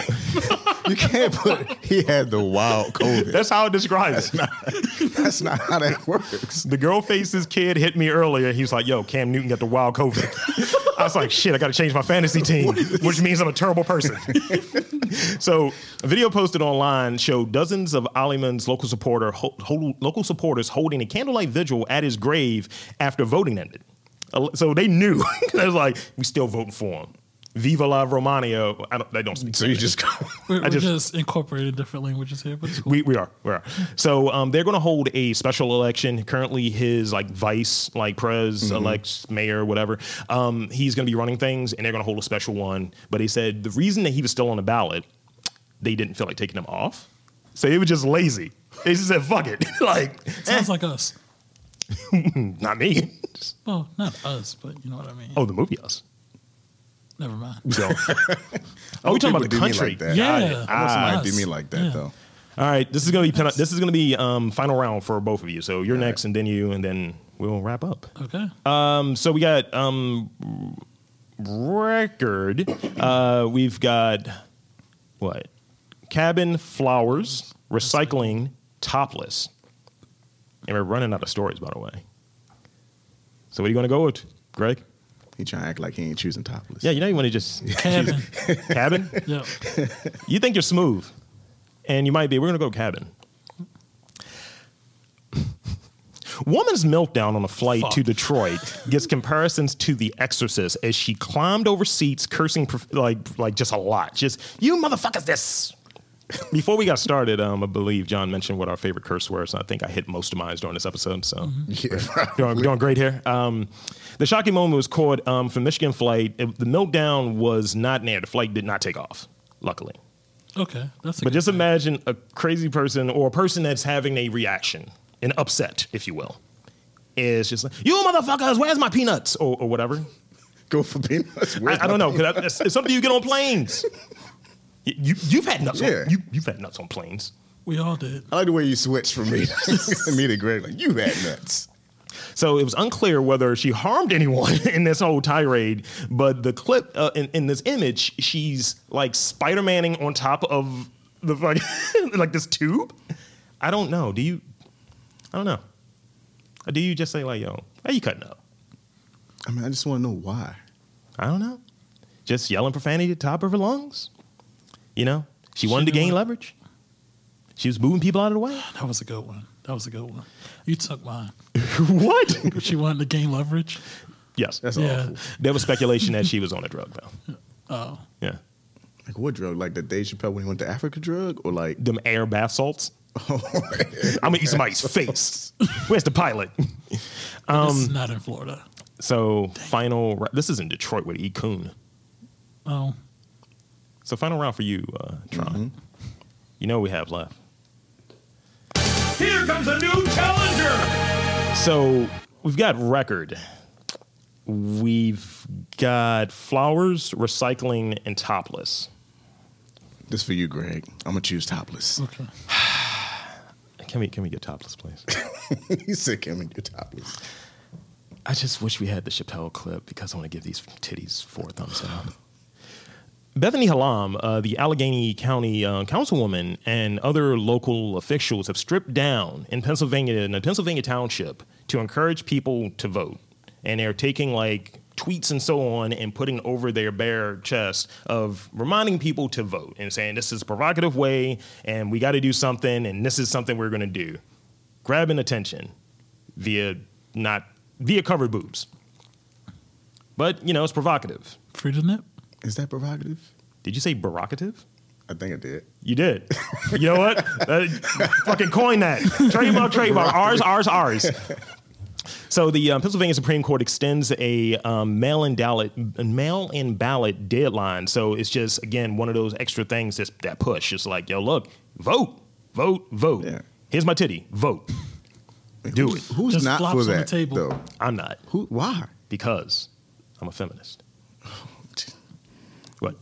Speaker 2: You can't put he had the wild COVID.
Speaker 1: that's how it describes it.
Speaker 2: That's not how that works.
Speaker 1: The girl faces kid hit me earlier. He was like, yo, Cam Newton got the wild COVID. I was like, shit, I got to change my fantasy team, which means I'm a terrible person. so, a video posted online showed dozens of Aliman's local supporter, ho- ho- local supporters holding a candlelight vigil at his grave after voting ended. Uh, So they knew. they was like, we still voting for him. Viva la Romania. I don't, they don't speak.
Speaker 2: So you just go.
Speaker 4: We're, we're
Speaker 1: just-
Speaker 4: just, incorporated different languages here, but it's cool.
Speaker 1: We, we are we are so um, they're going to hold a special election. Currently, his like vice like prez elects mayor whatever. Um, he's going to be running things, and they're going to hold a special one. But he said the reason that he was still on the ballot, they didn't feel like taking him off, so they were just lazy. They just said fuck it, like eh,
Speaker 4: sounds like us.
Speaker 1: not me.
Speaker 4: Well, not us, but you know what I mean.
Speaker 1: Oh, the movie us.
Speaker 4: Never mind.
Speaker 1: So, oh, we talking
Speaker 2: people
Speaker 1: about the
Speaker 2: do me
Speaker 1: country?
Speaker 2: like that.
Speaker 4: Yeah,
Speaker 2: I want somebody
Speaker 4: us.
Speaker 2: to do me like that
Speaker 4: Yeah.
Speaker 2: though.
Speaker 1: All right, this is gonna be pen- this is gonna be um, final round for both of you. So you're next, and then you, and then we'll wrap up.
Speaker 4: Okay.
Speaker 1: Um, so we got um, record. Uh, we've got what? Cabin, flowers, recycling, topless. And we're running out of stories, by the way. So what are you going to go with, Greg?
Speaker 2: He trying to act like he ain't choosing topless.
Speaker 1: Yeah, you know you want to just
Speaker 4: Cabin.
Speaker 1: cabin.
Speaker 4: yeah.
Speaker 1: You think you're smooth, and you might be. We're gonna go cabin. Woman's meltdown on a flight to
Speaker 4: Fuck.
Speaker 1: Detroit gets comparisons to The Exorcist as she climbed over seats, cursing prof- like like just a lot. Just you motherfuckers, this. Before we got started, um, I believe John mentioned what our favorite curse words. And I think I hit most of mine during this episode. So doing, doing great here. Um, the shocking moment was caught um, from Michigan flight. It- the meltdown was not near. The flight did not take off, luckily.
Speaker 4: Okay. That's a
Speaker 1: But
Speaker 4: good
Speaker 1: just
Speaker 4: thing.
Speaker 1: imagine a crazy person or a person that's having a reaction, an upset, if you will. Is just like, you motherfuckers, where's my peanuts? Or, or whatever.
Speaker 2: Go for peanuts. Where's
Speaker 1: I, I don't
Speaker 2: my
Speaker 1: know. 'cause that- It's, it's something you get on planes. Y- You, you've had nuts.
Speaker 2: Yeah.
Speaker 1: On, you, you've had nuts on planes.
Speaker 4: we all did.
Speaker 2: I like the way you switch from me, me to Greg. Like you had nuts.
Speaker 1: So it was unclear whether she harmed anyone in this whole tirade, but the clip uh, in, in this image, she's like Spider Manning on top of the fucking, like this tube. I don't know. Do you, I don't know. Or do you just say, like, yo, are you cutting up?
Speaker 2: I mean, I just want to know why.
Speaker 1: I don't know. Just yelling profanity at the top of her lungs? You know, she wanted to
Speaker 4: didn't
Speaker 1: gain
Speaker 4: want-
Speaker 1: leverage. She was moving people out of the way.
Speaker 4: That was a good one. That was a good one. You took mine.
Speaker 1: what?
Speaker 4: She wanted to gain leverage.
Speaker 1: yes.
Speaker 2: That's
Speaker 4: Yeah.
Speaker 2: awful.
Speaker 1: There was speculation that she was on a drug, though.
Speaker 4: Oh.
Speaker 1: Yeah.
Speaker 2: Like what drug? Like the Dave Chappelle when he went to Africa drug, or like
Speaker 1: Them air bath salts. I'm gonna eat somebody's face. Where's the pilot?
Speaker 4: this is not in Florida.
Speaker 1: So final. Ra- this is in Detroit with E. Coon.
Speaker 4: Oh,
Speaker 1: So final round for you, uh, Tron. You know we have left.
Speaker 8: Here comes a new challenger.
Speaker 1: So we've got record. We've got flowers, recycling, and topless.
Speaker 2: This for you, Greg. I'm gonna choose topless.
Speaker 4: okay.
Speaker 1: Can we can we get topless, please?
Speaker 2: you sick him and you're topless.
Speaker 1: I just wish we had the Chappelle clip because I want to give these titties four thumbs down. Bethany Halam, uh, the Allegheny County uh, councilwoman, and other local officials have stripped down in Pennsylvania, in a Pennsylvania township, to encourage people to vote. And they're taking like tweets and so on and putting over their bare chest of reminding people to vote and saying this is a provocative way and we got to do something and this is something we're going to do. Grabbing attention via not via covered boobs. But you know, it's provocative.
Speaker 4: Free to nip.
Speaker 2: Is that provocative?
Speaker 1: Did you say provocative?
Speaker 2: I think I did.
Speaker 1: You did. You know what? Uh, fucking coin that. Trademark, trademark. Ours, ours, ours. So the um, Pennsylvania Supreme Court extends a um, mail-in ballot, mail-in ballot deadline. So it's just again one of those extra things that's, that push. It's like, yo, look, vote, vote, vote.
Speaker 2: Yeah.
Speaker 1: Here's my titty. Vote. Do it.
Speaker 2: Who's
Speaker 4: Just
Speaker 2: not
Speaker 4: flops
Speaker 2: for
Speaker 4: on the
Speaker 2: that
Speaker 4: table.
Speaker 2: though?
Speaker 1: I'm not
Speaker 2: Who? Why?
Speaker 1: because I'm a feminist. What?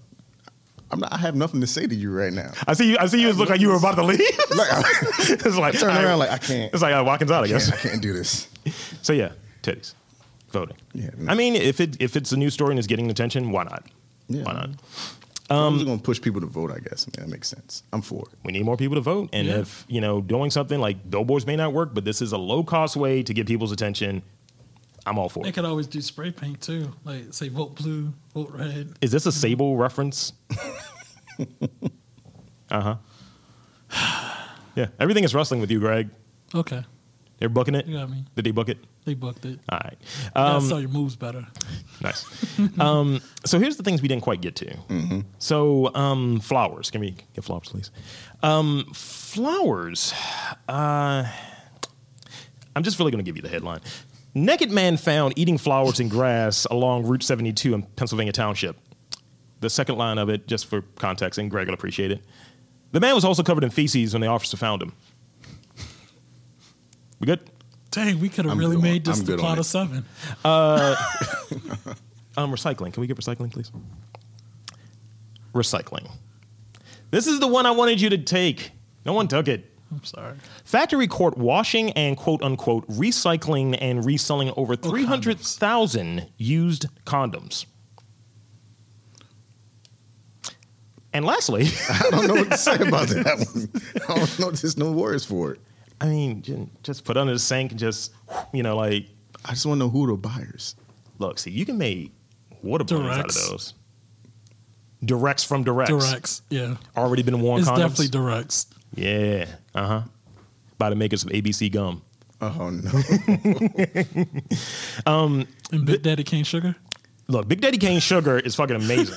Speaker 2: I'm not. I have nothing to say to you right now.
Speaker 1: I see you. I see you. Look like you were about to leave. it's like
Speaker 2: Turn
Speaker 1: I-
Speaker 2: around like I can't.
Speaker 1: It's like uh, walking out. I guess.
Speaker 2: I can't do this.
Speaker 1: So yeah, titties, voting.
Speaker 2: Yeah.
Speaker 1: I mean, if it if it's a new story and it's getting attention, why not?
Speaker 2: Yeah.
Speaker 1: Why not? Um,
Speaker 2: I'm just gonna push people to vote. I guess I mean, that makes sense. I'm for it.
Speaker 1: We need more people to vote, and
Speaker 4: Yeah.
Speaker 1: if you know doing something like billboards may not work, but this is a low cost way to get people's attention. I'm all for
Speaker 4: They
Speaker 1: it.
Speaker 4: could always do spray paint too. Like say vote blue, vote red.
Speaker 1: Is this a Sable reference? uh huh. Uh-huh. Yeah, everything is wrestling with you, Greg.
Speaker 4: Okay,
Speaker 1: They're booking it.
Speaker 4: you got me.
Speaker 1: Did they book it?
Speaker 4: They booked it.
Speaker 1: All right.
Speaker 4: Gotta sell your moves better.
Speaker 1: Nice. um, so here's the things we didn't quite get to. So um, flowers. Can we get flowers, please? Um, flowers. Uh, I'm just really going to give you the headline. Naked man found eating flowers and grass along Route 72 in Pennsylvania Township. The second line of it, just for context, and Greg will appreciate it. The man was also covered in feces when the officer found him. We good?
Speaker 4: Dang, we could have
Speaker 2: I'm
Speaker 4: really
Speaker 2: good on-
Speaker 4: made this
Speaker 2: I'm
Speaker 4: the
Speaker 2: good on
Speaker 4: plot
Speaker 2: it.
Speaker 4: of seven.
Speaker 1: Um, recycling. Can we get recycling, please? Recycling. This is the one I wanted you to take. No one took it.
Speaker 4: I'm sorry.
Speaker 1: Factory court washing and quote unquote recycling and reselling over
Speaker 4: Oh, condoms.
Speaker 1: 300,000 used condoms. And lastly,
Speaker 2: I don't know what to say about that one. I don't know. There's no words for it.
Speaker 1: I mean, j- just put under the sink and just, you know, like,
Speaker 2: I just want to know who the buyers.
Speaker 1: look, see, you can make water balloons out of
Speaker 4: Directs.
Speaker 1: those. Directs from directs.
Speaker 4: Directs. Yeah,
Speaker 1: Already been worn
Speaker 4: it's
Speaker 1: condoms.
Speaker 4: definitely directs.
Speaker 1: Yeah. Uh huh. By the makers of ABC Gum.
Speaker 2: Oh no!
Speaker 4: And Big Daddy Cane Sugar.
Speaker 1: Look, Big Daddy Kane Sugar is fucking amazing.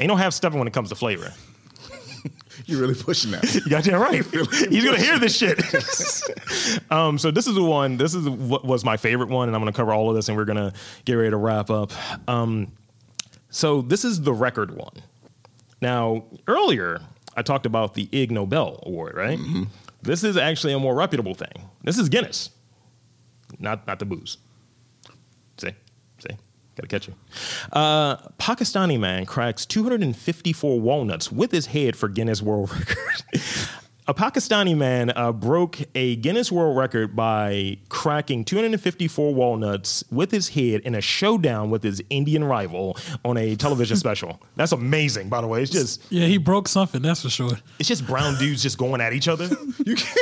Speaker 1: Ain't no half stepping when it comes to flavor.
Speaker 2: You're really pushing that.
Speaker 1: You goddamn right. He's gonna hear this shit. um, so this is the one. This is what was my favorite one, and I'm gonna cover all of this, and we're gonna get ready to wrap up. Um, so this is the record one. Now earlier, I talked about the Ig Nobel Award, right? This is actually a more reputable thing. This is Guinness, not not the booze. See, see, gotta catch you. Uh, Pakistani man cracks 254 walnuts with his head for Guinness World Record. a Pakistani man uh, broke a Guinness World Record by cracking 254 walnuts with his head in a showdown with his Indian rival on a television special. That's amazing, by the way. It's just
Speaker 4: Yeah, he broke something. That's for sure.
Speaker 1: it's just brown dudes just going at each other.
Speaker 2: You can't.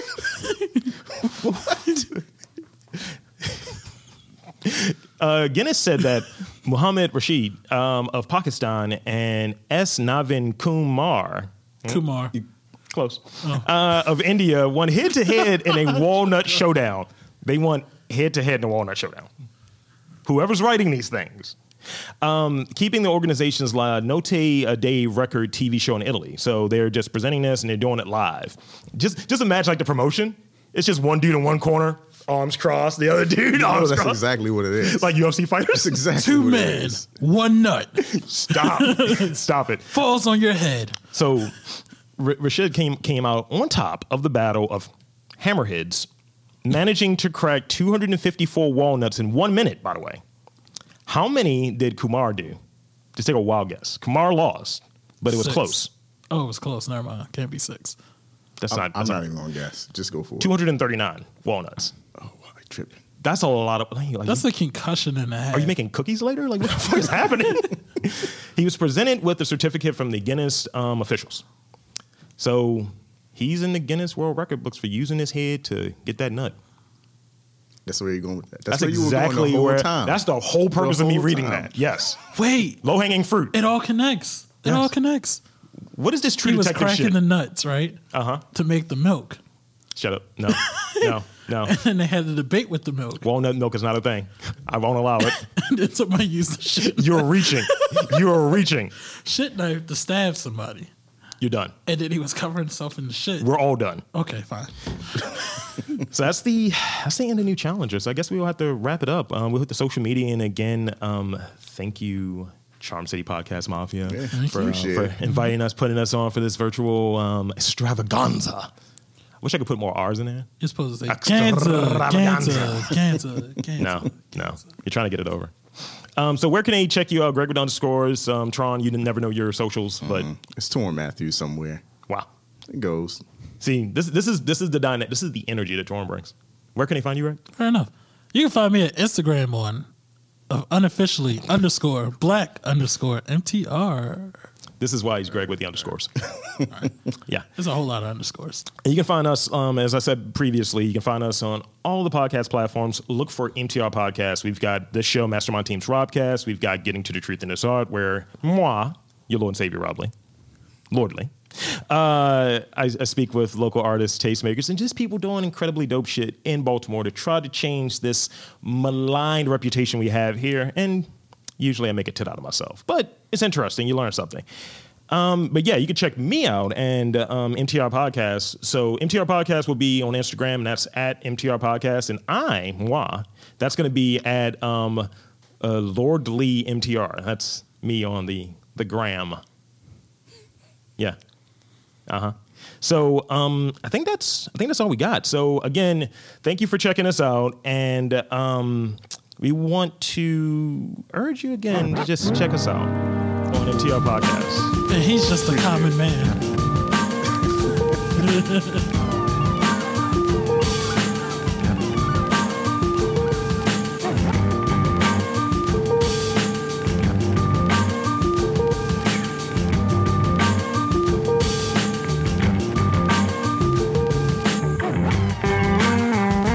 Speaker 1: uh, Guinness said that Muhammad Rashid um, of Pakistan and S. Navin Kumar, Hmm?
Speaker 4: Kumar.
Speaker 1: close, uh, of India won head to head in a walnut showdown. They won head to head in a walnut showdown. Whoever's writing these things. Um, keeping the organization's La Notte a Day record TV show in Italy. So they're just presenting this and they're doing it live. Just just imagine like the promotion. It's just one dude in one corner, arms crossed, the other dude
Speaker 2: Oh,
Speaker 1: arms
Speaker 2: that's
Speaker 1: crossed.
Speaker 2: exactly what it is.
Speaker 1: Like UFC fighters.
Speaker 2: that's exactly
Speaker 4: Two
Speaker 2: what it
Speaker 4: men,
Speaker 2: is.
Speaker 4: one nut
Speaker 1: Stop. Stop it.
Speaker 4: falls on your head.
Speaker 1: So R- Rashid came came out on top of the battle of hammerheads, managing to crack 254 walnuts in one minute. By the way, how many did Kumar do? Just take a wild guess. Kumar lost, but it was
Speaker 4: Six.
Speaker 1: close. Mm-hmm.
Speaker 4: Oh, it was close. Never mind. Can't be six.
Speaker 1: That's
Speaker 2: I'm,
Speaker 1: not.
Speaker 2: I'm
Speaker 1: That's
Speaker 2: not
Speaker 1: not
Speaker 2: even gonna guess. Just go for it.
Speaker 1: 239 walnuts.
Speaker 2: Oh, wow, I tripping.
Speaker 1: That's a lot of. Like,
Speaker 4: That's a concussion and a half.
Speaker 1: Are you making cookies later? Like, what the fuck is happening? he was presented with a certificate from the Guinness um, officials. So he's in the Guinness World Record books for using his head to get that nut.
Speaker 2: That's where you're going with that.
Speaker 1: That's,
Speaker 2: That's, where you were
Speaker 1: exactly
Speaker 2: going the whole
Speaker 1: where.
Speaker 2: time.
Speaker 1: That's the whole purpose of me
Speaker 2: whole
Speaker 1: reading
Speaker 2: time.
Speaker 1: that. Yes,
Speaker 4: Wait,
Speaker 1: low hanging fruit.
Speaker 4: it all connects. It all connects.
Speaker 1: What is this
Speaker 4: He
Speaker 1: true
Speaker 4: was
Speaker 1: detective
Speaker 4: cracking
Speaker 1: shit?
Speaker 4: the nuts, right?
Speaker 1: uh huh.
Speaker 4: To make the milk.
Speaker 1: Shut up. No, no, no.
Speaker 4: And they had the debate with the milk.
Speaker 1: Walnut milk is not a thing. I won't allow it.
Speaker 4: And then somebody used the shit,
Speaker 1: You're reaching. You're reaching.
Speaker 4: shit knife to stab somebody.
Speaker 1: You're done.
Speaker 4: And then he was covering himself in the shit.
Speaker 1: We're all done.
Speaker 4: Okay, fine.
Speaker 1: So that's the that's the end of new challengers. I guess we will have to wrap it up. Um, we'll hit the social media, and again, um, thank you, Charm City Podcast Mafia, for, uh,
Speaker 2: Appreciate
Speaker 1: for
Speaker 2: it.
Speaker 1: inviting us, putting us on for this virtual um, extravaganza. I wish I could put more R's in there.
Speaker 4: You're supposed to say cancer,
Speaker 1: Extravaganza.
Speaker 4: cancer, cancer, cancer.
Speaker 1: No, no, you're trying to get it over. Um, so where can they check you out? Greg with underscores um, Tron. You never know your socials, but
Speaker 2: it's Torn Matthews somewhere.
Speaker 1: wow.
Speaker 2: It goes.
Speaker 1: See, this this is this is the dynamic. This is the energy that Torn brings. Where can they find you, Greg?
Speaker 4: Fair enough. You can find me at Instagram on of unofficially underscore black underscore MTR.
Speaker 1: This is why he's Greg with the underscores. yeah.
Speaker 4: There's a whole lot of underscores.
Speaker 1: You can find us, um, as I said previously, you can find us on all the podcast platforms. Look for MTR Podcast. We've got this show, Mastermind Team's Robcast. We've got Getting to the Truth in This Art, where moi, your Lord and Savior, Robley, Lordly, uh, I, I speak with local artists, tastemakers, and just people doing incredibly dope shit in Baltimore to try to change this maligned reputation we have here. And usually I make a tit out of myself, but it's interesting. You learn something. Um, but yeah, you can check me out and um, MTR Podcast. So MTR Podcast will be on Instagram, and that's at MTR Podcast. And I, moi, that's going to be at um, uh, Lordly MTR. That's me on the the gram. Yeah. Uh huh. So um, I think that's I think that's all we got. So again, thank you for checking us out, and um, we want to urge you again to just check us out on MTR Podcast.
Speaker 4: And he's just a common man.